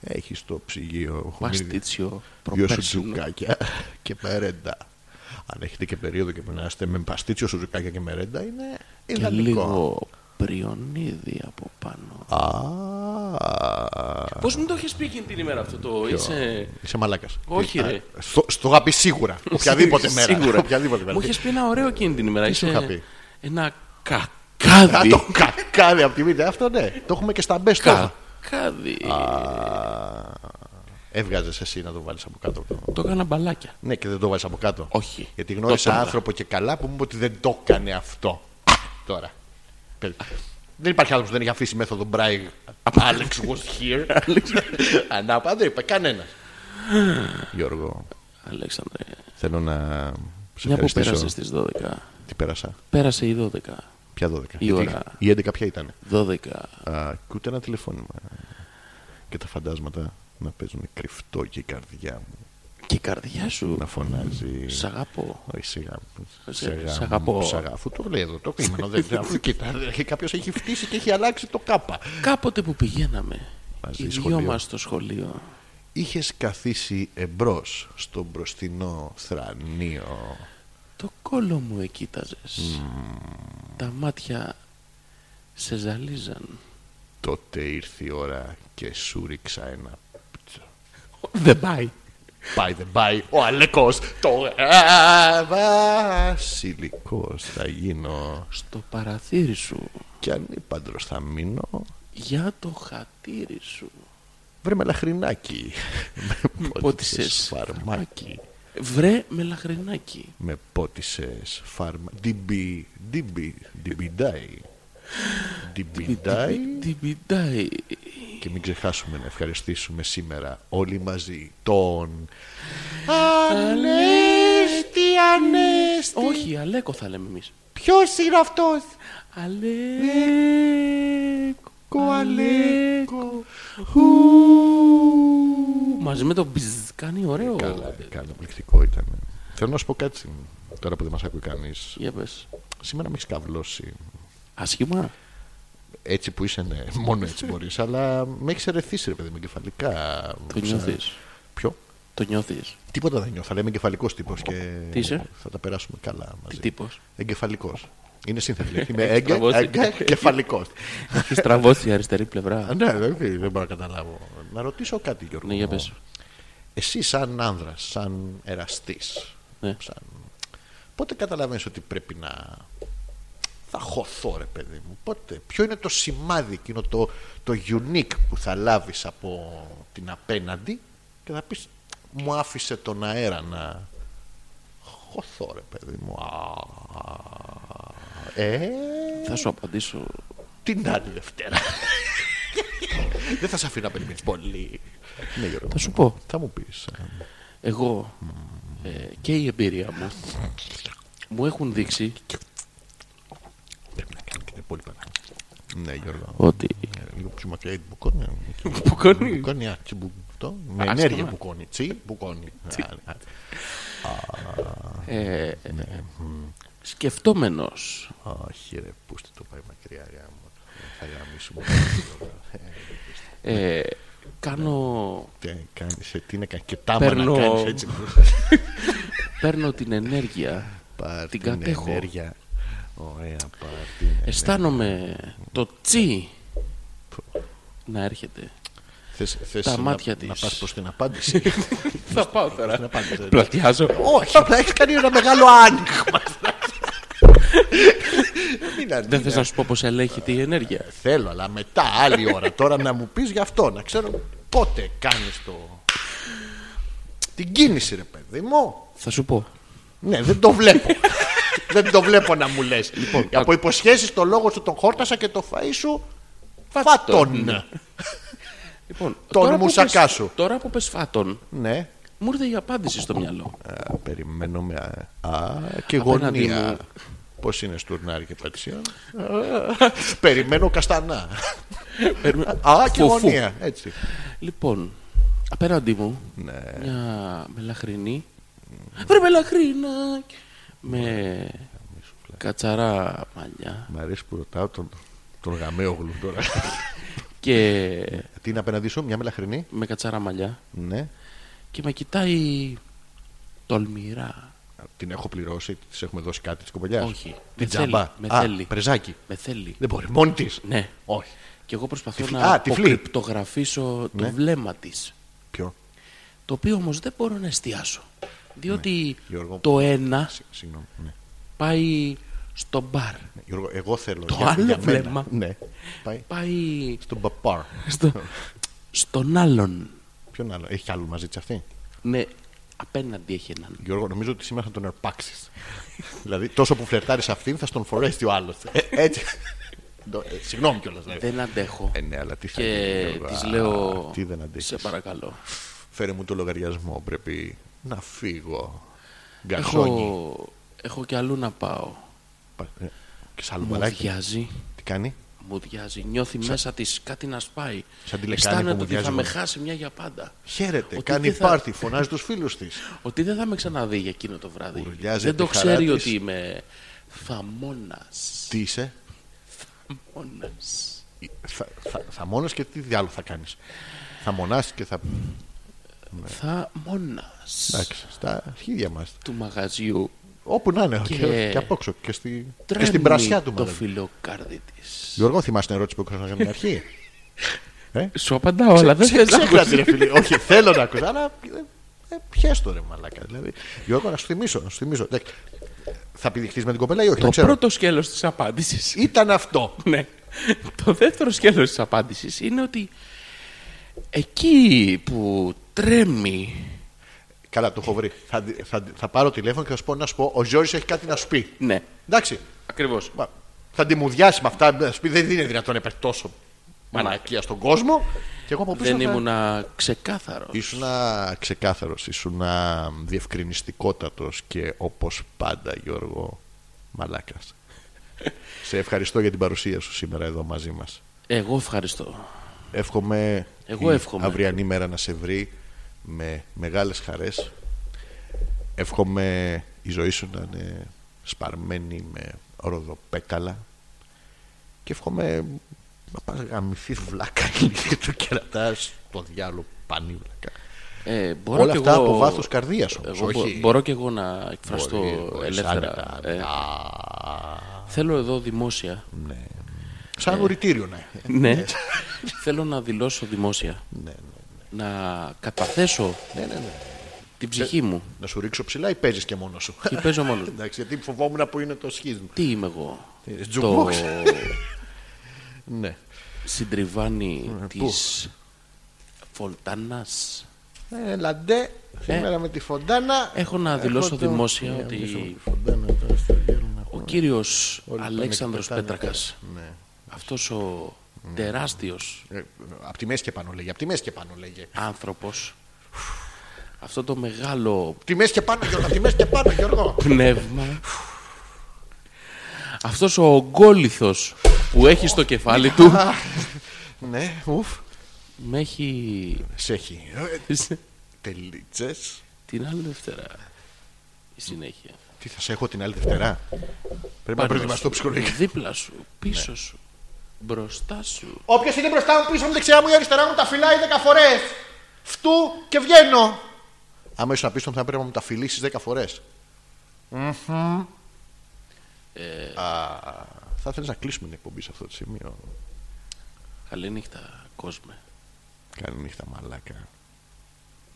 C: Έχει στο ψυγείο χουμίδι,
B: παστίτσιο,
C: δύο
B: προπέρσινο.
C: σουτζουκάκια και μερέντα. Αν έχετε και περίοδο και περνάστε με παστίτσιο σουτζουκάκια και μερέντα είναι
B: Και
C: ιδανικό.
B: λίγο πριονίδι από πάνω.
C: Α,
B: Πώς μου το έχεις πει εκείνη την ημέρα αυτό το είσαι...
C: είσαι μαλάκας.
B: Όχι, ρε.
C: Στο, στο γάπι
B: *laughs*
C: σίγουρα. Οποιαδήποτε μέρα.
B: Σίγουρα.
C: Οποιαδήποτε μέρα.
B: Μου είχες πει ένα ωραίο εκείνη την ημέρα.
C: Τι σου
B: Είσαι
C: είχα πει?
B: Ένα
C: Α,
B: κακάδι.
C: το *laughs* κακάδι από τη μύτη. Αυτό ναι. Το έχουμε και στα best of.
B: Κακάδι.
C: Έβγαζες εσύ να το βάλεις από κάτω.
B: Το έκανα μπαλάκια.
C: Ναι, και δεν το βάλεις από κάτω.
B: Όχι.
C: Γιατί
B: Το
C: γνώρισα
B: έβγαλα.
C: άνθρωπο και καλά που μου είπε ότι δεν το έκανε αυτό. Τώρα. Περι- Δεν υπάρχει άνθρωπος που δεν έχει αφήσει μέθοδο Μπράιγ. Alex was here. Ανάπα, δεν είπε κανένας. Γιώργο,
B: Αλέξανδρε,
C: θέλω να σε
B: μια που
C: ευχαριστήσω.
B: πέρασε στις 12.
C: Τι πέρασα.
B: Πέρασε η 12.
C: Ποια 12.
B: Η
C: Γιατί
B: ώρα.
C: Η 11 ποια ήταν.
B: 12.
C: Α, και ούτε ένα τηλεφώνημα. Και τα φαντάσματα να παίζουν κρυφτό και η καρδιά μου
B: Και η καρδιά σου.
C: να φωνάζει.
B: Σ' αγαπώ.
C: Όχι, σιγά.
B: σε αγαπώ.
C: Σιγά. Αφού το λέει εδώ το κείμενο. δεν- δεν- Αφού κοίτα, κάποιος έχει φτύσει και έχει αλλάξει το κάπα.
B: Κάποτε που πηγαίναμε,
C: Μαζί
B: οι δυο
C: σχολείο.
B: μας στο σχολείο,
C: Είχες καθίσει εμπρός στο μπροστινό θρανίο.
B: το κόλο μου εκοίταζες. Τα μάτια σε ζαλίζαν.
C: Τότε ήρθε η ώρα και σου ρίξα ένα πτσο.
B: Δεν πάει.
C: Πάει δεν πάει ο Αλέκος Το α, βασιλικός θα γίνω
B: Στο παραθύρι σου,
C: Κι ανήπαντρος θα μείνω
B: για το χατήρι σου.
C: Βρε με λαχρινάκι. *laughs* Με
B: πότισες
C: πότισες φαρμάκι.
B: Βρε με λαχρινάκι.
C: Με πότισες φαρμάκι. DB, DB, DBDAI. DBDAI.
B: Την πιτάει.
C: Και μην ξεχάσουμε να ευχαριστήσουμε σήμερα όλοι μαζί τον... Ανέστη, ανέστη.
B: Όχι, Αλέκο θα λέμε εμείς.
C: Ποιος είναι αυτός.
B: Αλέκο.
C: Αλέκο. Ου.
B: μαζί με το μπιζ κάνει ωραίο.
C: Καλά, Καταπληκτικό ήταν. Θέλω να σου πω κάτι τώρα που δεν μας ακούει κανείς.
B: Για πες.
C: Σήμερα με έχεις καβλώσει.
B: Ασχήμα.
C: Έτσι που είσαι, ναι, μόνο έτσι μπορείς. *laughs* αλλά με έχεις ερεθίσει, ρε παιδί μου, κεφαλικά.
B: Το νιώθεις.
C: Ποιο?
B: Το νιώθεις.
C: Τίποτα δεν νιώθω. Αλλά είμαι εγκεφαλικός τύπος και
B: Τι είσαι?
C: θα τα περάσουμε καλά μαζί.
B: Τι τύπος.
C: Εγκεφαλικός. Είναι σύνθετη. είμαι
B: *laughs* τραβώσει.
C: εγκεφαλικός.
B: Έχει τραβώσει Ε, η αριστερή πλευρά.
C: ναι, δεν, δεν μπορώ να καταλάβω. Να ρωτήσω κάτι, Γιώργο.
B: Ναι, για
C: μου.
B: πες.
C: Εσύ, σαν άνδρας, σαν εραστής,
B: Ναι.
C: σαν... πότε καταλαβαίνεις ότι πρέπει να. Θα χωθώ, ρε παιδί μου. Πότε, ποιο είναι το σημάδι εκείνο το, το unique που θα λάβεις από την απέναντι και θα πεις μου άφησε τον αέρα να. Χωθώ, ρε παιδί μου. Α, ε,
B: Θα σου απαντήσω.
C: την άλλη Δευτέρα. Δεν θα σε αφήνω να περιμένεις πολύ. Ναι, Γιώργο.
B: Θα σου πω.
C: Θα μου ε, πει.
B: Εγώ ε, και η εμπειρία μου μου έχουν δείξει
C: Πρέπει να κάνει και τα υπόλοιπα. Ναι, Γιώργο.
B: ότι.
C: Ε, Λίγο πιο μακριά η μπουκόνια.
B: Μπουκόνι.
C: Μπουκόνια, τσι, μπου- αυτό. Με
B: Άσχημα.
C: ενέργεια μπουκόνι. Τσι, μπουκόνι. Α, ναι, α,
B: Ε, Σκεφτόμενος
C: Όχι, ρε, πού στο το πάει μακριά, ρε, άμα. Θα
B: *laughs*
C: γαμίσουμε.
B: ε, κάνω,
C: Τι κάνεις, ε, τι είναι, κα- και τάμα να
B: Παίρνω-
C: κάνεις έτσι.
B: παίρνω την ενέργεια,
C: Πάρ'
B: την κατέχω,
C: ενέργεια. Ωραία, πάρ' την ενέργεια.
B: αισθάνομαι το τσι να έρχεται.
C: Θες, θες
B: τα
C: να,
B: μάτια
C: να
B: της.
C: πας προς την απάντηση.
B: *laughs* Θα πάω
C: την
B: τώρα.
C: απάντηση.
B: Πλατιάζω.
C: Όχι, απλά έχεις κάνει ένα μεγάλο άνοιγμα. Μην αρνείς.
B: Δεν θες να σου πω πως ελέγχεται η ενέργεια.
C: Θέλω, αλλά μετά άλλη ώρα. Τώρα να μου πεις γι' αυτό, να ξέρω πότε κάνεις το... Την κίνηση, ρε παιδί μου.
B: Θα σου πω.
C: Ναι, δεν το *laughs* βλέπω. δεν το βλέπω να μου λες. Λοιπόν, από υποσχέσεις το λόγο σου τον χόρτασα και το φαΐ σου φάτον.
B: Λοιπόν,
C: Τον
B: τώρα που
C: μουσακά
B: πες-
C: σου.
B: Τώρα που πες φάτον,
C: ναι.
B: μου ήρθε η απάντηση στο μυαλό.
C: Α, περιμένω με... Α, α, και
B: Απέναντι
C: γωνία.
B: μου.
C: Πώς είναι στουρνάρι και πατησία. Α, περιμένω καστανά. Α, και
B: Φουφού.
C: γωνία. Έτσι.
B: Λοιπόν, απέναντί μου
C: Ναι.
B: μια μελαχρινή. Βρε μελαχρίνα! Με κατσαρά μαλλιά.
C: Μ' αρέσει που ρωτάω τον, τον γαμέογλου τώρα.
B: Και
C: Τι είναι απέναντί σου, μια μελαχρινή.
B: με κατσαρά μαλλιά.
C: Ναι.
B: Και με κοιτάει τολμηρά.
C: Την έχω πληρώσει, της έχουμε δώσει κάτι της κοπελιάς.
B: Όχι. Με
C: Την τζάμπα.
B: θέλει, με
C: Α,
B: θέλει.
C: Πρεζάκι.
B: Με θέλει.
C: Δεν μπορεί. Μόνη της.
B: Ναι.
C: Όχι.
B: Και εγώ προσπαθώ
C: Τυφλή.
B: να
C: Α, τυφλή.
B: αποκρυπτογραφήσω
C: Ναι.
B: το βλέμμα της.
C: Ποιο.
B: Το οποίο όμως δεν μπορώ να εστιάσω. Διότι
C: Ναι. Γιώργο.
B: το ένα
C: Συ- Συγγνώμη. Ναι.
B: πάει στο μπαρ.
C: Ναι, Γιώργο, εγώ θέλω.
B: Το
C: για-
B: άλλο
C: για μένα.
B: βλέμμα.
C: Ναι. Πάει
B: Πάει
C: στον παπάρ.
B: στο... στον άλλον.
C: Ποιον άλλο. Έχει κι άλλο μαζί της αυτή.
B: Ναι, απέναντι έχει έναν.
C: Γιώργο, νομίζω ότι σήμερα θα τον αρπάξεις. *laughs* δηλαδή, τόσο που φλερτάρεις αυτήν, θα στον φορέσει ο άλλος. έτσι. Το- ε, Συγγνώμη κιόλας.
B: Δεν αντέχω.
C: Ε, ναι, αλλά τι θα γίνει,
B: Και
C: Γιώργο.
B: τη
C: Α,
B: λέω.
C: Τι δεν αντέχεις.
B: Σε παρακαλώ.
C: Φέρε μου το λογαριασμό. Πρέπει να φύγω. Γκασόνι.
B: Έχω, έχω κι αλλού να πάω.
C: Πα- ε, Και
B: Μου
C: σαλουμαράκι.
B: διάζει.
C: Τι κάνει.
B: Μου διάζει. Νιώθει μέσα της κάτι να σπάει.
C: Σαν τη λεκάνη που μου
B: Αισθάνεται ότι
C: διάζει
B: θα με
C: μόνο.
B: χάσει μια για πάντα.
C: Χαίρεται.
B: Ότι
C: κάνει
B: δεν θα-
C: πάρτι. Φωνάζει τους φίλους της.
B: Ότι δεν θα με ξαναδεί για εκείνο το βράδυ.
C: Ουρλιάζει
B: δεν
C: από
B: το
C: τη χαρά
B: ξέρει
C: της.
B: ότι είμαι θαμώνας.
C: Τι είσαι. Ε,
B: Θαμώνα.
C: Θα, θα, θα μόνος και τι άλλο θα κάνεις. Θα μονάσει και θα. Ναι.
B: Θαμώνας.
C: Εντάξει, στα αρχίδια μας.
B: Του μαγαζιού.
C: Όπου να είναι. Και,
B: Και-
C: και, απόξω. Και, στη, και
B: Τρέμει
C: στην πρασιά του
B: το
C: μάλλον.
B: φιλοκάρδι τη.
C: Γιώργο, θυμάσαι την ερώτηση που έκανα στην αρχή. ε?
B: Σου απαντά όλα. *laughs* Δεν θες να
C: Ξέχνα
B: ακούσεις.
C: την φίλε. Όχι, θέλω να ακούσω. Αλλά ε, ε, πιες το ρε μαλάκα. Δηλαδή, Γιώργο, να σου θυμίσω. Να σου θυμίσω. Εντάξει, Θα πηδηχτείς με την κοπέλα ή όχι,
B: Το
C: δεν ξέρω.
B: πρώτο σκέλος της απάντησης
C: Ήταν αυτό.
B: Ναι. Το δεύτερο σκέλος της απάντησης είναι ότι εκεί που τρέμει,
C: Καλά, το έχω βρει. Θα, θα, θα πάρω τηλέφωνο και θα σου πω να σου πω: Ο Ζόρι έχει κάτι να σου πει.
B: ναι,
C: Εντάξει.
B: ακριβώς,
C: Μα, Θα τη μουδιάσει με αυτά. να σου πει, δεν είναι δυνατόν να υπάρχει τόσο
B: Μαλάκα.
C: μαλακία στον κόσμο. Και εγώ από πίσω.
B: δεν
C: θα...
B: ήμουνα ξεκάθαρος.
C: Ήσουν ξεκάθαρος, ήσουν διευκρινιστικότατος και όπως πάντα Γιώργο *laughs* Μαλάκας. Σε ευχαριστώ για την παρουσία σου σήμερα εδώ μαζί μας.
B: Εγώ ευχαριστώ.
C: Εύχομαι
B: Εγώ
C: η
B: εύχομαι.
C: αυριανή μέρα να σε βρει
A: με μεγάλες χαρές. Εύχομαι η ζωή σου να είναι σπαρμένη με ροδοπέκαλα και εύχομαι να πας γαμηθείς βλάκα και το κερατάς το διάλογο πανί βλάκα.
B: Ε, μπορώ
A: Όλα
B: κι
A: αυτά
B: εγώ-
A: από βάθος καρδίας όμως,
B: εγώ μπο-
A: όχι...
B: Μπορώ και εγώ να εκφραστώ
A: Μπορεί- μπορείς
B: ελεύθερα.
A: άνετα,
B: Ε,
A: μετά.
B: θέλω εδώ δημόσια. Ε.
A: Σαν οριτήριο, ναι.
B: ναι. θέλω να δηλώσω δημόσια.
A: ναι.
B: Να καταθέσω
A: Ναι, ναι, ναι.
B: την ψυχή μου.
A: Να σου ρίξω ψηλά ή παίζεις και μόνος σου.
B: Και παίζω μόνος μου.
A: *laughs* Εντάξει, γιατί φοβόμουν που είναι το σχίσμα.
B: Τι είμαι εγώ.
A: Ε,
B: Το
A: jukebox. Ναι.
B: συντριβάνι
A: Ε,
B: της Φολτάνας.
A: Ε, λαντέ,
B: Ε.
A: σήμερα με τη φοντάνα.
B: Έχω να
A: Έχω
B: δηλώσω
A: το-
B: δημόσια
A: Ναι,
B: ότι-
A: με τη φοντάνα τώρα στο γέρμα.
B: Ο κύριος
A: Όλοι πάνε
B: Αλέξανδρος
A: και πετάνε
B: Πέτρακας.
A: πέρα. Ναι.
B: Αυτός ο τεράστιος
A: Ε, Απ' τη μέση και πάνω λέγε. Απ' τη μέση και πάνω λέγε.
B: άνθρωπος. Αυτό το μεγάλο
A: Απ' τη μέση και πάνω, Γιώργο. Απ' τη μέση και πάνω, Γιώργο.
B: πνεύμα. Αυτός ο ογκόλυθος που έχει στο κεφάλι του
A: Ναι, ουφ.
B: με έχει...
A: Σε έχει.
B: Ε,
A: Τελίτσες.
B: Την άλλη Δευτέρα. Η συνέχεια.
A: Τι θα σε έχω την άλλη Δευτέρα. Πρέπει να
B: Πάνω
A: προετοιμαστώ
B: σου,
A: ψυχολογικά.
B: Δίπλα σου, πίσω
A: Ναι.
B: σου, μπροστά σου.
A: Όποιος είναι μπροστά μου, πίσω μου, δεξιά μου ή αριστερά μου, τα φυλάει 10 φορές. Φτού και βγαίνω. Άμα ήσουν απίστευτο, θα πρέπει να μου τα φιλήσεις 10 φορέ. Θα ήθελε να κλείσουμε την εκπομπή σε αυτό το σημείο.
B: Καληνύχτα, κόσμε.
A: Καλή νύχτα, μαλάκα.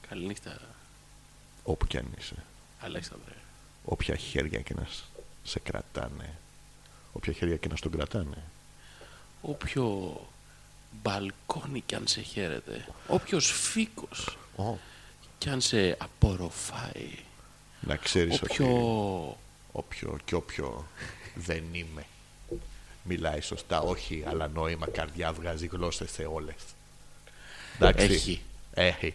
B: Καληνύχτα,
A: Όπου κι αν είσαι.
B: Αλέξανδρε.
A: Όποια χέρια και να σ- σε κρατάνε. Όποια χέρια και να στον κρατάνε.
B: Όποιο μπαλκόνι κι αν σε χαίρεται, όποιος φίκος
A: Ω,
B: κι αν σε απορροφάει,
A: να ξέρεις ότι.
B: όποιο...
A: Όποιο και όποιο δεν είμαι. Μιλάει σωστά, όχι, αλλά νόημα, καρδιά βγάζει γλώσσες σε όλες. Εντάξει.
B: Έχει.
A: Έχει.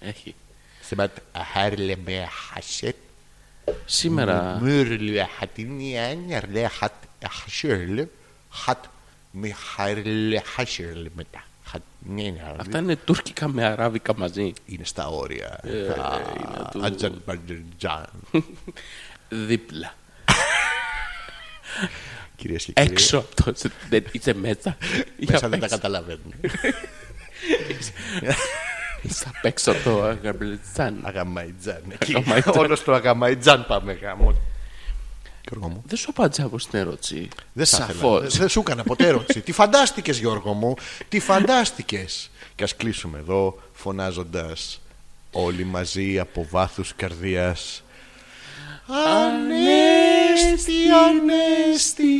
B: Έχει.
A: Σημαίνει αχάρλε με χασέτ.
B: Σήμερα
A: Μύρλε χατίνι ένιαρλε χατ αχσέρλε χατ μη χαρλε χασέρλε μετά. Χατ νέναρλε.
B: αυτά είναι τουρκικά με αράβικα μαζί.
A: είναι στα όρια. Ε,
B: είναι του-
A: Ατζαντζαντζάν.
B: Δίπλα.
A: Κυρίες και κύριοι.
B: Έξω από το... Δεν είσαι μέσα.
A: Ε. Μέσα δεν τα
B: *laughs*
A: καταλαβαίνουν.
B: Είσαι απ' έξω από το Αγαμπλετζάν.
A: Αγαμαϊτζάν. Εκεί.
B: Αγαμαϊτζάν.
A: Όλος στο Αγαμαϊτζάν πάμε γάμος. Γιώργο μου.
B: Δεν σου απάντησα από στην ερώτηση.
A: Δεν θα ήθελα.
B: Σαφώς.
A: Δεν δεν σου έκανα ποτέ ερώτηση. Τι φαντάστηκες, Γιώργο μου, τι φαντάστηκες. Και ας κλείσουμε εδώ φωνάζοντας όλοι μαζί από βάθους καρδίας. Ανέστη, ανέστη,